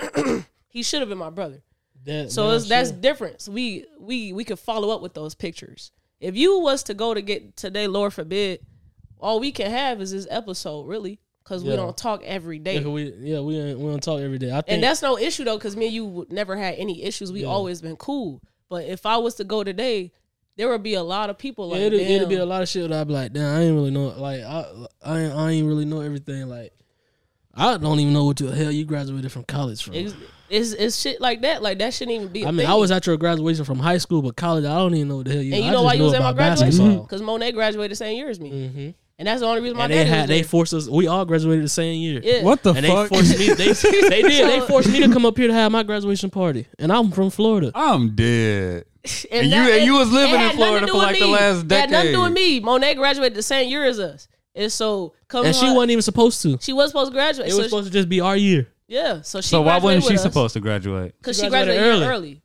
B: he should have been my brother
C: That,
B: so
C: that
B: it's, that's
C: shit.
B: difference we we we could follow up with those pictures if you was to go to get today lord forbid all we can have is this episode really because we
C: Yeah.
B: don't talk every day
C: yeah, 'cause we yeah we ain't- we don't talk every day. I think
B: and that's no issue though, because me and you would never had any issues. We
C: Yeah.
B: always been cool. But if I was to go today, there would be a lot of people like
C: yeah, it'd, it'd
B: damn.
C: be a lot of shit that I'd be like, damn, I ain't really know. Like I I ain't, I ain't really know everything. Like I don't even know what the hell you graduated from college from.
B: It's, it's it's shit like that. Like that shouldn't even be. I
C: I mean, I was at your graduation from high school, but college, I don't even know what the hell you.
B: And you
C: I
B: know
C: just
B: why you
C: knew
B: was at my
C: about
B: graduation?
A: Mm-hmm.
C: basketball.
B: Because Monet graduated the same year as me,
C: Mhm.
B: and that's the only reason my
C: And
B: dad
C: they had they
B: was
C: forced us. We all graduated the same year.
B: there. yeah.
A: What the
C: and
A: fuck?
C: they forced me. They, they did. They forced me to come up here to have my graduation party, and I'm from Florida.
A: I'm dead.
B: And,
A: And you-
B: that-
A: and you was
B: it
A: living in
B: had nothing
A: Florida
B: to do
A: for,
B: with
A: like, the
B: me.
A: last
B: It Had nothing to do with
A: decade.
B: me. Monet graduated the same year as us, and so come
C: And she
B: her-
C: wasn't even supposed to.
B: She was supposed to graduate.
C: It
B: so
C: was supposed to just be our year.
B: she, yeah. So she.
A: So why wasn't she
B: supposed?
A: supposed to graduate?
B: Because
C: She
B: she graduated,
C: graduated
B: a year
C: early.
B: early.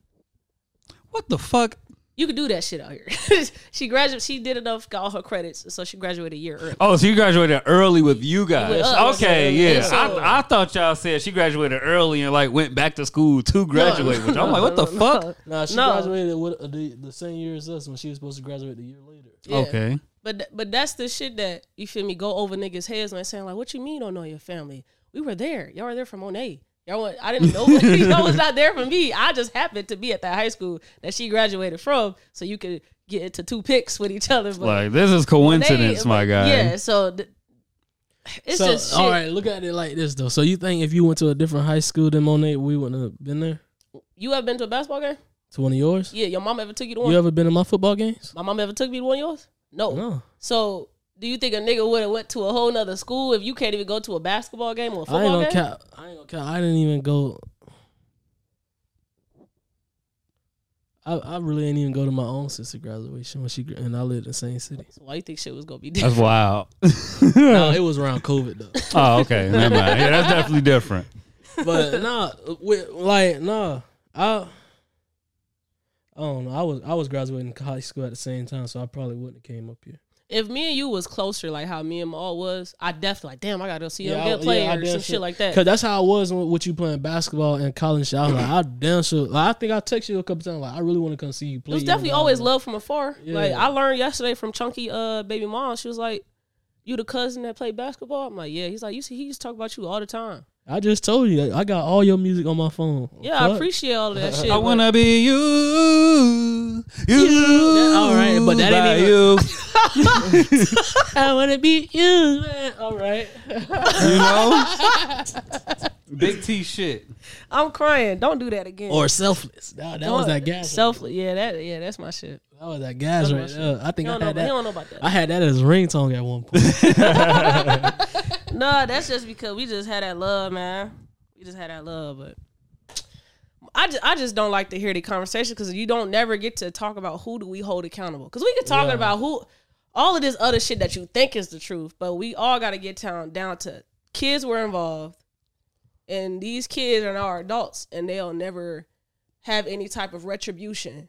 A: What the fuck?
B: You could do that shit out here. she graduated. She did enough. Got all her credits, so she graduated a year early.
A: Oh, so you graduated early with you guys.
B: With us.
A: okay,
B: Yeah,
A: yeah.
B: so-
A: I, I thought y'all said she graduated early and like went back to school to graduate. which I'm like, what the fuck?
C: Nah, she
B: No.
C: graduated with, uh, the, the same year as us when she was supposed to graduate the year later.
B: Yeah.
A: Okay.
B: But th- but that's the shit that you feel me go over niggas' heads when they saying like, "What you mean you don't know your family? We were there. Y'all were there for Monet. Y'all went, I didn't know y'all was not there for me. I just happened to be at that high school that she graduated from, so you could get into two picks with each other. But
A: Like this is
B: Monet-
A: coincidence, my
B: like,
A: guy.
B: Yeah. So th- it's
C: so,
B: just shit.
C: all right, look at it like this though. So you think if you went to a different high school than Monet, we wouldn't have been there
B: You ever been to a basketball game?
C: to one of yours?
B: Yeah. Your mom ever took you to one?
C: You ever been in my football games?
B: My mom ever took me to one of yours? No.
C: No.
B: So. Do you think a nigga would have went to a whole nother school if you can't even go to a basketball game or a
C: I ain't
B: football
C: gonna
B: game?
C: cap. I ain't gonna cap. I didn't even go. I, I really didn't even go to my own sister graduation when she gra- and I lived in the same city.
B: So why you think shit was gonna be
A: That's
B: different?
A: wild.
C: no, it was around COVID though.
A: oh, okay. Never mind. Yeah, that's definitely different.
C: But nah, with, like nah, I. I don't know. I was I was graduating high school at the same time, so I probably wouldn't have came up here.
B: If me and you was closer, like how me and Maul was, I definitely like, damn, I gotta go see him
C: Yeah, I-
B: get played
C: yeah, I
B: or some
C: damn
B: shit
C: sure-
B: like that.
C: Cause that's how I was when- with you playing basketball in college. shit. I was like, I damn sure. Like, I think I texted you a couple times. Like, I really want to come see you play.
B: It was
C: even
B: definitely
C: though I
B: always
C: don't-
B: love from afar.
C: Yeah.
B: Like I learned yesterday from Chunky, uh, baby mom. She was like, you the cousin that played basketball? I'm like, yeah. He's like, you see, he used to talk about you all the time.
C: I just told you like, I got all your music on my phone.
B: Yeah, I
C: Fuck.
B: appreciate all of that shit.
A: I
B: but-
A: wanna be you, you.
C: that- all right, but that ain't
A: by
C: even-
A: you.
C: I wanna be you. Man. All right.
A: You know, big T shit.
B: I'm crying. Don't do that again.
C: Or selfless. Nah, that was
B: Don't-
C: that gas.
B: Selfless. Yeah, that. Yeah, that's my shit.
C: that was that gas right
B: Selfless.
C: there. I
B: He
C: think I
B: don't, know,
C: had
B: about- he don't
C: that.
B: know about that.
C: I had that as ringtone at one point.
B: No, that's just because we just had that love, man. We just had that love, but I just, I just don't like to hear the conversation because you don't never get to talk about who do we hold accountable. Because we get talking
C: Yeah.
B: about who, all of this other shit that you think is the truth, but we all got to get down down to kids were involved, and these kids are now adults, and they'll never have any type of retribution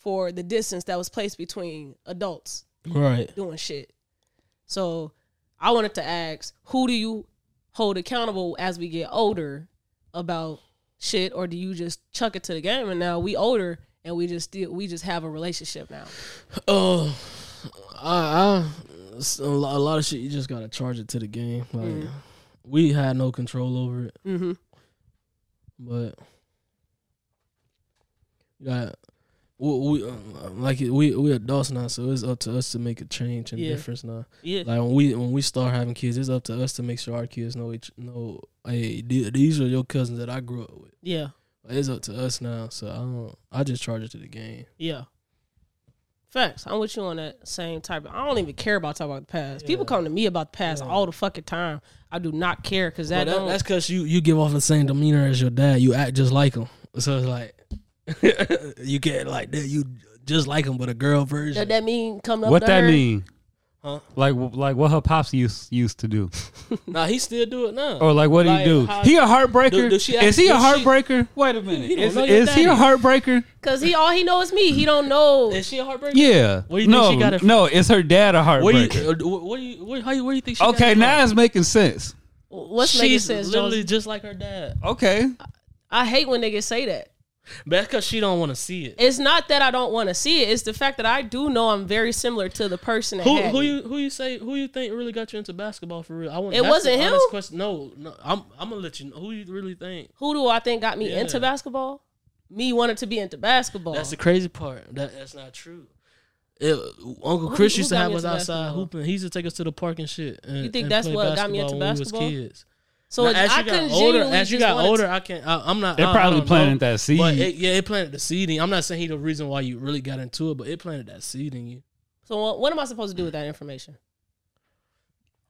B: for the distance that was placed between adults
C: right.
B: doing shit. So I wanted to ask, who do you hold accountable as we get older about shit, or do you just chuck it to the game? And now we older and we just still we just have a relationship now.
C: Uh, I, I it's a lo- a lot of shit you just gotta charge it to the game. Like
B: Mm.
C: we had no control over it,
B: Mm-hmm.
C: but yeah, we, we uh, like we we adults now, so it's up to us to make a change and
B: Yeah.
C: difference now.
B: Yeah,
C: Like when we when we start having kids, it's up to us to make sure our kids know each know. Hey, th- these are your cousins that I grew up with.
B: yeah,
C: It's up to us now, so I don't. I just charge it to the game.
B: yeah. Facts. I'm with you on that same type. Of, I don't even care about talking about the past. People come to me about the past all the fucking time. I do not care because that,
C: Well, that-
B: don't-
C: that's because you you give off the same demeanor as your dad. You act just like him. So it's like you get like that. You just like him, but a girl version.
B: that that mean coming up.
A: What
B: to
A: that
B: her?
A: mean?
C: Huh?
A: Like, wh- like what her pops used used to do,
C: nah, he still do it now.
A: or like what
C: Like,
A: he do?
C: how-
A: He a heartbreaker?
C: Do- do she
A: is he a
C: act- do she-
A: heartbreaker? Wait a minute,
C: don't
A: is,
C: know your
A: is he a
C: daddy.
A: heartbreaker?
B: Cause he all he knows is me. He don't know.
C: Is she a heartbreaker?
A: Yeah.
C: Where you think
A: no,
C: she got it from?
A: no, it's her dad a
C: Where
A: heartbreaker.
C: you, uh, where you, where, how you, where you think she? got
A: okay,
C: it from?
A: now it's making sense.
B: What's making
C: she's
B: sense?
C: literally
B: Jones?
C: just like her dad.
A: Okay,
B: I hate when niggas say that.
C: But that's because she don't want to see it.
B: It's not that I don't want to see it. It's the fact that I do know I'm very similar to the person that
C: Who,
B: had
C: who
B: me.
C: you who you say who you think really got you into basketball for real? I want.
B: It
C: that's
B: wasn't
C: the
B: him?
C: honest Question. No, no, I'm I'm gonna let you know who you really think.
B: Who do I think got me
C: Yeah.
B: into basketball? Me wanted to be into basketball.
C: That's the crazy part. That that's not true. It- Uncle
B: Who-
C: Chris
B: who
C: used to
B: got
C: have
B: me
C: us
B: into
C: outside
B: basketball?
C: hooping. He used to take us to the park and shit. And,
B: You think
C: and
B: that's
C: play
B: what got me into
C: when we
B: basketball?
C: was kids.
B: so
C: Now,
B: it-
C: as
B: I
C: you got
B: couldn't
C: older,
B: genuinely
C: as you
B: just
C: got
B: wanted
C: older,
B: to-
C: I can't. I, I'm not.
A: It
C: I- I
A: probably
C: don't
A: planted
C: know.
A: that seed.
C: But it, yeah, it planted the seed. in- I'm not saying he the reason why you really got into it, but it planted that seed in you.
B: so what, what am I supposed to do with that information?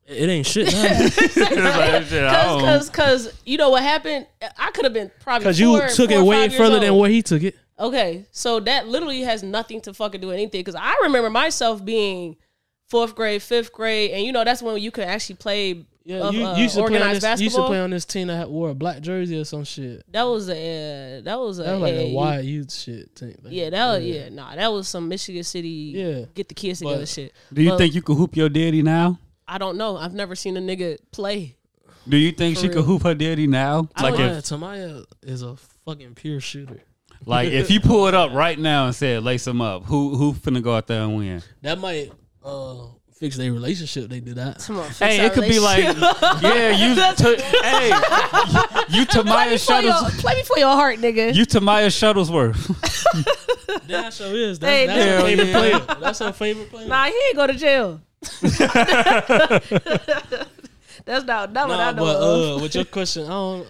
C: It, it ain't shit. now.
B: Because because you know what happened? I could have been probably
C: Cause you
B: four-
C: took
B: four
C: it
B: or
C: way
B: five years
C: further
B: old.
C: than where he took it.
B: Okay, so that literally has nothing to fucking do with anything. Because I remember myself being fourth grade, fifth grade, and you know that's when you could actually play.
C: Yeah,
B: of,
C: you,
B: uh,
C: you used to play on
B: organized
C: this. You used to
B: basketball.
C: play on this team that had- wore a black jersey or some shit.
B: That was a uh, that was a
C: That was like a
B: AAU.
C: wide youth shit team. back
B: Yeah,
C: then.
B: that was, yeah, nah, that was some Michigan City
C: Yeah.
B: get the kids together
C: But-
B: shit.
A: Do you
B: But
A: think you could hoop your daddy now?
B: I don't know. I've never seen a nigga play.
A: Do you think she
B: real.
A: could hoop her daddy now? Like
C: Tamaya,
A: if,
C: Tamaya is a fucking pure shooter.
A: like if you pull it up right now and said lace them up, who who finna go out there and win?
C: That might uh, fix their relationship. They do that.
B: Come on, fix
A: Hey,
B: our
A: it could be like,
B: relationship.
A: yeah, you, to, hey, you Tamaya
B: play, your,
A: Shuttles,
B: play me for your heart, nigga.
A: you Tamaya Shuttlesworth.
C: That sure is. That's,
B: Hey,
C: that's her
A: hell
C: favorite
A: yeah.
C: player. That's her favorite player.
B: nah, he ain't go to jail. That's not not what I
C: Nah,
B: know.
C: but uh,
B: of.
C: with your question, I don't.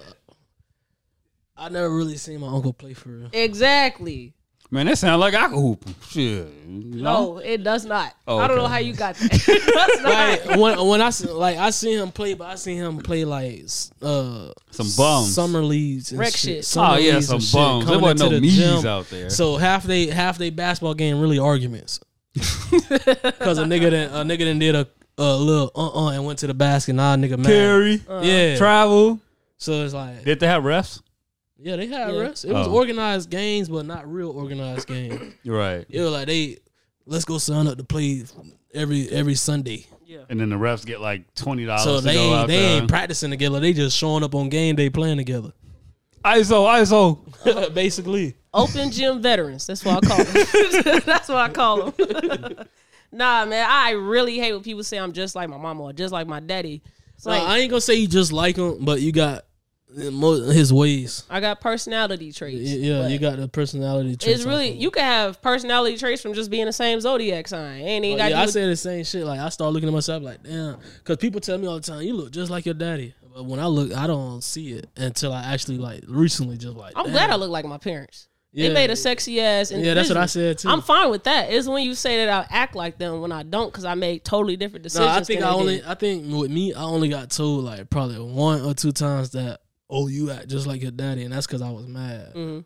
C: I never really seen my uncle play for real.
B: exactly.
A: Man, that sound like I could hoop 'em. Shit, you know?
B: No, it does not.
A: Oh,
B: I don't
A: okay.
B: know how you got that. That's not.
C: Like when when I see- like I seen him play, but I seen him play like s- uh
A: Some bums.
C: summer leagues, and
B: Wreck
C: shit.
B: shit.
C: Summer
A: Oh, yeah,
C: leagues
A: some
C: and shit,
A: bums. There
C: coming
A: wasn't
C: into
A: no
C: the
A: me's
C: gym.
A: out there.
C: So half they half they basketball game really arguments because a nigga that a nigga that did a, a little uh uh and went to the basket. Nah, nigga mad.
A: Carry,
B: Uh-uh.
C: yeah.
A: travel.
C: so it's like
A: Did they have refs?
C: yeah, they had
B: Yeah.
C: refs. It was
A: Oh.
C: organized games, but not real organized games.
A: Right.
C: it was like they let's go sign up to play every every Sunday.
A: And then the refs get like twenty dollars.
C: So
A: to
C: they
A: go
C: ain't,
A: out
C: they
A: there.
C: ain't practicing together. They just showing up on game day playing together.
A: ISO, ISO.
C: Basically,
B: Open gym veterans. That's what I call them. That's what I call them. Nah, man, I really hate when people say I'm just like my mama or just like my daddy. It's
C: Nah,
B: like
C: I ain't gonna say you just like him, but you got mo- his ways.
B: I got personality
C: Y-
B: traits.
C: Yeah,
B: but
C: you got the personality traits.
B: It's
C: out
B: really
C: there.
B: you can have personality traits from just being the same zodiac sign. Ain't even
C: Like,
B: got
C: Oh, yeah,
B: to do
C: I
B: with-
C: say the same shit. Like I start looking at myself, like damn, because people tell me all the time, you look just like your daddy. But when I look, I don't see it until I actually like recently, just like
B: I'm
C: damn.
B: glad I look like my parents.
C: Yeah.
B: They made a sexy ass.
C: Yeah, that's what I
B: individual.
C: said too.
B: I'm fine with that. It's when you say that I act like them when I don't, because I made totally different
C: No,
B: decisions.
C: I think
B: than
C: I
B: they
C: only.
B: did.
C: I think with me, I only got told like probably one or two times that oh you act just like your daddy, and that's because I was mad.
B: Mhm.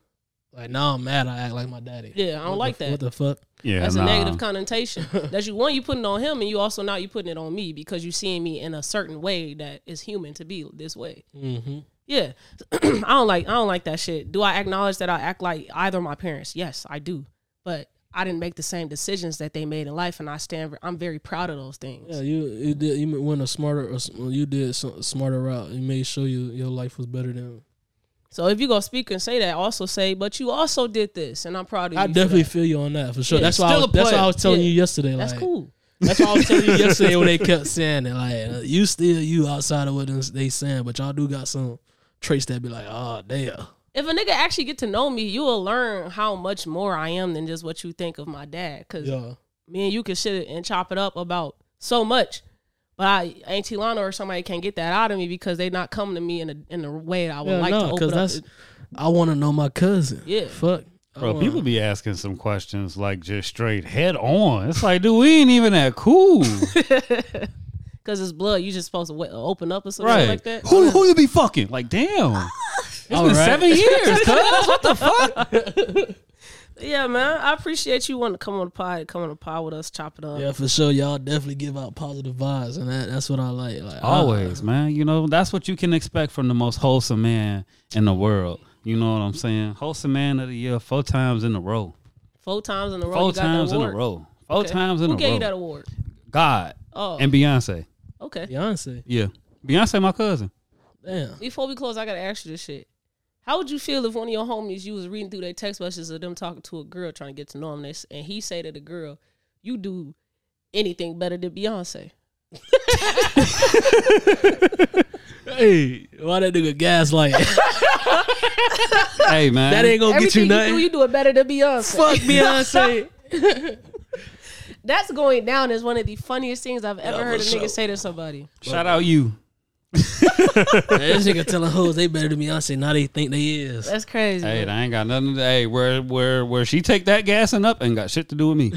C: Like now I'm mad. I act like my daddy.
B: Yeah, I don't
C: What
B: like
C: the-
B: that.
C: What the fuck?
A: Yeah,
B: That's
A: nah.
B: a negative connotation. that you one you putting on him, and you also now you putting it on me because you seeing me in a certain way that is human to be this way.
C: Mm-hmm.
B: Yeah, I don't like I don't like that shit. Do I acknowledge that I act like either of my parents? Yes, I do, but I didn't make the same decisions that they made in life, and I stand. I'm very proud of those things.
C: Yeah, you you did you went a smarter or sm- you did some smarter route. You made sure you your life was better than.
B: So if you gonna speak and say that, also say, but you also did this, and I'm proud of you.
C: I
B: for
C: definitely
B: that."
C: feel you on that for sure.
B: Yeah,
C: that's why I
A: still
C: was,
A: a
C: that's why I
A: player.
C: was telling
B: Yeah.
C: you yesterday.
B: that's
C: like,
B: cool.
C: That's why I was telling you yesterday when they kept saying it. Like uh, you still you outside of what them- they saying, but y'all do got some traits that be like, oh damn.
B: If a nigga actually get to know me, you will learn how much more I am than just what you think of my dad. Cause
C: Yeah.
B: me and you can sit and chop it up about so much. But I, Auntie Lana or somebody can't get that out of me because they not coming to me in a in a way that I would
C: Yeah,
B: like
C: no,
B: to open
C: 'cause
B: up.
C: that's- I want to know my cousin.
B: Yeah.
C: Fuck. I
A: Bro,
C: wanna-
A: people be asking some questions like just straight head on. It's like, dude, we ain't even that cool.
B: Because it's blood, you just supposed to wa- open up or something
A: right.
B: like that.
A: Who, who you be fucking? Like, damn. It's been
C: All right.
A: seven years, cuz.
B: Yeah, man. I appreciate you wanting to come on the pod, come on the pod with us, chop it up.
C: Yeah, for sure. Y'all definitely give out positive vibes, and that, that's what I like. Like I-
A: Always, man. You know, that's what you can expect from the most wholesome man in the world. You know what I'm saying? Wholesome man of the year four times in a row.
B: Four times in a row.
A: Four
B: you got
A: times
B: that
A: in a
B: award.
A: row. Four
B: Okay.
A: times in
B: Who
A: a
B: gave
A: row.
B: you that award?
A: God
B: Oh,
A: and Beyonce.
B: okay.
C: Beyonce.
A: Yeah. Beyonce, my cousin.
C: Damn.
B: Before we close, I gotta ask you this shit. How would you feel if one of your homies you was reading through their text messages of them talking to a girl trying to get to know him, they s- and he say to the girl, "You do anything better than Beyonce."
C: Hey, why that nigga gaslight?
A: Hey, man.
C: that ain't gonna
B: Everything
C: get
B: you, do,
C: you nothing.
B: you do it better than Beyonce.
C: Fuck Beyonce.
B: That's going down as one of the funniest things I've ever
C: Yeah,
B: heard a
C: for
B: nigga
C: sure.
B: say to somebody.
A: Shout out you.
C: Man, this nigga telling hoes they better than Beyonce. Now they think they is.
B: That's crazy.
A: Hey, I ain't got nothing. To, hey, where where where she take that gas and up ain't got shit to do with me.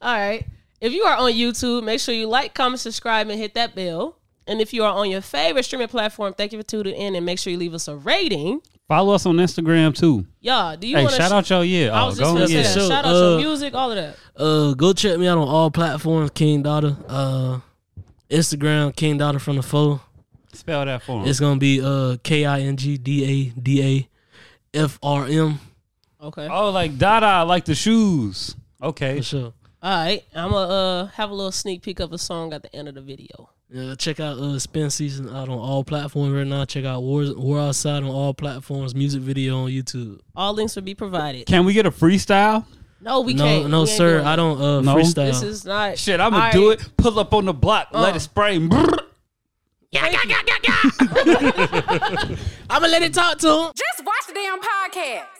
B: All right. If you are on YouTube, make sure you like, comment, subscribe, and hit that bell. And if you are on your favorite streaming platform, thank you for tuning in and make sure you leave us a rating.
A: Follow us on Instagram too.
B: Y'all, do you
A: hey,
B: want to
A: shout out your year.
B: I
A: Oh,
B: was just
A: go
B: gonna
A: on,
B: say
A: yeah.
B: that.
C: So,
B: Shout out your
C: uh,
B: music, all of that.
C: Uh, go check me out on all platforms, King Daughter. Uh, Instagram, King Daughter from the foe.
A: Spell that for him.
C: It's gonna be uh K I N G D A D A F R M
B: Okay. All
A: Oh, like Dada, like the shoes. Okay.
C: for sure.
B: right. I'm gonna uh, have a little sneak peek of a song at the end of the video.
C: Yeah, check out uh Spin Season out on all platforms right now. Check out War War Outside on all platforms. Music video on YouTube.
B: All links will be provided.
A: Can we get a freestyle?
B: No, we
C: no,
B: can't. We
C: no,
B: ain't
C: sir,
B: doing
C: I
B: that.
C: don't uh
A: No?
C: freestyle.
B: This is not
A: Shit, I'm gonna do it. Pull up on the block, let
B: Uh.
A: it spray.
B: I'm gonna let it talk to him.
E: Just watch the damn podcast.